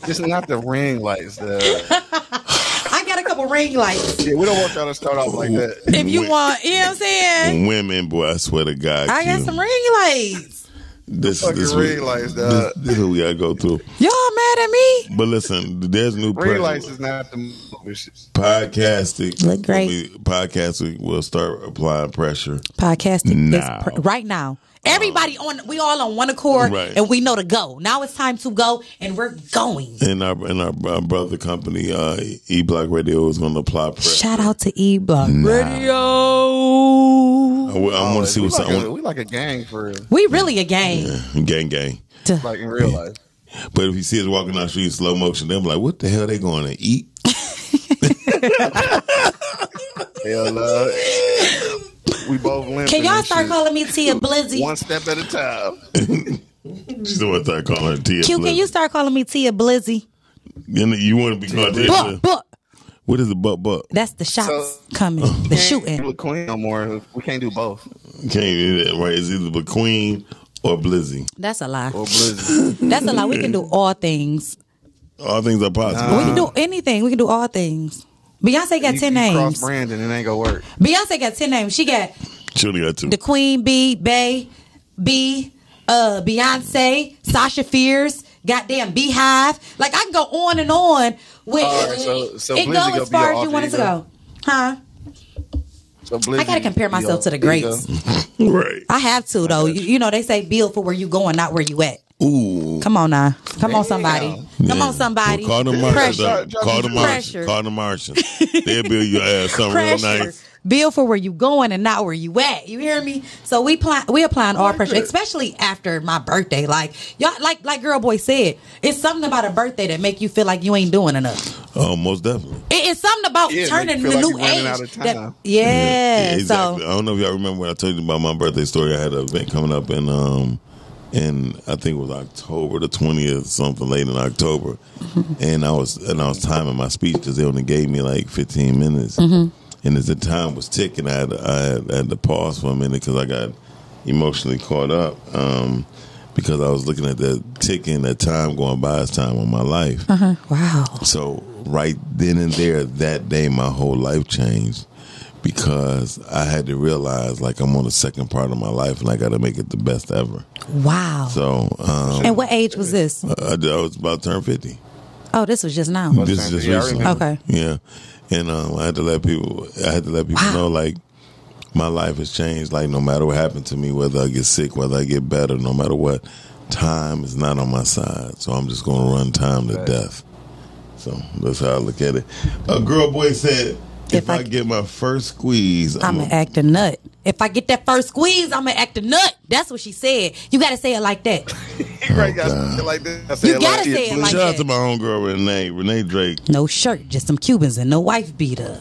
Speaker 3: Just not the ring lights. The,
Speaker 2: I got a couple ring lights.
Speaker 3: yeah, we don't want y'all to start off like that.
Speaker 2: If you
Speaker 1: Wait.
Speaker 2: want, you know what I'm saying?
Speaker 1: women, boy, I swear to God,
Speaker 2: I got
Speaker 1: Q,
Speaker 2: some ring lights.
Speaker 1: This,
Speaker 3: Fucking
Speaker 1: this,
Speaker 3: ring
Speaker 1: what-
Speaker 3: lights, uh, dog.
Speaker 1: This, this is what we gotta go through.
Speaker 2: Y'all mad at me?
Speaker 1: But listen, there's new
Speaker 3: Ring
Speaker 1: pressure.
Speaker 3: lights is not the movie.
Speaker 1: podcasting.
Speaker 2: Look great.
Speaker 1: Podcasting will start applying pressure.
Speaker 2: Podcasting
Speaker 1: Now.
Speaker 2: is pr- right now. Everybody on, we all on one accord,
Speaker 1: Right.
Speaker 2: and we know to go. Now it's time to go, and we're going.
Speaker 1: And our and our, our brother company, uh, E Block Radio, is going to apply pressure.
Speaker 2: Shout out to E Block
Speaker 1: Nah.
Speaker 2: Radio.
Speaker 1: I, want to see
Speaker 3: we
Speaker 1: what's
Speaker 3: Oh, like
Speaker 1: I
Speaker 3: A,
Speaker 1: want-
Speaker 3: we like a gang for real,
Speaker 2: We really a gang.
Speaker 1: gang gang.
Speaker 3: like in real life.
Speaker 1: But if you see us walking down the street in slow motion, they're like, "What the hell they going to eat?"
Speaker 3: Hell, uh, we both limping.
Speaker 2: Can y'all
Speaker 3: and
Speaker 2: start
Speaker 3: shit.
Speaker 2: calling me Tia Blizzy?
Speaker 3: one step at a time?
Speaker 1: She's the one that calling her Tia.
Speaker 2: Q, can you start calling me Tia Blizzy?
Speaker 1: You, know, you want to be called Tia?
Speaker 2: Buck,
Speaker 1: Blizz.
Speaker 2: buck.
Speaker 1: What is the butt butt?
Speaker 2: That's the shots
Speaker 3: So-
Speaker 2: coming, the
Speaker 3: Can't do
Speaker 2: shooting.
Speaker 3: a Queen no more. We can't do both.
Speaker 1: Can't do that, right? It's either Queen or Blizzy.
Speaker 2: That's a lie.
Speaker 3: Or Blizzard.
Speaker 2: That's a lie. We can do all things.
Speaker 1: All things are possible.
Speaker 2: We can do anything. We can do all things. Beyonce got
Speaker 3: Uh-huh. You-
Speaker 2: ten
Speaker 3: you Cross
Speaker 2: names.
Speaker 3: Brandon, it ain't gonna work.
Speaker 2: Beyonce got ten names. She got
Speaker 1: She only got two.
Speaker 2: the Queen Bee, Bay, B, uh, Beyonce, Sasha Fierce, goddamn Beehive. Like I can go on and on with
Speaker 3: All right, so- so
Speaker 2: it
Speaker 3: Blizzy
Speaker 2: go
Speaker 3: gonna
Speaker 2: as
Speaker 3: be
Speaker 2: far
Speaker 3: your
Speaker 2: as you want it to
Speaker 3: alter
Speaker 2: go. Huh?
Speaker 3: So Blizzard,
Speaker 2: I gotta compare myself to the greats.
Speaker 1: Right.
Speaker 2: I have to though. You, you know they say build for where you going, not where you at.
Speaker 1: Ooh.
Speaker 2: Come on now. Come on somebody. Come
Speaker 1: Yeah.
Speaker 2: on somebody.
Speaker 1: Well, call the Martians.
Speaker 2: Pressure.
Speaker 1: though. Call the Martians.
Speaker 2: Pressure.
Speaker 1: Call the Martians. They'll build your ass something real
Speaker 2: pressure.
Speaker 1: nice.
Speaker 2: Build for where you going and not where you at. You hear me? So we plan we applying all pressure, especially after my birthday. Like y'all, like like girl boy said, it's something about a birthday that make you feel like you ain't doing enough.
Speaker 1: Oh, most definitely.
Speaker 2: It is something about
Speaker 3: Yeah, it make
Speaker 2: turning
Speaker 3: you feel
Speaker 2: the
Speaker 3: like
Speaker 2: new
Speaker 3: you running
Speaker 2: age.
Speaker 3: out of
Speaker 2: that-
Speaker 3: time.
Speaker 2: yeah,
Speaker 1: exactly.
Speaker 2: so
Speaker 1: I don't know if y'all remember when I told you about my birthday story. I had an event coming up in um in I think it was October the twentieth, something late in October, and I was and I was timing my speech because they only gave me like fifteen minutes, and as the time was ticking, I had I had, I had to pause for a minute because I got emotionally caught up. Um, because I was looking at the ticking, that time going by, it's time on my life.
Speaker 2: wow.
Speaker 1: So right then and there, that day, my whole life changed because I had to realize like I'm on the second part of my life and I got to make it the best ever.
Speaker 2: Wow.
Speaker 1: So um,
Speaker 2: and what age was this?
Speaker 1: I, I was about to turn fifty.
Speaker 2: Oh, this was just now.
Speaker 1: This is just
Speaker 3: Yeah, I
Speaker 1: recently.
Speaker 3: remember.
Speaker 2: Okay.
Speaker 1: Yeah, and um, I had to let people. I had to let people
Speaker 2: Wow.
Speaker 1: know like. My life has changed. Like no matter what happened to me, whether I get sick, whether I get better, no matter what, time is not on my side. So I'm just gonna run time to death. So that's how I look at it. A girl boy said, "If,
Speaker 2: If
Speaker 1: I,
Speaker 2: I-
Speaker 1: get my first squeeze,
Speaker 2: I'm
Speaker 1: I'm,
Speaker 2: gonna
Speaker 1: a,
Speaker 2: act a nut. If I get that first squeeze, I'm gonna act a nut. That's what she said. You gotta say it like that.
Speaker 3: You right, gotta
Speaker 1: God.
Speaker 3: say it like this. I
Speaker 2: You
Speaker 3: it
Speaker 2: gotta say it like
Speaker 1: shout out to
Speaker 2: that.
Speaker 1: my homegirl Renee, Renee Drake.
Speaker 2: No shirt, just some Cubans and no wife beater.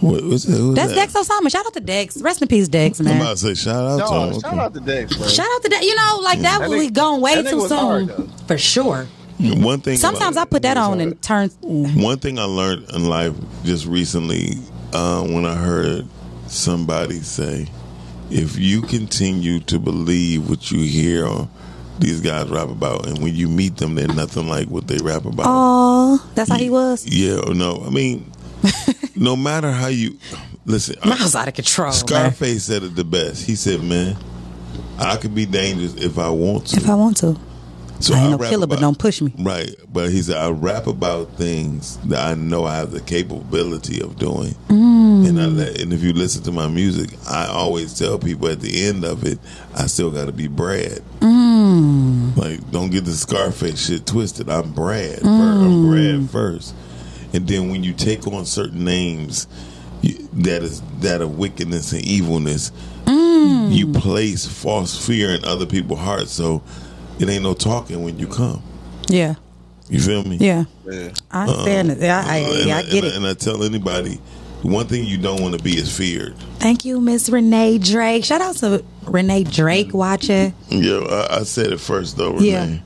Speaker 1: What, what's that? Who's
Speaker 2: That's
Speaker 1: that?
Speaker 2: Dex Osama. Shout out to Dex. Rest in peace, Dex,
Speaker 1: I'm
Speaker 2: man.
Speaker 1: about to say shout out
Speaker 3: Dog,
Speaker 1: to
Speaker 3: shout out to Dex, bro.
Speaker 2: Shout out to Dex. You know, like that,
Speaker 3: That
Speaker 2: was we
Speaker 3: nigga-
Speaker 2: gone way
Speaker 3: that nigga
Speaker 2: too
Speaker 3: was hard,
Speaker 2: soon.
Speaker 3: though.
Speaker 2: For sure.
Speaker 1: him. One thing. about
Speaker 2: Sometimes
Speaker 1: it-
Speaker 2: I put that on and turn.
Speaker 3: Mm.
Speaker 1: One thing I learned in life just recently uh, when I heard somebody say, if you continue to believe what you hear these guys rap about, and when you meet them, they're nothing like what they rap about.
Speaker 2: Oh, that's how he was.
Speaker 1: Yeah, or no. I mean, no matter how you listen, uh,
Speaker 3: Mm.
Speaker 2: I was out of control. man.
Speaker 1: Scarface said it the best. He said, man, I could be dangerous if I want to.
Speaker 2: If I want to,
Speaker 1: So
Speaker 2: I ain't no
Speaker 1: rap
Speaker 2: killer, but
Speaker 1: about-
Speaker 2: don't push me.
Speaker 1: Right, but he said I rap about things that I know I have the capability of doing, and I let, and if you listen to my music, I always tell people at the end of it, I still got to be Brad. Like, don't get the Scarface shit twisted. I'm Brad. fir- I'm Brad first, and then when you take on certain names you, that is that of wickedness and evilness, you place false fear in other people's hearts. So it ain't no talking when you come.
Speaker 2: Yeah.
Speaker 1: You feel me?
Speaker 2: Yeah.
Speaker 3: Yeah.
Speaker 2: I understand it. Yeah,
Speaker 3: Uh-uh.
Speaker 2: I,
Speaker 1: and,
Speaker 2: I, yeah, I
Speaker 1: and,
Speaker 2: get it.
Speaker 1: and I tell anybody, the one thing you don't want to be is feared.
Speaker 2: Thank you, Miss Renee Drake. Shout out to Renee Drake watching.
Speaker 1: Yeah, I, I said it first though, Renee.
Speaker 2: Yeah.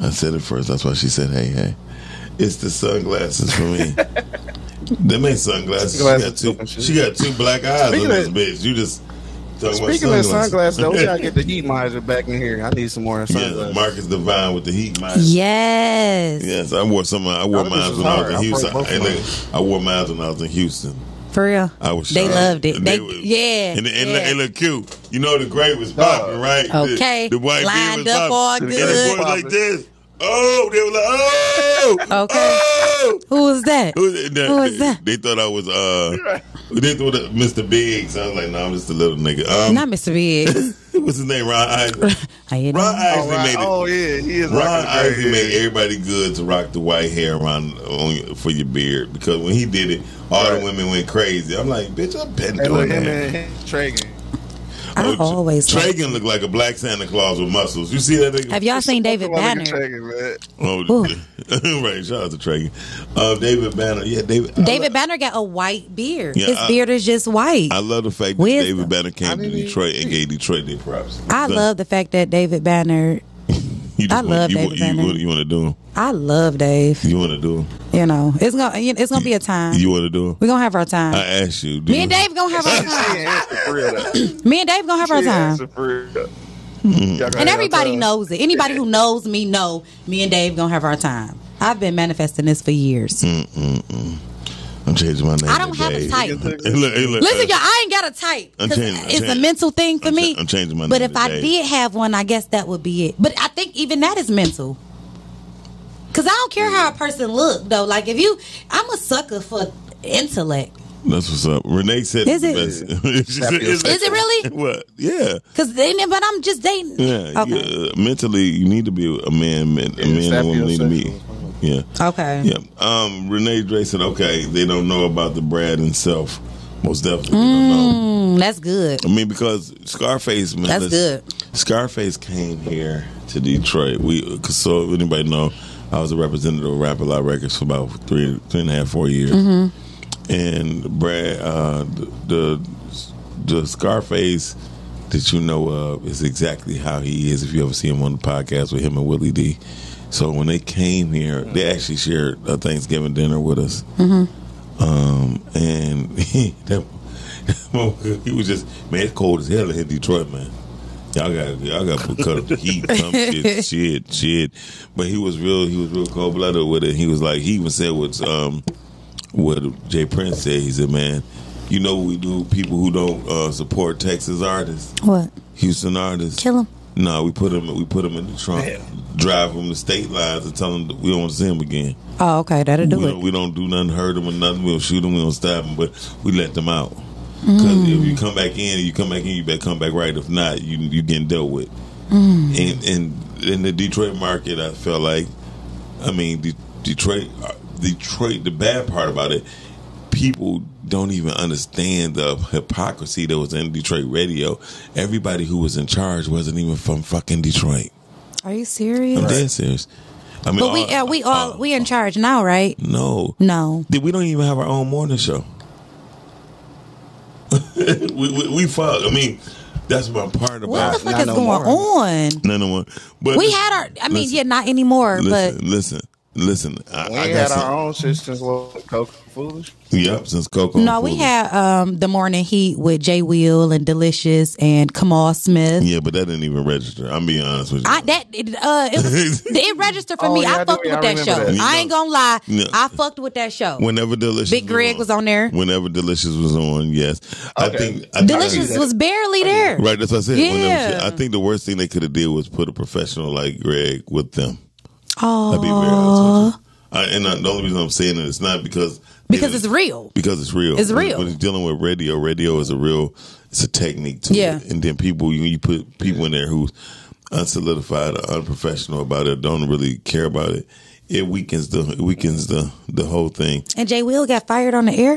Speaker 1: I said it first. That's why she said, "Hey, hey." It's the sunglasses for me. Them ain't sunglasses.
Speaker 3: Sunglasses
Speaker 1: She got two. She got two black eyes
Speaker 3: Speaking
Speaker 1: on this
Speaker 3: of-
Speaker 1: bitch. You just talking about
Speaker 3: Speaking of
Speaker 1: sunglasses.
Speaker 3: sunglasses, though, we gotta get the heat miser back in here. I need some more
Speaker 1: yeah,
Speaker 3: sunglasses.
Speaker 1: Marcus Divine with the heat. Mine.
Speaker 2: Yes.
Speaker 1: Yes, I wore some. I wore
Speaker 3: Oh, this
Speaker 1: mine
Speaker 3: is
Speaker 1: when I
Speaker 3: hard.
Speaker 1: was in
Speaker 3: I
Speaker 1: Houston.
Speaker 3: broke both
Speaker 1: Hey, look,
Speaker 3: mine.
Speaker 1: I wore mine when I was in Houston.
Speaker 2: For real.
Speaker 1: I was.
Speaker 2: They
Speaker 1: shocked.
Speaker 2: loved it.
Speaker 1: And
Speaker 2: They,
Speaker 1: were-
Speaker 2: yeah.
Speaker 1: And, and,
Speaker 2: yeah.
Speaker 1: look- and look cute. You know the gray was popping, right? The-
Speaker 2: Okay.
Speaker 1: The, white
Speaker 2: Lined
Speaker 1: beard was
Speaker 2: up
Speaker 1: popping.
Speaker 2: all
Speaker 1: and
Speaker 2: good.
Speaker 1: they were like this. Oh, they were like, oh,
Speaker 2: Okay.
Speaker 1: Oh.
Speaker 2: Who was that?
Speaker 1: Who was that?
Speaker 2: Who was that?
Speaker 1: They thought I was uh, they thought that Mr. Biggs. I was like, no, I'm just a little nigga. Um,
Speaker 2: Not Mr. Biggs.
Speaker 1: what's his name? Ron Isley.
Speaker 2: I hear
Speaker 1: Ron
Speaker 2: that.
Speaker 1: Isley made it.
Speaker 3: Oh yeah, he is.
Speaker 1: Ron
Speaker 3: rocking the
Speaker 1: Isley
Speaker 3: gray
Speaker 1: made
Speaker 3: hair.
Speaker 1: everybody good to rock the white hair around on, for your beard because when he did it, all the
Speaker 3: Right.
Speaker 1: women went crazy. I'm like, bitch, I've been
Speaker 3: Hey,
Speaker 1: doing
Speaker 3: look,
Speaker 1: that.
Speaker 3: him and him, Tragen.
Speaker 2: I always like.
Speaker 1: Tragen looked like a black Santa Claus with muscles. You see that nigga?
Speaker 2: Have y'all seen David
Speaker 3: Come on, look at
Speaker 2: Banner?
Speaker 3: Tragen,
Speaker 1: Oh,
Speaker 3: man.
Speaker 1: right. Shout out to Tragen. Uh, David Banner. Yeah, David.
Speaker 2: David Banner got a white beard.
Speaker 1: Yeah,
Speaker 2: His
Speaker 1: I-
Speaker 2: beard is just white.
Speaker 1: I
Speaker 2: I,
Speaker 1: love the fact that
Speaker 2: Wisdom.
Speaker 1: David Banner came
Speaker 3: I
Speaker 1: to
Speaker 3: mean,
Speaker 1: Detroit and gave Detroit their props.
Speaker 2: love the fact that David Banner.
Speaker 1: You
Speaker 2: I love
Speaker 1: you,
Speaker 2: David
Speaker 1: you,
Speaker 2: Banner.
Speaker 1: You, want to do him?
Speaker 2: I love Dave.
Speaker 1: You want to do him?
Speaker 2: You know, it's gonna it's gonna be a time.
Speaker 1: You want to do him?
Speaker 2: We're gonna have our time.
Speaker 1: I asked you. do
Speaker 2: Me and
Speaker 1: you-
Speaker 2: Dave gonna have our time.
Speaker 3: Yeah, it's for real, though.
Speaker 2: Me and Dave gonna have our time.
Speaker 3: It's for real. Y'all
Speaker 1: Mm-hmm.
Speaker 3: gotta
Speaker 2: And
Speaker 3: have uh,
Speaker 2: everybody
Speaker 3: time.
Speaker 2: knows it. Anybody who knows me know me and Dave gonna have our time. I've been manifesting this for years.
Speaker 1: Mm. I'm changing my name.
Speaker 2: I don't
Speaker 1: to
Speaker 2: have a
Speaker 1: Dave.
Speaker 2: type.
Speaker 1: Hey, look, hey, look,
Speaker 2: Listen,
Speaker 1: uh,
Speaker 2: y'all, I ain't got a type. 'cause
Speaker 1: I'm changing- I'm
Speaker 2: it's a
Speaker 1: changing-
Speaker 2: mental thing for
Speaker 1: I'm
Speaker 2: me.
Speaker 1: cha- I'm changing my
Speaker 2: But
Speaker 1: name
Speaker 2: if
Speaker 1: to
Speaker 2: I
Speaker 1: Dave.
Speaker 2: did have one, I guess that would be it. But I think even that is mental. Cause I don't care how a
Speaker 1: Mm.
Speaker 2: person look though. Like if you, I'm a sucker for intellect.
Speaker 1: That's what's up. Renee said
Speaker 2: Is
Speaker 1: it's
Speaker 2: it-
Speaker 1: the best. She said,
Speaker 3: Is
Speaker 2: it really?
Speaker 1: What? Yeah.
Speaker 2: Cause then, but I'm just dating.
Speaker 1: Yeah,
Speaker 2: Okay.
Speaker 1: yeah. Mentally, you need to be a man. man a
Speaker 3: Yeah,
Speaker 1: man and woman need to be.
Speaker 3: sapiosexual.
Speaker 1: Yeah.
Speaker 2: Okay.
Speaker 1: Yeah. Um, Renee Dre said, okay, they don't know about the Brad himself. Most definitely they don't know.
Speaker 2: Mm, that's good.
Speaker 1: I mean, because Scarface, man.
Speaker 2: That's
Speaker 1: listen,
Speaker 2: good.
Speaker 1: Scarface came here to Detroit. We, cause so if anybody know, I was a representative of Rap A Lot Records for about three, three and a half, four years.
Speaker 2: Mm-hmm.
Speaker 1: And Brad, uh, the, the the Scarface that you know of is exactly how he is. If you ever see him on the podcast with him and Willie D. So when they came here, they actually shared a Thanksgiving dinner with us.
Speaker 2: Mm-hmm.
Speaker 1: Um, and he, that, he was just man, it's cold as hell in Detroit, man. Y'all got y'all got to cut up the heat, some shit, shit, shit. But he was real, he was real cold blooded with it. He was like, he even said what um what Jay Prince said. He said, man, you know what we do people who don't uh, support Texas artists.
Speaker 2: What?
Speaker 1: Houston artists.
Speaker 2: Kill 'em.
Speaker 1: No, we put him. We put him in the trunk.
Speaker 3: Damn.
Speaker 1: Drive him to state lines and tell him that we don't want to see him again.
Speaker 2: Oh, okay. That'll
Speaker 1: we,
Speaker 2: do
Speaker 1: Don't,
Speaker 2: it.
Speaker 1: we don't do nothing, hurt him or nothing. We don't shoot him. We don't stab him. But we let them out. Because if you come back in, you come back in. You better come back right. If not, you you getting dealt with. And and in the Detroit market, I felt like, I mean, De- Detroit, Detroit. The bad part about it, people don't even understand the hypocrisy that was in Detroit radio. Everybody who was in charge wasn't even from fucking Detroit.
Speaker 2: Are you serious?
Speaker 1: I'm dead serious. I mean,
Speaker 2: But we
Speaker 1: all-
Speaker 2: uh, we all
Speaker 1: uh,
Speaker 2: we in charge now, right?
Speaker 1: no
Speaker 2: No.
Speaker 1: Dude, we don't even have our own morning show. we, we we fuck. I mean, that's my part about
Speaker 2: What the
Speaker 3: Nah,
Speaker 2: fuck is
Speaker 3: no
Speaker 2: going
Speaker 3: more.
Speaker 2: on?
Speaker 1: none of one. But
Speaker 2: We had our. I mean,
Speaker 1: listen,
Speaker 2: yeah, not anymore.
Speaker 1: listen, listen, listen. I,
Speaker 3: We
Speaker 1: I
Speaker 3: ain't
Speaker 1: got
Speaker 3: had
Speaker 1: some,
Speaker 3: our own shit since what, Coke Foolish.
Speaker 1: Yep, since Coco.
Speaker 2: but no, we had um the morning heat with Jay Will and Delicious and Kamal Smith.
Speaker 1: Yeah, but that didn't even register. I'm being honest with you.
Speaker 2: I that it, uh it, was, it registered for
Speaker 3: Oh,
Speaker 2: me.
Speaker 3: yeah, I
Speaker 2: I
Speaker 3: do-
Speaker 2: fucked
Speaker 3: yeah, I
Speaker 2: with that
Speaker 3: remember
Speaker 2: show.
Speaker 3: that.
Speaker 1: You
Speaker 2: I
Speaker 1: know-
Speaker 2: ain't gonna lie.
Speaker 1: No.
Speaker 2: I fucked with that show.
Speaker 1: whenever Delicious,
Speaker 2: Big Greg was on there.
Speaker 1: Whenever Delicious was on, yes, I
Speaker 3: Okay.
Speaker 1: think I think-
Speaker 2: Delicious was barely there.
Speaker 1: Right, that's what I said. Whenever she-
Speaker 2: Yeah.
Speaker 1: I think the worst thing they could have did was put a professional like Greg with them. I'll be very
Speaker 2: Oh,
Speaker 1: honest with you. I, and I, the only reason I'm saying it, it's not because
Speaker 2: because it's real.
Speaker 1: because it's real.
Speaker 2: It's
Speaker 1: When-
Speaker 2: real.
Speaker 1: When it's dealing with radio, radio is a real. It's a technique to
Speaker 2: Yeah.
Speaker 1: it, and then people you, you put people in there who unsolidified or unprofessional about it, don't really care about it, it weakens the it weakens the the whole thing.
Speaker 2: And Jay Will got fired on the air.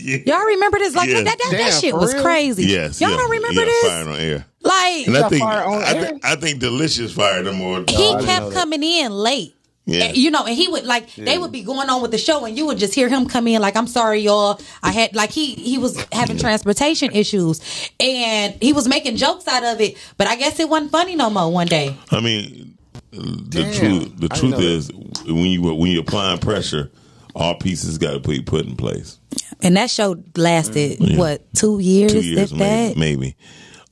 Speaker 2: Y'all remember this? Like
Speaker 1: Yeah.
Speaker 2: that, that,
Speaker 3: Damn,
Speaker 2: that shit
Speaker 3: for
Speaker 2: was
Speaker 3: real?
Speaker 2: crazy.
Speaker 1: Yes,
Speaker 2: Y'all
Speaker 1: yeah,
Speaker 2: don't remember
Speaker 1: yeah,
Speaker 2: this?
Speaker 1: Fired on air,
Speaker 2: Like
Speaker 1: and I
Speaker 3: got
Speaker 1: think
Speaker 3: fired on
Speaker 1: I,
Speaker 3: air?
Speaker 1: thi- I think Delicious fired them more.
Speaker 2: he
Speaker 3: I didn't know
Speaker 2: kept
Speaker 3: that.
Speaker 2: coming in late.
Speaker 1: Yeah.
Speaker 2: And, you know, and he would like they would be going on with the show, and you would just hear him come in like, "I'm sorry, y'all. I had like he he was having transportation issues, and he was making jokes out of it, but I guess it wasn't funny no more. One day,
Speaker 1: I mean, the
Speaker 3: Damn.
Speaker 1: truth the
Speaker 3: I didn't
Speaker 1: truth
Speaker 3: know that.
Speaker 1: is when you when you're applying pressure, all pieces got to be put in place.
Speaker 2: and that show lasted what two years?
Speaker 1: Mm-hmm. Two years,
Speaker 2: if
Speaker 1: maybe.
Speaker 2: that
Speaker 1: Um, maybe.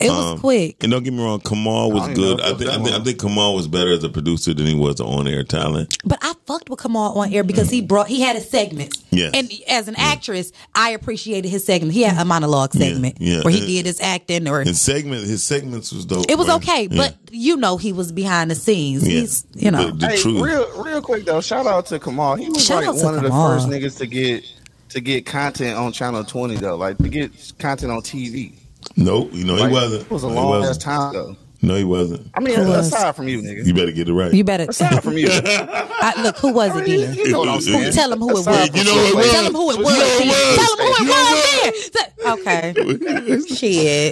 Speaker 2: it was quick.
Speaker 1: And don't get me wrong, Kamal was
Speaker 3: I don't
Speaker 1: good.
Speaker 3: know if
Speaker 1: I think, I
Speaker 3: that
Speaker 1: think I
Speaker 3: one.
Speaker 1: think Kamal was better as a producer than he was an on-air talent.
Speaker 2: But I fucked with Kamal on air because he brought he had a segment.
Speaker 1: Mm-hmm. Yes.
Speaker 2: And as an actress, I appreciated his segment. He had a monologue segment
Speaker 1: yeah.
Speaker 2: where he did his acting or
Speaker 1: And segment his segments was dope.
Speaker 2: It was
Speaker 1: man.
Speaker 2: okay,
Speaker 1: Yeah.
Speaker 2: but you know he was behind the scenes.
Speaker 1: Yeah.
Speaker 2: He's you know
Speaker 1: The- the
Speaker 3: hey,
Speaker 1: truth.
Speaker 3: real real quick though, shout out to Kamal. He was
Speaker 2: Shout out
Speaker 3: like
Speaker 2: to
Speaker 3: one of the
Speaker 2: Kamal.
Speaker 3: first niggas to get to get content on Channel Twenty though, like to get content on TV.
Speaker 1: nope, you know
Speaker 3: Like,
Speaker 1: he wasn't.
Speaker 3: It was a
Speaker 1: No, he
Speaker 3: long ass
Speaker 1: wasn't.
Speaker 3: time though.
Speaker 1: No, he wasn't.
Speaker 3: I mean,
Speaker 2: It was.
Speaker 3: aside from you, nigga.
Speaker 1: You better get it right.
Speaker 2: you better
Speaker 3: aside from you.
Speaker 2: I, look who was it then.
Speaker 3: You know what I'm saying.
Speaker 2: Tell him who it was.
Speaker 3: Aside from
Speaker 1: You know who it
Speaker 3: you, like,
Speaker 1: was.
Speaker 2: Tell him who it
Speaker 1: You
Speaker 2: was.
Speaker 1: know who it
Speaker 2: then.
Speaker 1: was.
Speaker 2: Tell him who
Speaker 1: You know
Speaker 2: it was. then. Th- Okay,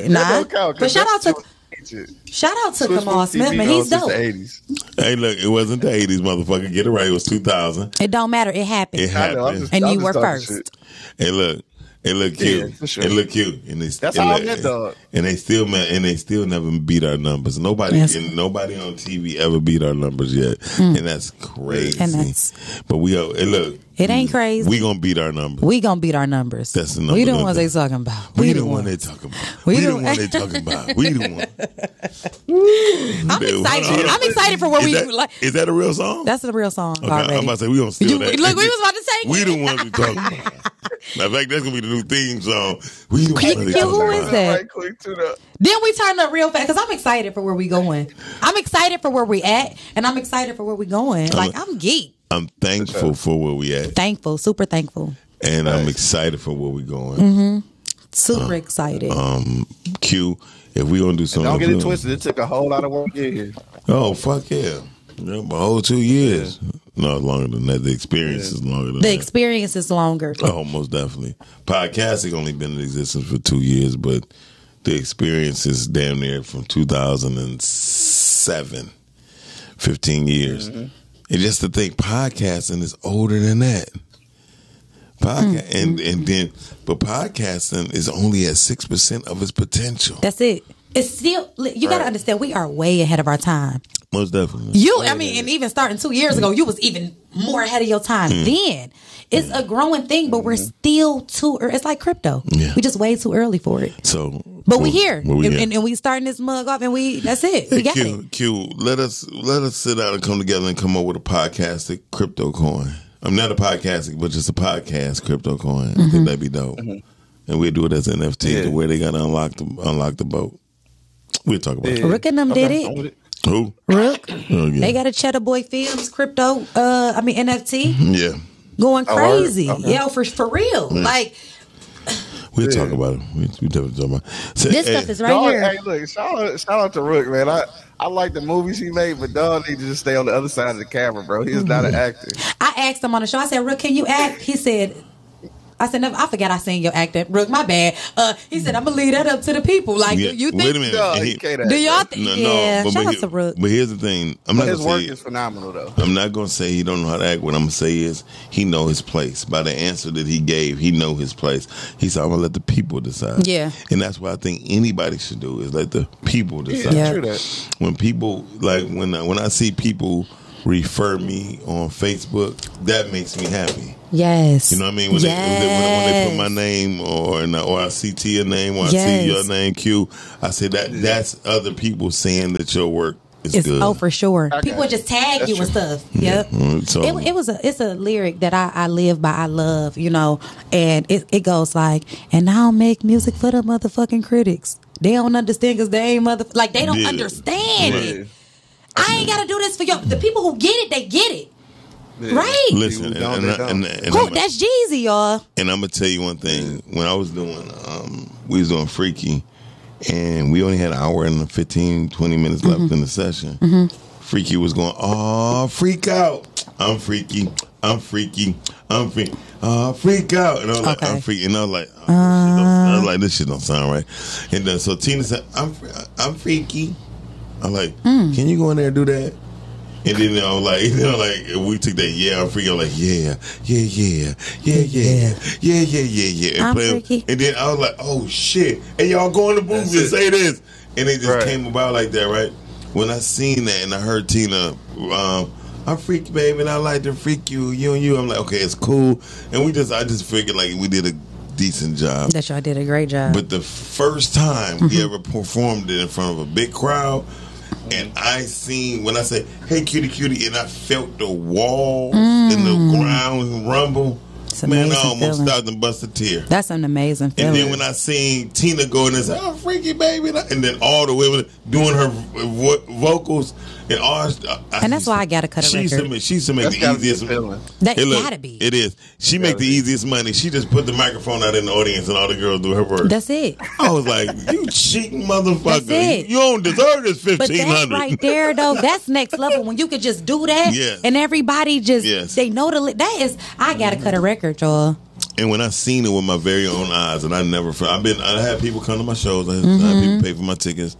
Speaker 2: shit, nah.
Speaker 3: don't count, 'cause
Speaker 2: But shout out
Speaker 3: that's
Speaker 2: to
Speaker 3: too-
Speaker 2: shout out to
Speaker 3: Switch
Speaker 2: Kamal
Speaker 3: from
Speaker 2: Smith,
Speaker 3: TV
Speaker 2: man.
Speaker 3: on
Speaker 2: He's
Speaker 3: since
Speaker 2: dope.
Speaker 3: the 80s.
Speaker 1: Hey, look, it wasn't the eighties, motherfucker. Get it right. It was two thousand.
Speaker 2: It don't matter. It happened.
Speaker 1: It
Speaker 3: I
Speaker 1: happened.
Speaker 3: know. I'm just,
Speaker 2: And
Speaker 3: I'm
Speaker 2: you
Speaker 3: just
Speaker 2: were first.
Speaker 3: talking shit.
Speaker 1: Hey, look, it look cute.
Speaker 3: Yeah, for sure.
Speaker 1: It look cute. And they,
Speaker 3: That's
Speaker 1: it
Speaker 3: how I
Speaker 1: look-
Speaker 3: met, dog.
Speaker 1: And they still ma- and they still never beat our numbers. Nobody
Speaker 2: Yes. Mm.
Speaker 1: and nobody on TV ever beat our numbers yet, and that's crazy.
Speaker 2: And that's-
Speaker 1: but we are. Hey, look,
Speaker 2: It ain't crazy.
Speaker 1: We gonna beat our numbers.
Speaker 2: We gonna beat our numbers.
Speaker 1: That's the
Speaker 2: We
Speaker 1: number
Speaker 2: the
Speaker 1: one
Speaker 2: ones
Speaker 1: thing.
Speaker 2: they talking about.
Speaker 1: We,
Speaker 2: We
Speaker 1: the
Speaker 2: the
Speaker 1: one
Speaker 2: ones.
Speaker 1: they talking about.
Speaker 2: We
Speaker 1: We, the
Speaker 2: the-
Speaker 1: one they talking about. We the one.
Speaker 2: I'm excited. I'm excited for what
Speaker 1: Is
Speaker 2: we
Speaker 1: that-
Speaker 2: like.
Speaker 1: Is that a real song?
Speaker 2: That's the real song
Speaker 1: Okay,
Speaker 2: already.
Speaker 1: I'm about to say we gonna steal
Speaker 2: You-
Speaker 1: that.
Speaker 2: look, we was about to say
Speaker 1: we
Speaker 2: it.
Speaker 1: the ones we talking about. Matter of fact, that's gonna be the new theme song. We the
Speaker 2: Quick,
Speaker 1: ones they
Speaker 2: quick,
Speaker 1: talking
Speaker 2: who
Speaker 1: about.
Speaker 2: is that?
Speaker 3: Right quick to the-
Speaker 2: Then we turn up real fast because I'm excited for where we going. I'm excited for where we at, and I'm excited for where we
Speaker 1: Uh,
Speaker 2: going. Like I'm geek,
Speaker 1: I'm thankful for where we at,
Speaker 2: thankful, super thankful,
Speaker 1: and I'm excited for where we going.
Speaker 2: super excited.
Speaker 1: uh, Um, Q, if we gonna do something,
Speaker 3: Don't get
Speaker 1: we
Speaker 3: it
Speaker 1: gonna-
Speaker 3: twisted. It took a whole lot of work to get here.
Speaker 1: Oh fuck yeah, yeah my whole two years. No, it's longer than that. The experience is longer than
Speaker 2: the
Speaker 1: that.
Speaker 2: experience is longer.
Speaker 1: oh, most definitely. Podcasting only been in existence for two years, but the experience is damn near from 2007, 15 years.
Speaker 3: Mm-hmm.
Speaker 1: And just to think, podcasting is older than that. Podcast and and then, but podcasting is only at six percent of its potential.
Speaker 2: That's it. It's still li- you gotta
Speaker 3: Right.
Speaker 2: understand we are way ahead of our time.
Speaker 1: Most definitely.
Speaker 2: You, I mean, and even starting two years ago, you was even more ahead of your time
Speaker 1: Mm.
Speaker 2: then. It's a growing thing, but we're still too. ear- It's like crypto.
Speaker 1: Mm-hmm. Yeah.
Speaker 2: We just way too early for it.
Speaker 1: So,
Speaker 2: But we here,
Speaker 1: Well, we
Speaker 2: and,
Speaker 1: here.
Speaker 2: and, and we starting this mug off, and we that's it. We got it.
Speaker 1: Q, Q, let us let us sit down and come together and come up with a podcastic crypto coin. I'm not a podcastic, but just a podcast crypto coin. I
Speaker 2: Mm-hmm.
Speaker 1: think that'd be dope. And we'll do it as NFT
Speaker 3: Mm-hmm. Yeah.
Speaker 1: the way they gotta unlock the unlock the boat. We'll talk about
Speaker 3: Yeah.
Speaker 1: it.
Speaker 2: Rook and them
Speaker 3: Okay,
Speaker 2: did it.
Speaker 3: I'm with it.
Speaker 1: Who?
Speaker 2: Rook.
Speaker 1: Oh, yeah.
Speaker 2: They got a Cheddar Boy Films crypto, uh, I mean NFT
Speaker 1: yeah.
Speaker 2: going
Speaker 3: Oh, alright.
Speaker 2: crazy.
Speaker 3: Okay.
Speaker 2: Yeah, for for real. Like
Speaker 1: We'll
Speaker 3: Yeah.
Speaker 1: talk about it. We, we definitely talk about it. So,
Speaker 2: this
Speaker 1: hey,
Speaker 2: stuff is right
Speaker 3: Dog,
Speaker 2: here.
Speaker 3: Hey, look, shout out, shout out to Rook, man. I, I like the movies he made, but dog need to just stay on the other side of the camera, bro. He's not
Speaker 1: Mm-hmm.
Speaker 3: an actor.
Speaker 2: I asked him on the show. I said, "Rook, can you act?" He said. I said, no, I forgot I seen your acting. Rook, my bad. Uh, he said, I'm going to leave that up to the people. Like,
Speaker 1: Yeah.
Speaker 2: do you think?
Speaker 1: Wait a minute.
Speaker 3: Dog,
Speaker 1: And
Speaker 3: he
Speaker 1: he-
Speaker 3: can't act.
Speaker 2: Do y'all
Speaker 3: bro.
Speaker 2: think? yeah, shout out
Speaker 1: he-
Speaker 2: to Rook.
Speaker 1: but here's the thing. I'm not
Speaker 3: His
Speaker 1: gonna
Speaker 3: work
Speaker 1: say it.
Speaker 3: is phenomenal, though.
Speaker 1: I'm not gonna say he don't know how to act. What I'm gonna say is he know his place. By the answer that he gave, he know his place. He said, "I'm gonna let the people decide."
Speaker 2: Yeah.
Speaker 1: and that's what I think anybody should do is let the people decide.
Speaker 2: Yeah.
Speaker 3: True that.
Speaker 1: When people like when I, when I see people refer me on Facebook, that makes me happy.
Speaker 2: Yes.
Speaker 1: You know what I mean? When, they, when, they, when they put my name or and I- or I see Tia name or I
Speaker 2: Yes.
Speaker 1: see your name Q, I say that that's other people saying that your work is
Speaker 2: It's
Speaker 1: good.
Speaker 2: oh for sure.
Speaker 3: I
Speaker 2: People
Speaker 3: got
Speaker 2: just tag you and stuff. Yep.
Speaker 1: Mm, so-
Speaker 2: It, it was a it's a lyric that I, I live by. I love you know, and it it goes like, and I don't make music for the motherfucking critics. They don't understand because they ain't mother like they don't
Speaker 1: Yeah.
Speaker 2: understand
Speaker 1: Right.
Speaker 2: it. I ain't gotta do this for you. The people who get it, they get it
Speaker 3: Yeah.
Speaker 2: right.
Speaker 1: Listen, and,
Speaker 3: People don't,
Speaker 1: and
Speaker 3: they
Speaker 1: I-
Speaker 3: don't.
Speaker 1: and- and
Speaker 2: Cool,
Speaker 1: I'm-
Speaker 2: that's Jeezy, y'all.
Speaker 1: And I'm gonna tell you one thing. When I was doing, um, we was doing Freaky, and we only had an hour and 15, 20 minutes
Speaker 2: Mm-hmm.
Speaker 1: left in the session. Freaky was going, oh, freak out. I'm freaky. I'm freaky. I'm freak. Oh, freak out. And I was like,
Speaker 2: Okay. Uh.
Speaker 1: I'm freaky. And I was like, oh, this shit don't- I was like, this shit don't sound right. And then, so Tina said, I'm, fr- I'm freaky. I'm like, can you go in there and do that? And then I was like, you know, like we took that yeah, I'm freaky. I'm like yeah, yeah, yeah, yeah, yeah, yeah, yeah, yeah, yeah. And,
Speaker 2: I'm
Speaker 1: play-
Speaker 2: freaky.
Speaker 1: and then I was like, oh shit! And y'all go in the booth
Speaker 3: That's
Speaker 1: and
Speaker 3: it.
Speaker 1: say this, and it just
Speaker 3: Right.
Speaker 1: came about like that, right? When I seen that and I heard Tina, um, I'm freaky, baby, and I like to freak you, you and you. I'm like, okay, it's cool. And we just, I just figured like we did a decent job.
Speaker 2: That y'all did a great job.
Speaker 1: But the first time we
Speaker 2: Mm-hmm.
Speaker 1: ever performed it in front of a big crowd, and I seen when I say, "Hey, cutie, cutie," and I felt the walls and the ground rumble.
Speaker 2: Mm. It's an
Speaker 1: Man, I
Speaker 2: amazing
Speaker 1: almost
Speaker 2: feeling.
Speaker 1: stopped and busted a tear.
Speaker 2: That's an amazing feeling.
Speaker 1: And then when I seen Tina go in and say, "I'm freaky, baby," and I- and then all the women doing her vo- vocals and all, I- I
Speaker 2: And that's
Speaker 1: used
Speaker 2: why
Speaker 1: to-
Speaker 2: I gotta cut a
Speaker 1: she Used to,
Speaker 2: record.
Speaker 1: make- she used to make
Speaker 3: That's
Speaker 1: the
Speaker 3: gotta be
Speaker 1: easiest.
Speaker 3: the feeling.
Speaker 2: That
Speaker 1: Hey, look,
Speaker 2: gotta be.
Speaker 1: It is. She make the
Speaker 3: be.
Speaker 1: easiest money. She just put the microphone out in the audience, and all the girls do her work.
Speaker 2: That's it.
Speaker 1: I was like, "You cheating motherfucker!
Speaker 2: That's it.
Speaker 1: You don't deserve this
Speaker 2: But
Speaker 1: fifteen
Speaker 2: that
Speaker 1: hundred.
Speaker 2: right there, though, that's next level. When you could just do that,
Speaker 1: Yeah.
Speaker 2: and everybody just
Speaker 1: Yes. Mm-hmm.
Speaker 2: they know the li- that is. I gotta cut a record, y'all.
Speaker 1: And when I seen it with my very own eyes, and I never, for- I've been, I had people come to my shows, I had, I
Speaker 2: Mm-hmm.
Speaker 1: had people pay for my tickets,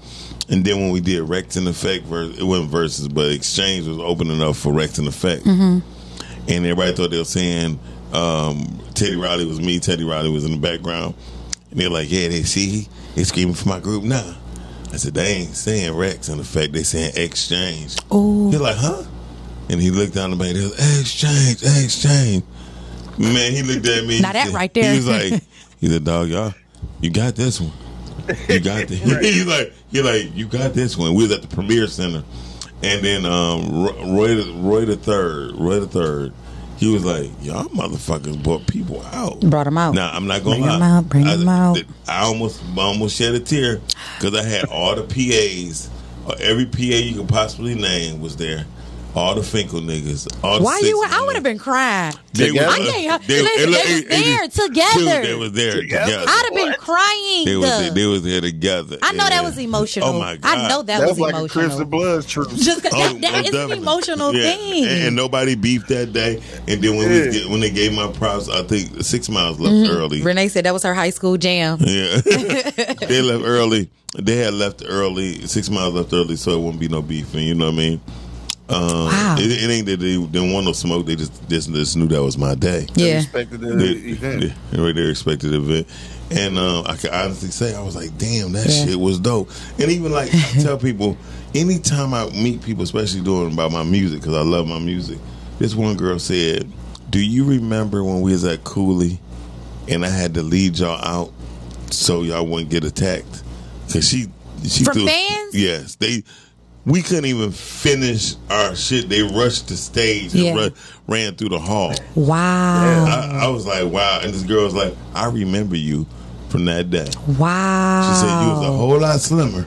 Speaker 1: and then when we did Rex and Effect, vers- it wasn't versus, but Exchange was opening up for Rex and Effect,
Speaker 2: Mm-hmm.
Speaker 1: and everybody thought they were saying um, Teddy Riley was me, Teddy Riley was in the background, and they're like, yeah, they see, they screaming for my group now. I said, they ain't saying Rex and Effect, they saying Exchange.
Speaker 2: Ooh,
Speaker 1: He's like, huh? And he looked down the bank. He was exchange, exchange. Man, he looked at me.
Speaker 2: Now
Speaker 1: he
Speaker 2: that
Speaker 1: said-
Speaker 2: right there.
Speaker 1: He was like, he said, dog, y'all, you got this one. You got this. he's like, he like, you got this one. We was at the Premier Center, and then um, Ro- Roy, the- Roy the third, Roy the third. He was like, y'all motherfuckers brought people out.
Speaker 2: brought them out.
Speaker 1: Nah, I'm not gonna
Speaker 2: Oh. Bring
Speaker 1: lie.
Speaker 2: 'em out, bring
Speaker 1: I,
Speaker 2: 'em out.
Speaker 1: I almost, I almost shed a tear because I had all the PAs, or every PA you could possibly name was there. All the Finkel niggas. All the
Speaker 2: Why
Speaker 1: six
Speaker 2: you? were- I
Speaker 1: niggas.
Speaker 2: would have been crying.
Speaker 1: They
Speaker 3: Together?
Speaker 1: was-
Speaker 3: I
Speaker 2: can't-
Speaker 1: they-
Speaker 2: listen,
Speaker 1: and look,
Speaker 2: they was
Speaker 1: and- and-
Speaker 2: there together.
Speaker 1: Dude, they was there
Speaker 3: Together?
Speaker 1: together.
Speaker 2: I'd have been
Speaker 3: What?
Speaker 2: crying.
Speaker 1: They was
Speaker 2: duh.
Speaker 1: they was there together.
Speaker 2: I know
Speaker 1: Yeah.
Speaker 2: that was emotional.
Speaker 1: Oh my god!
Speaker 2: I know that
Speaker 3: That's
Speaker 2: was
Speaker 3: like a Crips
Speaker 2: emotional.
Speaker 3: and Bloods troop.
Speaker 2: Just 'cause
Speaker 1: Oh,
Speaker 2: that,
Speaker 1: most
Speaker 2: that is an
Speaker 1: definitely.
Speaker 2: emotional
Speaker 1: Yeah.
Speaker 2: thing.
Speaker 1: And, and nobody beefed that day. And then when we
Speaker 3: Yeah.
Speaker 1: get, when they gave my props, I think six miles left
Speaker 2: Mm-hmm.
Speaker 1: early.
Speaker 2: Renee said that was her high school jam.
Speaker 1: Yeah. they left early. They had left early, six miles left early, so it wouldn't be no beefing. You know what I mean? Um,
Speaker 2: Wow.
Speaker 1: It, it ain't that they didn't want no smoke. They just, just just knew that was my day.
Speaker 2: Yeah.
Speaker 3: Respected the
Speaker 1: They,
Speaker 3: event.
Speaker 1: they, right there expected event. And um, I can honestly say I was like, damn, that
Speaker 2: Yeah.
Speaker 1: shit was dope. And even like I tell people, anytime I meet people, especially doing about my music, because I love my music. This one girl said, "Do you remember when we was at Cooley, and I had to lead y'all out so y'all wouldn't get attacked?" Because she she
Speaker 2: From
Speaker 1: threw-
Speaker 2: fans?
Speaker 1: Yes, they. We couldn't even finish our shit. They rushed the stage
Speaker 2: Yeah.
Speaker 1: and ru- ran through the hall.
Speaker 2: Wow.
Speaker 1: I, I was like, wow. And this girl was like, I remember you from that day. She
Speaker 2: Wow.
Speaker 1: said, You was a whole lot slimmer.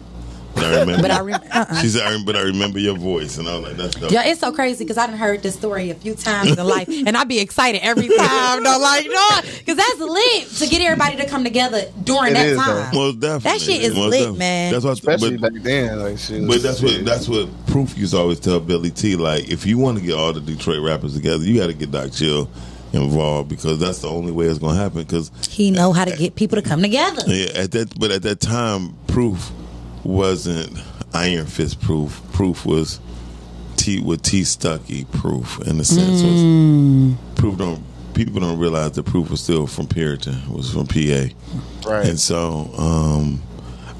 Speaker 1: than I remember.
Speaker 2: But I rem- uh-uh.
Speaker 1: She said, I, but I remember your voice. And I was like, that's dope.
Speaker 2: Yeah, it's so crazy because I done heard this story a few times in life, and I be excited every time. though, like no, because that's lit to get everybody to come together during
Speaker 3: It
Speaker 2: that
Speaker 3: is,
Speaker 2: time.
Speaker 3: though.
Speaker 1: Most definitely.
Speaker 2: That shit is
Speaker 1: Most
Speaker 2: lit,
Speaker 1: definitely.
Speaker 2: man.
Speaker 1: That's what,
Speaker 3: Especially
Speaker 1: but,
Speaker 3: back then, like shit.
Speaker 1: but that's what that's what proof used to always tell Billy T. Like, if you want to get all the Detroit rappers together, you got to get Doc Chill involved because that's the only way it's gonna happen. Because
Speaker 2: He know how to get people to come together.
Speaker 1: Yeah, at that but at that time proof wasn't iron fist proof. Proof was T with T Stucky proof in the sense was proof don't people don't realize that proof was still from Puritan, was from PA.
Speaker 3: right.
Speaker 1: And so um,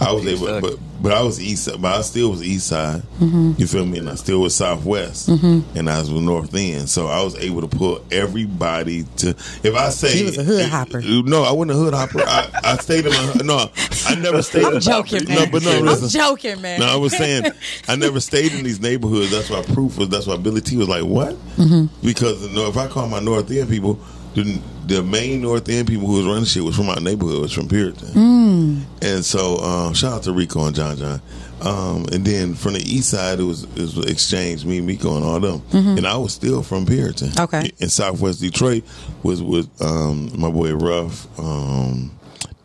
Speaker 1: I was
Speaker 3: East
Speaker 1: able,
Speaker 3: Side.
Speaker 1: but but I was east, side, but I still was east side.
Speaker 2: Mm-hmm.
Speaker 1: You feel me? And I still was southwest, and I was with north end. So I was able to pull everybody to. If I say
Speaker 2: You was a hood
Speaker 1: eh,
Speaker 2: hopper.
Speaker 1: no, I wasn't a hood hopper. I, I stayed in my no, I never stayed.
Speaker 2: I'm
Speaker 1: in-
Speaker 2: joking, man.
Speaker 1: No, but no,
Speaker 2: I'm
Speaker 1: listen.
Speaker 2: joking, man.
Speaker 1: No, I was saying I never stayed in these neighborhoods. That's why proof was. That's why Billy T was like, "What?"
Speaker 2: Mm-hmm.
Speaker 1: Because you know, if I call my North End people, the, the main North End people who was running shit was from our neighborhood, was from Puritan. And so, um, shout out to Rico and John John. Um, and then from the east side, it was, it was Exchange, me, Miko, and all them. And I was still from Puritan.
Speaker 2: Mm-hmm. Okay.
Speaker 1: In Southwest Detroit was with um, my boy Ruff, um,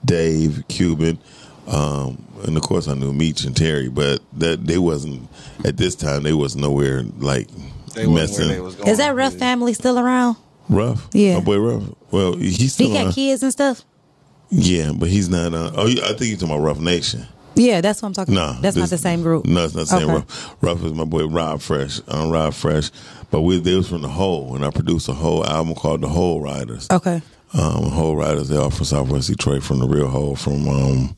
Speaker 1: Dave Cuban, Um, and of course, I knew Meach and Terry, but that they wasn't at this time. They was nowhere like
Speaker 3: They wasn't where
Speaker 1: messing.
Speaker 3: they was going.
Speaker 2: Is that rough
Speaker 3: Yeah.
Speaker 2: family still around?
Speaker 1: rough,
Speaker 2: Yeah.
Speaker 1: my boy, rough. Well, he's still
Speaker 2: He got
Speaker 1: on-
Speaker 2: kids and stuff.
Speaker 1: yeah, but he's not. Uh, oh, you- I think you're talking about Rough Nation.
Speaker 2: Yeah, that's what I'm talking.
Speaker 1: No,
Speaker 2: about. that's not
Speaker 1: this-
Speaker 2: the same group.
Speaker 1: No, it's not the same.
Speaker 2: Okay.
Speaker 1: Rough, Rough is my boy Rob Fresh. I'm Rob Fresh, but we they was from the Hole, and I produced a whole album called The Hole Riders.
Speaker 2: Okay.
Speaker 1: Um, Hole Riders, they are from Southwest Detroit, from the real Hole, from um,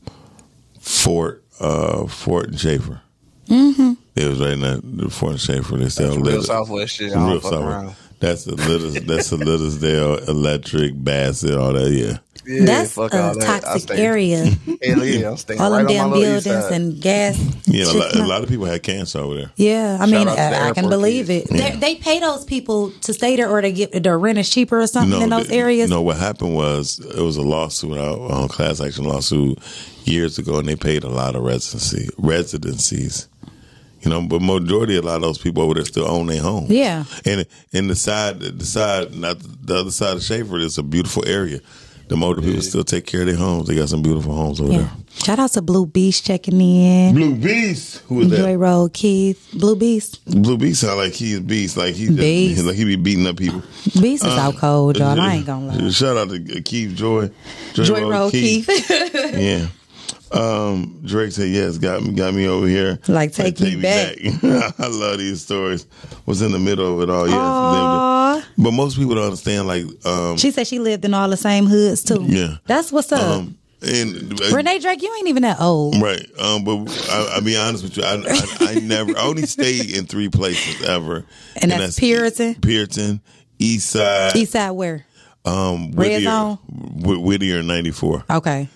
Speaker 1: Fort uh, Fort and Schaefer. Mm-hmm. It was right in that Fort and Schaefer. They sell
Speaker 3: Real
Speaker 1: litter-
Speaker 3: Southwest shit. I don't
Speaker 1: real
Speaker 3: fuck
Speaker 1: Southwest.
Speaker 3: around.
Speaker 1: That's the Littles, that's the Littlesdale Electric Bassett, all that. Yeah,
Speaker 3: Yeah,
Speaker 2: that's a
Speaker 3: fuck all that. I
Speaker 2: toxic
Speaker 3: stay-
Speaker 2: area.
Speaker 3: Hell yeah, I'm staying
Speaker 2: All
Speaker 3: right
Speaker 2: them
Speaker 3: on
Speaker 2: damn
Speaker 3: my little east
Speaker 2: buildings
Speaker 3: side.
Speaker 2: and gas.
Speaker 1: yeah. A
Speaker 2: shit
Speaker 1: lot, a
Speaker 2: not-
Speaker 1: lot of people had cancer over there.
Speaker 2: Yeah, I mean,
Speaker 3: out to the
Speaker 2: I, I can
Speaker 3: airport
Speaker 2: believe
Speaker 3: kids.
Speaker 2: it. They They pay those people to stay there, or they get their rent is cheaper or something in those
Speaker 1: th-
Speaker 2: areas.
Speaker 1: No, what happened was it was a lawsuit, a uh, class action lawsuit years ago, and they paid a lot of residency residencies. You know, but majority a lot of those people over there still own their home.
Speaker 2: Yeah.
Speaker 1: and and the side, the side, not the other side of Schaefer is a beautiful area. The older people still take care of their homes. They got some beautiful homes over
Speaker 2: Yeah.
Speaker 1: there.
Speaker 2: Shout out to Blue Beast checking in.
Speaker 1: Blue Beast, who is
Speaker 2: Joy
Speaker 1: that?
Speaker 2: Road Keith. Blue Beast.
Speaker 1: Blue Beast sound like he's beast, like he just,
Speaker 2: Beast.
Speaker 1: like he be beating up people.
Speaker 2: Beast is out
Speaker 1: Uh,
Speaker 2: cold, y'all. I ain't gonna lie.
Speaker 1: Shout out to Keith Joy,
Speaker 2: Joy Road Keith.
Speaker 1: Yeah. Um, Drake said, "Yes, got me, got me over here.
Speaker 2: Like, take me
Speaker 1: back. I love these stories. Was in the middle of it all. Yes,
Speaker 2: Aw.
Speaker 1: Lived it. but most people don't understand. Like, um,
Speaker 2: she said she lived in all the same hoods too.
Speaker 1: Yeah.
Speaker 2: That's what's up.
Speaker 1: um, and
Speaker 2: Renee Drake, you ain't even that old.
Speaker 1: right. Um, but I, I'll be honest with you. I, I, I never. I only stayed in three places ever,
Speaker 2: And that's Puritan?
Speaker 1: Puritan, East Side,
Speaker 2: East Side where?
Speaker 1: um,
Speaker 2: Red
Speaker 1: Whittier,
Speaker 2: Zone?
Speaker 1: Whit- Whittier, ninety four.
Speaker 2: Okay.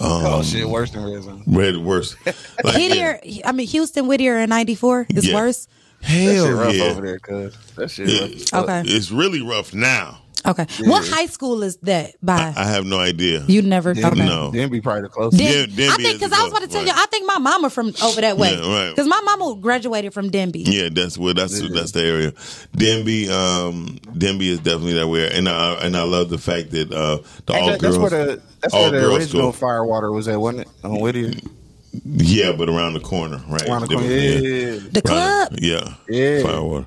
Speaker 3: Oh shit, worse than Red Zone.
Speaker 1: Red worse. Like,
Speaker 2: Whittier, I mean Houston Whittier in '94 is
Speaker 1: Yeah.
Speaker 2: worse.
Speaker 3: That shit
Speaker 1: Hell
Speaker 3: rough
Speaker 1: yeah.
Speaker 3: over there, cuz that shit rough. as fuck.
Speaker 2: Okay.
Speaker 1: It's really rough now.
Speaker 2: Okay. What high school is that by?
Speaker 1: I have no idea.
Speaker 2: you never.
Speaker 3: Denby,
Speaker 2: okay.
Speaker 1: No.
Speaker 3: Denby probably the closest.
Speaker 2: Den-
Speaker 1: Den- Denby
Speaker 2: I
Speaker 1: is
Speaker 2: think because I was about to tell you,
Speaker 1: right.
Speaker 2: I think my mama from over that way.
Speaker 1: Yeah, right.
Speaker 2: Because my mama graduated from Denby.
Speaker 1: Yeah, that's where that's that's the area. Denby, um, Denby is definitely that way, and I and I love the fact that uh, the all
Speaker 3: Actually, that's
Speaker 1: girls,
Speaker 3: where the that's
Speaker 1: all
Speaker 3: where the
Speaker 1: girls
Speaker 3: original
Speaker 1: go.
Speaker 3: Firewater was at, wasn't it? On Whittier,
Speaker 1: yeah, but around the corner, right?
Speaker 3: around the corner. Yeah,
Speaker 1: Different-
Speaker 3: yeah, yeah.
Speaker 2: The club.
Speaker 1: Around- yeah,
Speaker 3: Yeah.
Speaker 1: Firewater.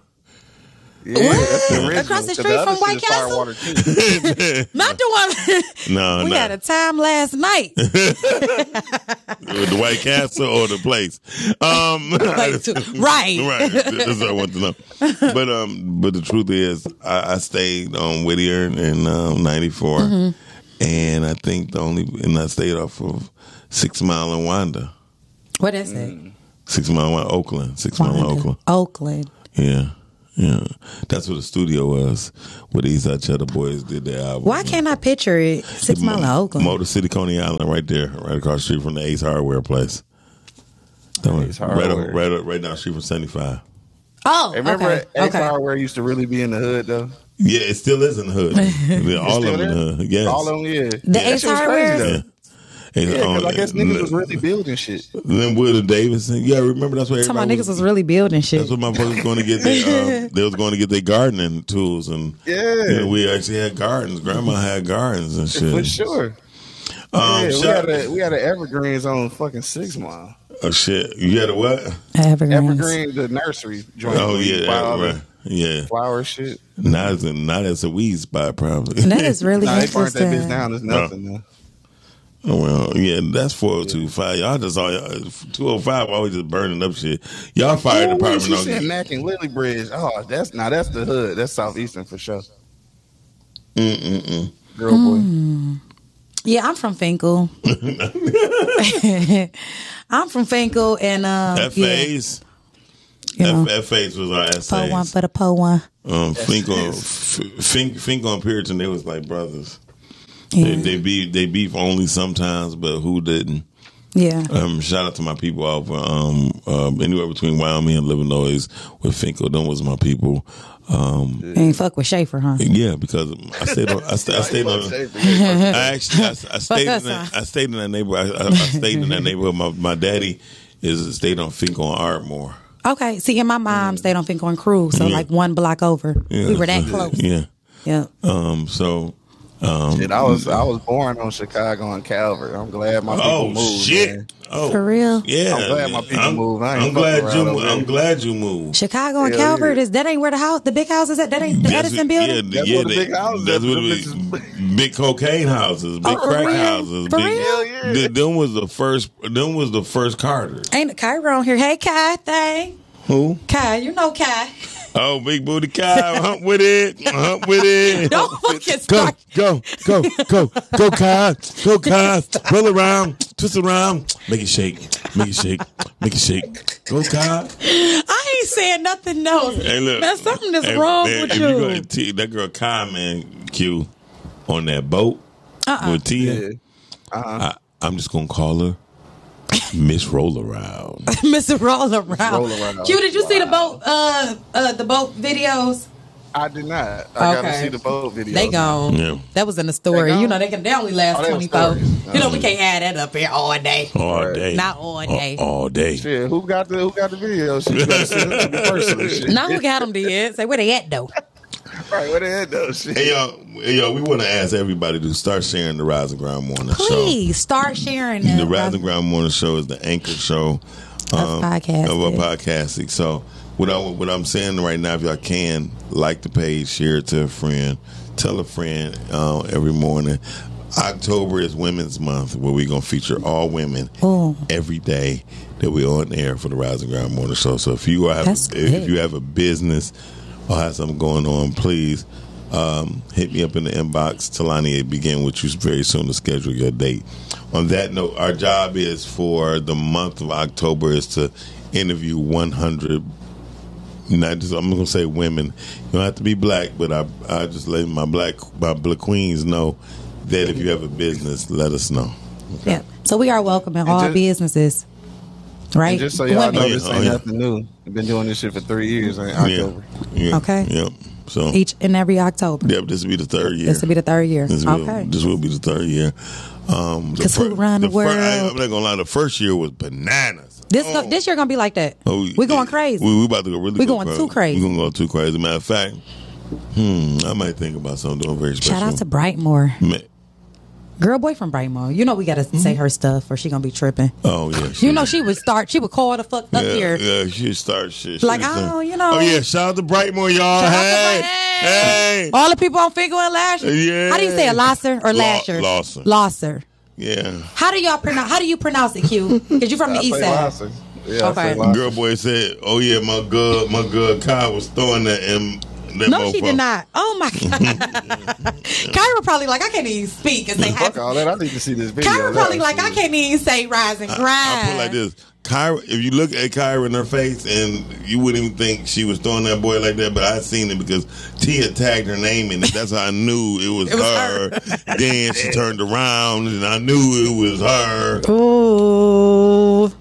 Speaker 3: Yeah, that's the
Speaker 2: What?
Speaker 3: original.
Speaker 2: Across the
Speaker 3: So
Speaker 2: street from
Speaker 3: other shit is
Speaker 2: White Castle?
Speaker 3: Firewater too.
Speaker 2: Not the one.
Speaker 1: No,
Speaker 2: we
Speaker 1: no.
Speaker 2: had a time last night.
Speaker 1: the White Castle or the place. Um,
Speaker 2: Like, to- right.
Speaker 1: right. That's what I want to know. But um, but the truth is, I, I stayed on Whittier in um, '94,
Speaker 2: Mm-hmm.
Speaker 1: and I think the only and I stayed off of Six Mile and Wanda,
Speaker 2: What is it?
Speaker 3: Mm.
Speaker 1: Six Mile and Wanda, Oakland, Six Mile and
Speaker 2: Wanda.
Speaker 1: Oakland.
Speaker 2: Oakland.
Speaker 1: Yeah, yeah. That's where the studio was where the Eastside Cheddar Boys did their album.
Speaker 2: Why can't I picture it? Six Mile and Oakland.
Speaker 1: Motor City, Coney Island, right there, right across the street from the Ace Hardware place. That one,
Speaker 3: Ace
Speaker 1: right, up,
Speaker 3: Hardware.
Speaker 1: right, up, right down the street from 75.
Speaker 2: oh,
Speaker 3: Hey, Remember,
Speaker 2: okay.
Speaker 3: Ace
Speaker 2: okay.
Speaker 3: Hardware used to really be in the hood though.
Speaker 1: Yeah, it still is in the hood. Yeah, all
Speaker 3: still
Speaker 1: of them in the
Speaker 3: there?
Speaker 1: hood. Yes.
Speaker 3: All of them, yeah.
Speaker 2: The
Speaker 3: That
Speaker 2: Ace
Speaker 3: shit was
Speaker 2: Hardware?
Speaker 3: crazy, though.
Speaker 1: Yeah. And,
Speaker 3: Yeah, because
Speaker 1: um,
Speaker 3: I guess niggas was really building shit.
Speaker 1: Then Woodrow Davidson. Yeah, remember that's where
Speaker 2: Talking about
Speaker 1: everybody
Speaker 2: niggas was really building shit.
Speaker 1: That's what my folks was going to get. Their, um, they was going to get their gardening tools and
Speaker 3: Yeah.
Speaker 1: you know, we actually had gardens. Grandma had gardens and shit.
Speaker 3: For sure.
Speaker 1: Um,
Speaker 3: yeah, we
Speaker 1: shout-
Speaker 3: had, a, we had an Evergreens on fucking Six Mile.
Speaker 1: oh shit! You had a what?
Speaker 2: Evergreens.
Speaker 3: Evergreen, the nursery joint.
Speaker 1: Oh
Speaker 3: where you
Speaker 1: yeah,
Speaker 3: buy all the
Speaker 1: right. yeah.
Speaker 3: Flower shit.
Speaker 1: Not as a, not as a weed spot probably.
Speaker 2: That is really
Speaker 3: Nah, they burnt that bitch
Speaker 2: interesting.
Speaker 3: down. There's nothing. though.
Speaker 1: Oh, well, yeah, that's 4025. Y'all just all, 205 always just burning up shit. Y'all fire
Speaker 3: Ooh,
Speaker 1: department
Speaker 3: she
Speaker 1: don't
Speaker 3: said
Speaker 1: get-
Speaker 3: Mac and Lily Bridge. Oh, that's now that's the hood. That's southeastern for sure.
Speaker 1: Mm-mm-mm.
Speaker 3: Girl,
Speaker 2: Yeah, I'm from Finkel. I'm from Finkel, and um,
Speaker 1: That
Speaker 2: yeah,
Speaker 1: phase,
Speaker 2: you know,
Speaker 1: that, that phase was our
Speaker 2: po one
Speaker 1: essays.
Speaker 2: for the po one.
Speaker 1: Um, Finkel, F- Fink, Finkel and Puritan, they was like brothers. They,
Speaker 2: Yeah,
Speaker 1: they beef, they beef only sometimes, but who didn't?
Speaker 2: yeah.
Speaker 1: Um, shout out to my people out for um, um, anywhere between Wyoming and Illinois with Finkel. Them was my people. Um,
Speaker 2: Ain't fuck with Schaefer, huh?
Speaker 1: yeah, because I stayed on, I, st- I stayed
Speaker 3: boy.
Speaker 1: on.
Speaker 3: Shit.
Speaker 1: I actually, I, I stayed in
Speaker 2: us,
Speaker 1: that,
Speaker 2: huh?
Speaker 1: I stayed in that neighborhood. I, I, I stayed in that neighborhood. My my daddy is stayed on Finkel and Ardmore.
Speaker 2: Okay, see, and my mom stayed on Finkel and Crew, so
Speaker 1: Yeah.
Speaker 2: like one block over.
Speaker 1: Yeah,
Speaker 2: we were that
Speaker 1: so-
Speaker 2: close.
Speaker 1: Yeah.
Speaker 2: Yeah,
Speaker 1: Um. So Um,
Speaker 3: Shit, I was I was born on Chicago and Calvert. I'm glad my people
Speaker 1: oh
Speaker 3: moved.
Speaker 1: shit!
Speaker 3: man.
Speaker 1: Oh
Speaker 2: For real?
Speaker 1: Yeah,
Speaker 3: I'm glad my people
Speaker 1: I'm-
Speaker 3: moved. I ain't
Speaker 1: I'm glad
Speaker 3: fucking
Speaker 1: you.
Speaker 3: around over
Speaker 1: I'm
Speaker 3: here.
Speaker 1: glad you moved.
Speaker 2: Chicago and
Speaker 3: Hell yeah.
Speaker 2: Calvert is that ain't where the house, the big house is at. That ain't the Edison
Speaker 1: yeah,
Speaker 2: building.
Speaker 1: th-
Speaker 3: That's
Speaker 1: yeah,
Speaker 3: where the
Speaker 1: they-
Speaker 3: big houses
Speaker 1: That's
Speaker 3: at,
Speaker 1: what
Speaker 3: them
Speaker 1: big, big cocaine houses, big
Speaker 2: Oh, for
Speaker 1: crack
Speaker 2: real?
Speaker 1: houses.
Speaker 2: For
Speaker 1: big,
Speaker 2: real?
Speaker 3: Hell yeah.
Speaker 1: Th- them was the first. Them was the first Carter.
Speaker 2: Ain't Kyra on here? Hey, Kai, thing.
Speaker 1: Who?
Speaker 2: Kai, you know Kai.
Speaker 1: Oh, big booty cow. hump with it. Hump with it.
Speaker 2: Don't fucking
Speaker 1: Go,
Speaker 2: start.
Speaker 1: go, go, go, go, Kai. Go, Kai. Roll around, twist around, make it shake, make it shake, make it shake. Go, Kai.
Speaker 2: I ain't saying nothing else.
Speaker 1: Hey, look.
Speaker 2: Man, something that's
Speaker 1: Hey,
Speaker 2: wrong
Speaker 1: man,
Speaker 2: with
Speaker 1: if
Speaker 2: you.
Speaker 1: gonna t- that girl Kai, man, Q, on that boat
Speaker 2: Uh-uh.
Speaker 1: with Tia,
Speaker 3: Yeah. Uh-huh.
Speaker 1: I, I'm just going to call her Miss Roll Around.
Speaker 2: Mr. Roll around.
Speaker 3: Roll Around.
Speaker 2: Q, did you see the boat? Uh, uh, the boat videos.
Speaker 3: I did not. I gotta
Speaker 2: Okay.
Speaker 3: see the boat video.
Speaker 2: They gone.
Speaker 1: Yeah.
Speaker 2: That was in the story.
Speaker 3: They
Speaker 2: You
Speaker 3: gone?
Speaker 2: know, they can. They only last
Speaker 3: Oh, they
Speaker 2: twenty
Speaker 3: was
Speaker 2: four.
Speaker 3: stories. Oh.
Speaker 2: You know, we can't have that up here all day.
Speaker 1: All
Speaker 3: Right.
Speaker 1: day.
Speaker 2: Not all day.
Speaker 1: All, all day.
Speaker 3: Shit, who got the who got the video? Shit, you gotta send it to me personally. Shit.
Speaker 2: Now who got them dead? Say where they at though?
Speaker 3: Right, where they at though? Shit.
Speaker 1: Hey y'all, hey, y'all, we want to ask everybody to start sharing the Rise and Grind Morning
Speaker 2: Please start sharing
Speaker 1: Show.
Speaker 2: that.
Speaker 1: The Rise and Grind Morning Show is the anchor show um,
Speaker 2: Of podcasting.
Speaker 1: of our podcasting. So what I what I'm saying right now, if y'all can like the page, share it to a friend, tell a friend uh, every morning. October is Women's Month, where we're gonna feature all women
Speaker 2: Ooh.
Speaker 1: every day that we're on air for the Rise and Grind Morning Show. So if you have
Speaker 2: That's
Speaker 1: if, if
Speaker 2: good.
Speaker 1: you have a business or have something going on, please um, hit me up in the inbox. Talani, it begin with you very soon to schedule your date. On that note, our job is for the month of October is to interview 100. Not just, I'm gonna say women. You don't have to be black, but I I just let my black my black queens know that if you have a business, let us know.
Speaker 2: Yeah. So we are welcoming all
Speaker 3: just-
Speaker 2: businesses, right?
Speaker 3: And just so y'all
Speaker 2: Women.
Speaker 3: know,
Speaker 1: Oh, yeah,
Speaker 3: this
Speaker 1: oh,
Speaker 3: ain't
Speaker 1: yeah.
Speaker 3: nothing new. I've been doing this shit for three years. Ain't October.
Speaker 1: Yeah. yeah.
Speaker 2: Okay.
Speaker 1: Yep. So
Speaker 2: each and every October.
Speaker 1: Yep, this will be the third year.
Speaker 2: This will be the third year.
Speaker 1: This will,
Speaker 2: okay.
Speaker 1: this will be the third year. Um, the
Speaker 2: 'Cause who run the
Speaker 1: fir- I,
Speaker 2: world?
Speaker 1: am not gonna lie. The first year was bananas.
Speaker 2: This
Speaker 1: Oh.
Speaker 2: go, this year gonna be like that.
Speaker 1: Oh,
Speaker 2: we going crazy.
Speaker 1: We, we about to go really.
Speaker 2: We
Speaker 1: go
Speaker 2: going too crazy.
Speaker 1: We gonna go too crazy. Matter of fact, hmm, I might think about something doing very special.
Speaker 2: Shout out to Brightmore,
Speaker 1: Ma-
Speaker 2: girl boy from Brightmore. You know we gotta
Speaker 1: Mm-hmm.
Speaker 2: say her stuff, or she gonna be tripping.
Speaker 1: oh yeah,
Speaker 2: You know she would start. She would call the fuck up
Speaker 1: yeah,
Speaker 2: here.
Speaker 1: Yeah, she start shit.
Speaker 2: Like,
Speaker 1: She was
Speaker 2: oh,
Speaker 1: like-
Speaker 2: you know.
Speaker 1: Oh yeah, shout out to Brightmore, y'all.
Speaker 2: Shout out to Oh.
Speaker 1: hey,
Speaker 2: Bright-
Speaker 1: hey,
Speaker 2: All the people on Figo and Lasher.
Speaker 1: Yeah.
Speaker 2: How do you say it, Lasser or
Speaker 1: Law-
Speaker 2: Lasher?
Speaker 1: Lawson.
Speaker 2: Lawser.
Speaker 1: yeah.
Speaker 2: How do y'all pronounce? How do you pronounce it, Q? Because you from the
Speaker 3: I
Speaker 2: East
Speaker 3: say
Speaker 2: Side.
Speaker 3: Lawson. Yeah, I say
Speaker 2: Okay.
Speaker 3: Lawson.
Speaker 1: Girl boy said, "Oh yeah, my good, my good Kai was throwing that and that
Speaker 2: No, she
Speaker 1: mofo.
Speaker 2: did not. Oh my god. Kyra probably like I can't even speak and say.
Speaker 3: Fuck
Speaker 2: hi.
Speaker 3: all that. I need to see this video.
Speaker 2: Kyra probably like I
Speaker 3: Shit.
Speaker 2: can't even say rise and grind.
Speaker 1: I put it like this. Kyra, if you look at Kyra in her face, and you wouldn't even think she was throwing that boy like that, but I seen it because Tia tagged her name in it. That's how I knew it was,
Speaker 2: It was
Speaker 1: her. then she turned around, and I knew it was her.
Speaker 2: Ooh.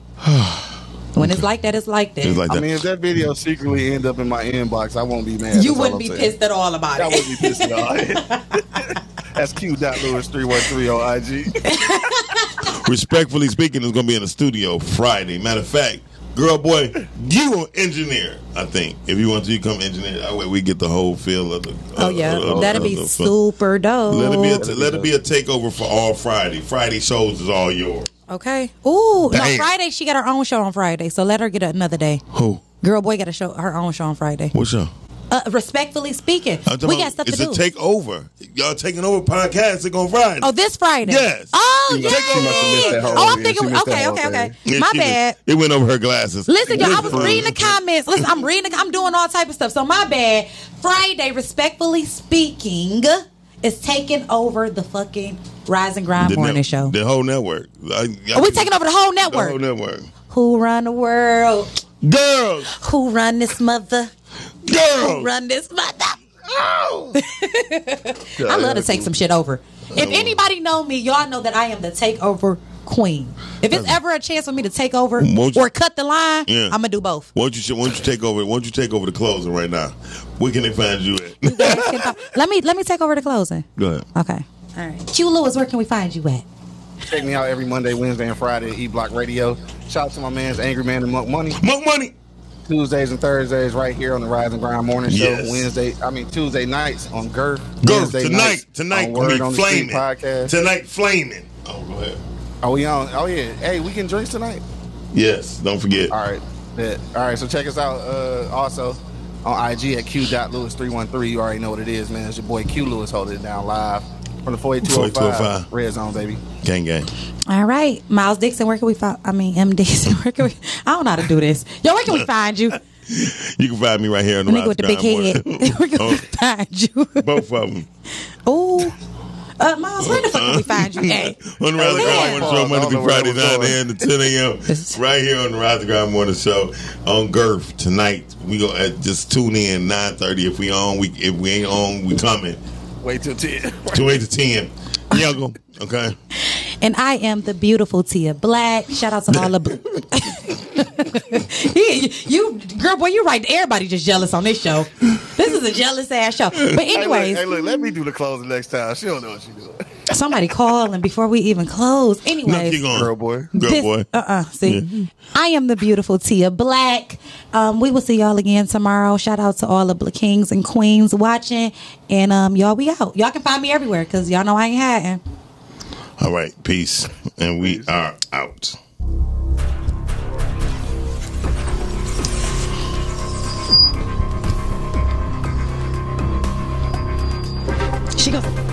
Speaker 2: when it's like that, it's like that.
Speaker 1: It was like
Speaker 3: I
Speaker 1: that.
Speaker 3: mean, if that video secretly end up in my inbox, I won't be mad. That's
Speaker 2: you
Speaker 3: all
Speaker 2: wouldn't
Speaker 3: I'm
Speaker 2: be
Speaker 3: saying.
Speaker 2: pissed at all about
Speaker 3: I
Speaker 2: it.
Speaker 3: wouldn't be pissed at all. That's Q.Lewis313 on IG.
Speaker 1: Respectfully speaking, it's gonna be in the studio Friday. Matter of fact, girl, boy, you an engineer? I think if you want to, you come engineer. That way, we get the whole feel of the.
Speaker 2: Oh
Speaker 1: of-
Speaker 2: yeah,
Speaker 1: of- of-
Speaker 2: that'll
Speaker 1: of
Speaker 2: be
Speaker 1: the-
Speaker 2: super dope.
Speaker 1: Let it be a let it be a takeover for all Friday. Friday shows is all yours.
Speaker 2: okay. Ooh, no,
Speaker 1: Damn.
Speaker 2: Friday she got her own show on Friday, so let her get another day.
Speaker 1: Who?
Speaker 2: Girl, boy, got a show her own show on Friday.
Speaker 1: What's up?
Speaker 2: Uh, respectfully speaking, we got stuff to
Speaker 1: it's
Speaker 2: do.
Speaker 1: a takeover. Y'all taking over podcasts. It's on Friday.
Speaker 2: oh, this Friday.
Speaker 1: Yes.
Speaker 2: Oh,
Speaker 1: She
Speaker 2: yeah.
Speaker 1: must- she must have missed that whole-
Speaker 2: Oh, I'm
Speaker 3: yeah, she
Speaker 2: thinking.
Speaker 3: missed that
Speaker 2: Okay,
Speaker 3: whole
Speaker 2: okay,
Speaker 3: thing.
Speaker 2: okay.
Speaker 1: Yeah,
Speaker 2: My
Speaker 1: she was-
Speaker 2: bad.
Speaker 1: it went over her glasses.
Speaker 2: Listen, y'all, I was
Speaker 1: Listen.
Speaker 2: reading the comments. Listen, I'm reading, I'm doing all type of stuff. So my bad. Friday, respectfully speaking, is taking over the fucking Rise and Grind
Speaker 1: The
Speaker 2: morning
Speaker 1: net-
Speaker 2: show.
Speaker 1: The whole network. I,
Speaker 2: Are we taking over the whole
Speaker 1: the whole
Speaker 2: network?
Speaker 1: network?
Speaker 2: Who run the world?
Speaker 1: Girls,
Speaker 2: Who run this mother?
Speaker 1: girls.
Speaker 2: Who run this mother? I love to take some shit over. If anybody know me, y'all know that I am the takeover queen. If it's ever a chance for me to take over
Speaker 1: Won't you-
Speaker 2: or cut the line,
Speaker 1: Yeah.
Speaker 2: I'm gonna do both.
Speaker 1: Why don't you why don't you take over? Why don't you take over the closing right now? Where can they find you at?
Speaker 2: let me let me take over the closing.
Speaker 1: Go ahead.
Speaker 2: Okay. All right. Q Lewis, where can we find you at?
Speaker 3: Check me out every Monday, Wednesday, and Friday at E Block Radio. Shout out to my man's Angry Man and Monk Money.
Speaker 1: Monk money.
Speaker 3: Tuesdays and Thursdays right here on the Rise and Grind Morning Show.
Speaker 1: Yes.
Speaker 3: Wednesday, I mean Tuesday nights on Girth.
Speaker 5: Girl,
Speaker 3: Wednesday
Speaker 5: tonight,
Speaker 3: nights
Speaker 5: tonight
Speaker 3: on
Speaker 5: gonna
Speaker 3: Word
Speaker 5: be
Speaker 3: on the Street
Speaker 5: flaming.
Speaker 3: podcast.
Speaker 5: Tonight flaming.
Speaker 1: Oh, go ahead.
Speaker 3: Are we on? Oh yeah. Hey, we can drink tonight.
Speaker 1: Yes, don't forget.
Speaker 3: All right. Bet. All right. So check us out. Uh, also on IG at q.lewis313. You already know what it is, man. It's your boy Q Lewis holding it down live from the 4205
Speaker 1: 4205.
Speaker 3: Red Zone, baby.
Speaker 1: Gang, gang.
Speaker 2: All right, Miles Dixon, where can we find? I mean, M Dixon, where can we? I don't know how to do this. Yo, where can we find you? The
Speaker 1: You can find me right here on the
Speaker 2: nigga
Speaker 1: Rise
Speaker 2: with the big head.
Speaker 1: Grind
Speaker 2: where can we
Speaker 1: Morning.
Speaker 2: find you?
Speaker 1: Oh, both of them.
Speaker 2: Ooh, uh, Miles, where the fuck can we find you? Hey,
Speaker 1: on the Rise of
Speaker 2: Yeah.
Speaker 1: Ground Morning Show, Monday through Friday, 9 a.m. to 10
Speaker 2: It's-
Speaker 1: a.m. Right here on the Rise of Ground Morning Show on Girth tonight. We go uh, just tune in 9:30. If we on, we if we ain't on, we coming.
Speaker 3: Wait till 10.
Speaker 1: Two eight to ten. Yeah, go. Okay.
Speaker 2: and I am the beautiful Tia Black. Shout out to all the. He- you girl, boy, you right. Everybody just jealous on this show. This is a jealous ass show. But anyways,
Speaker 3: Hey, look, hey, look, let me do the closing next time. She don't know what she doing.
Speaker 2: somebody call and before we even close.
Speaker 1: No,
Speaker 2: Anyways,
Speaker 1: keep going.
Speaker 3: Girl boy.
Speaker 1: Girl
Speaker 2: This-
Speaker 1: boy.
Speaker 2: Uh-uh. See, I am the beautiful Tia Black. Um, we will see y'all again tomorrow. Shout out to all the bl- kings and queens watching. And um, y'all, we out. Y'all can find me everywhere because y'all know I ain't hiding.
Speaker 1: All right. Peace. And we are out.
Speaker 2: She goes.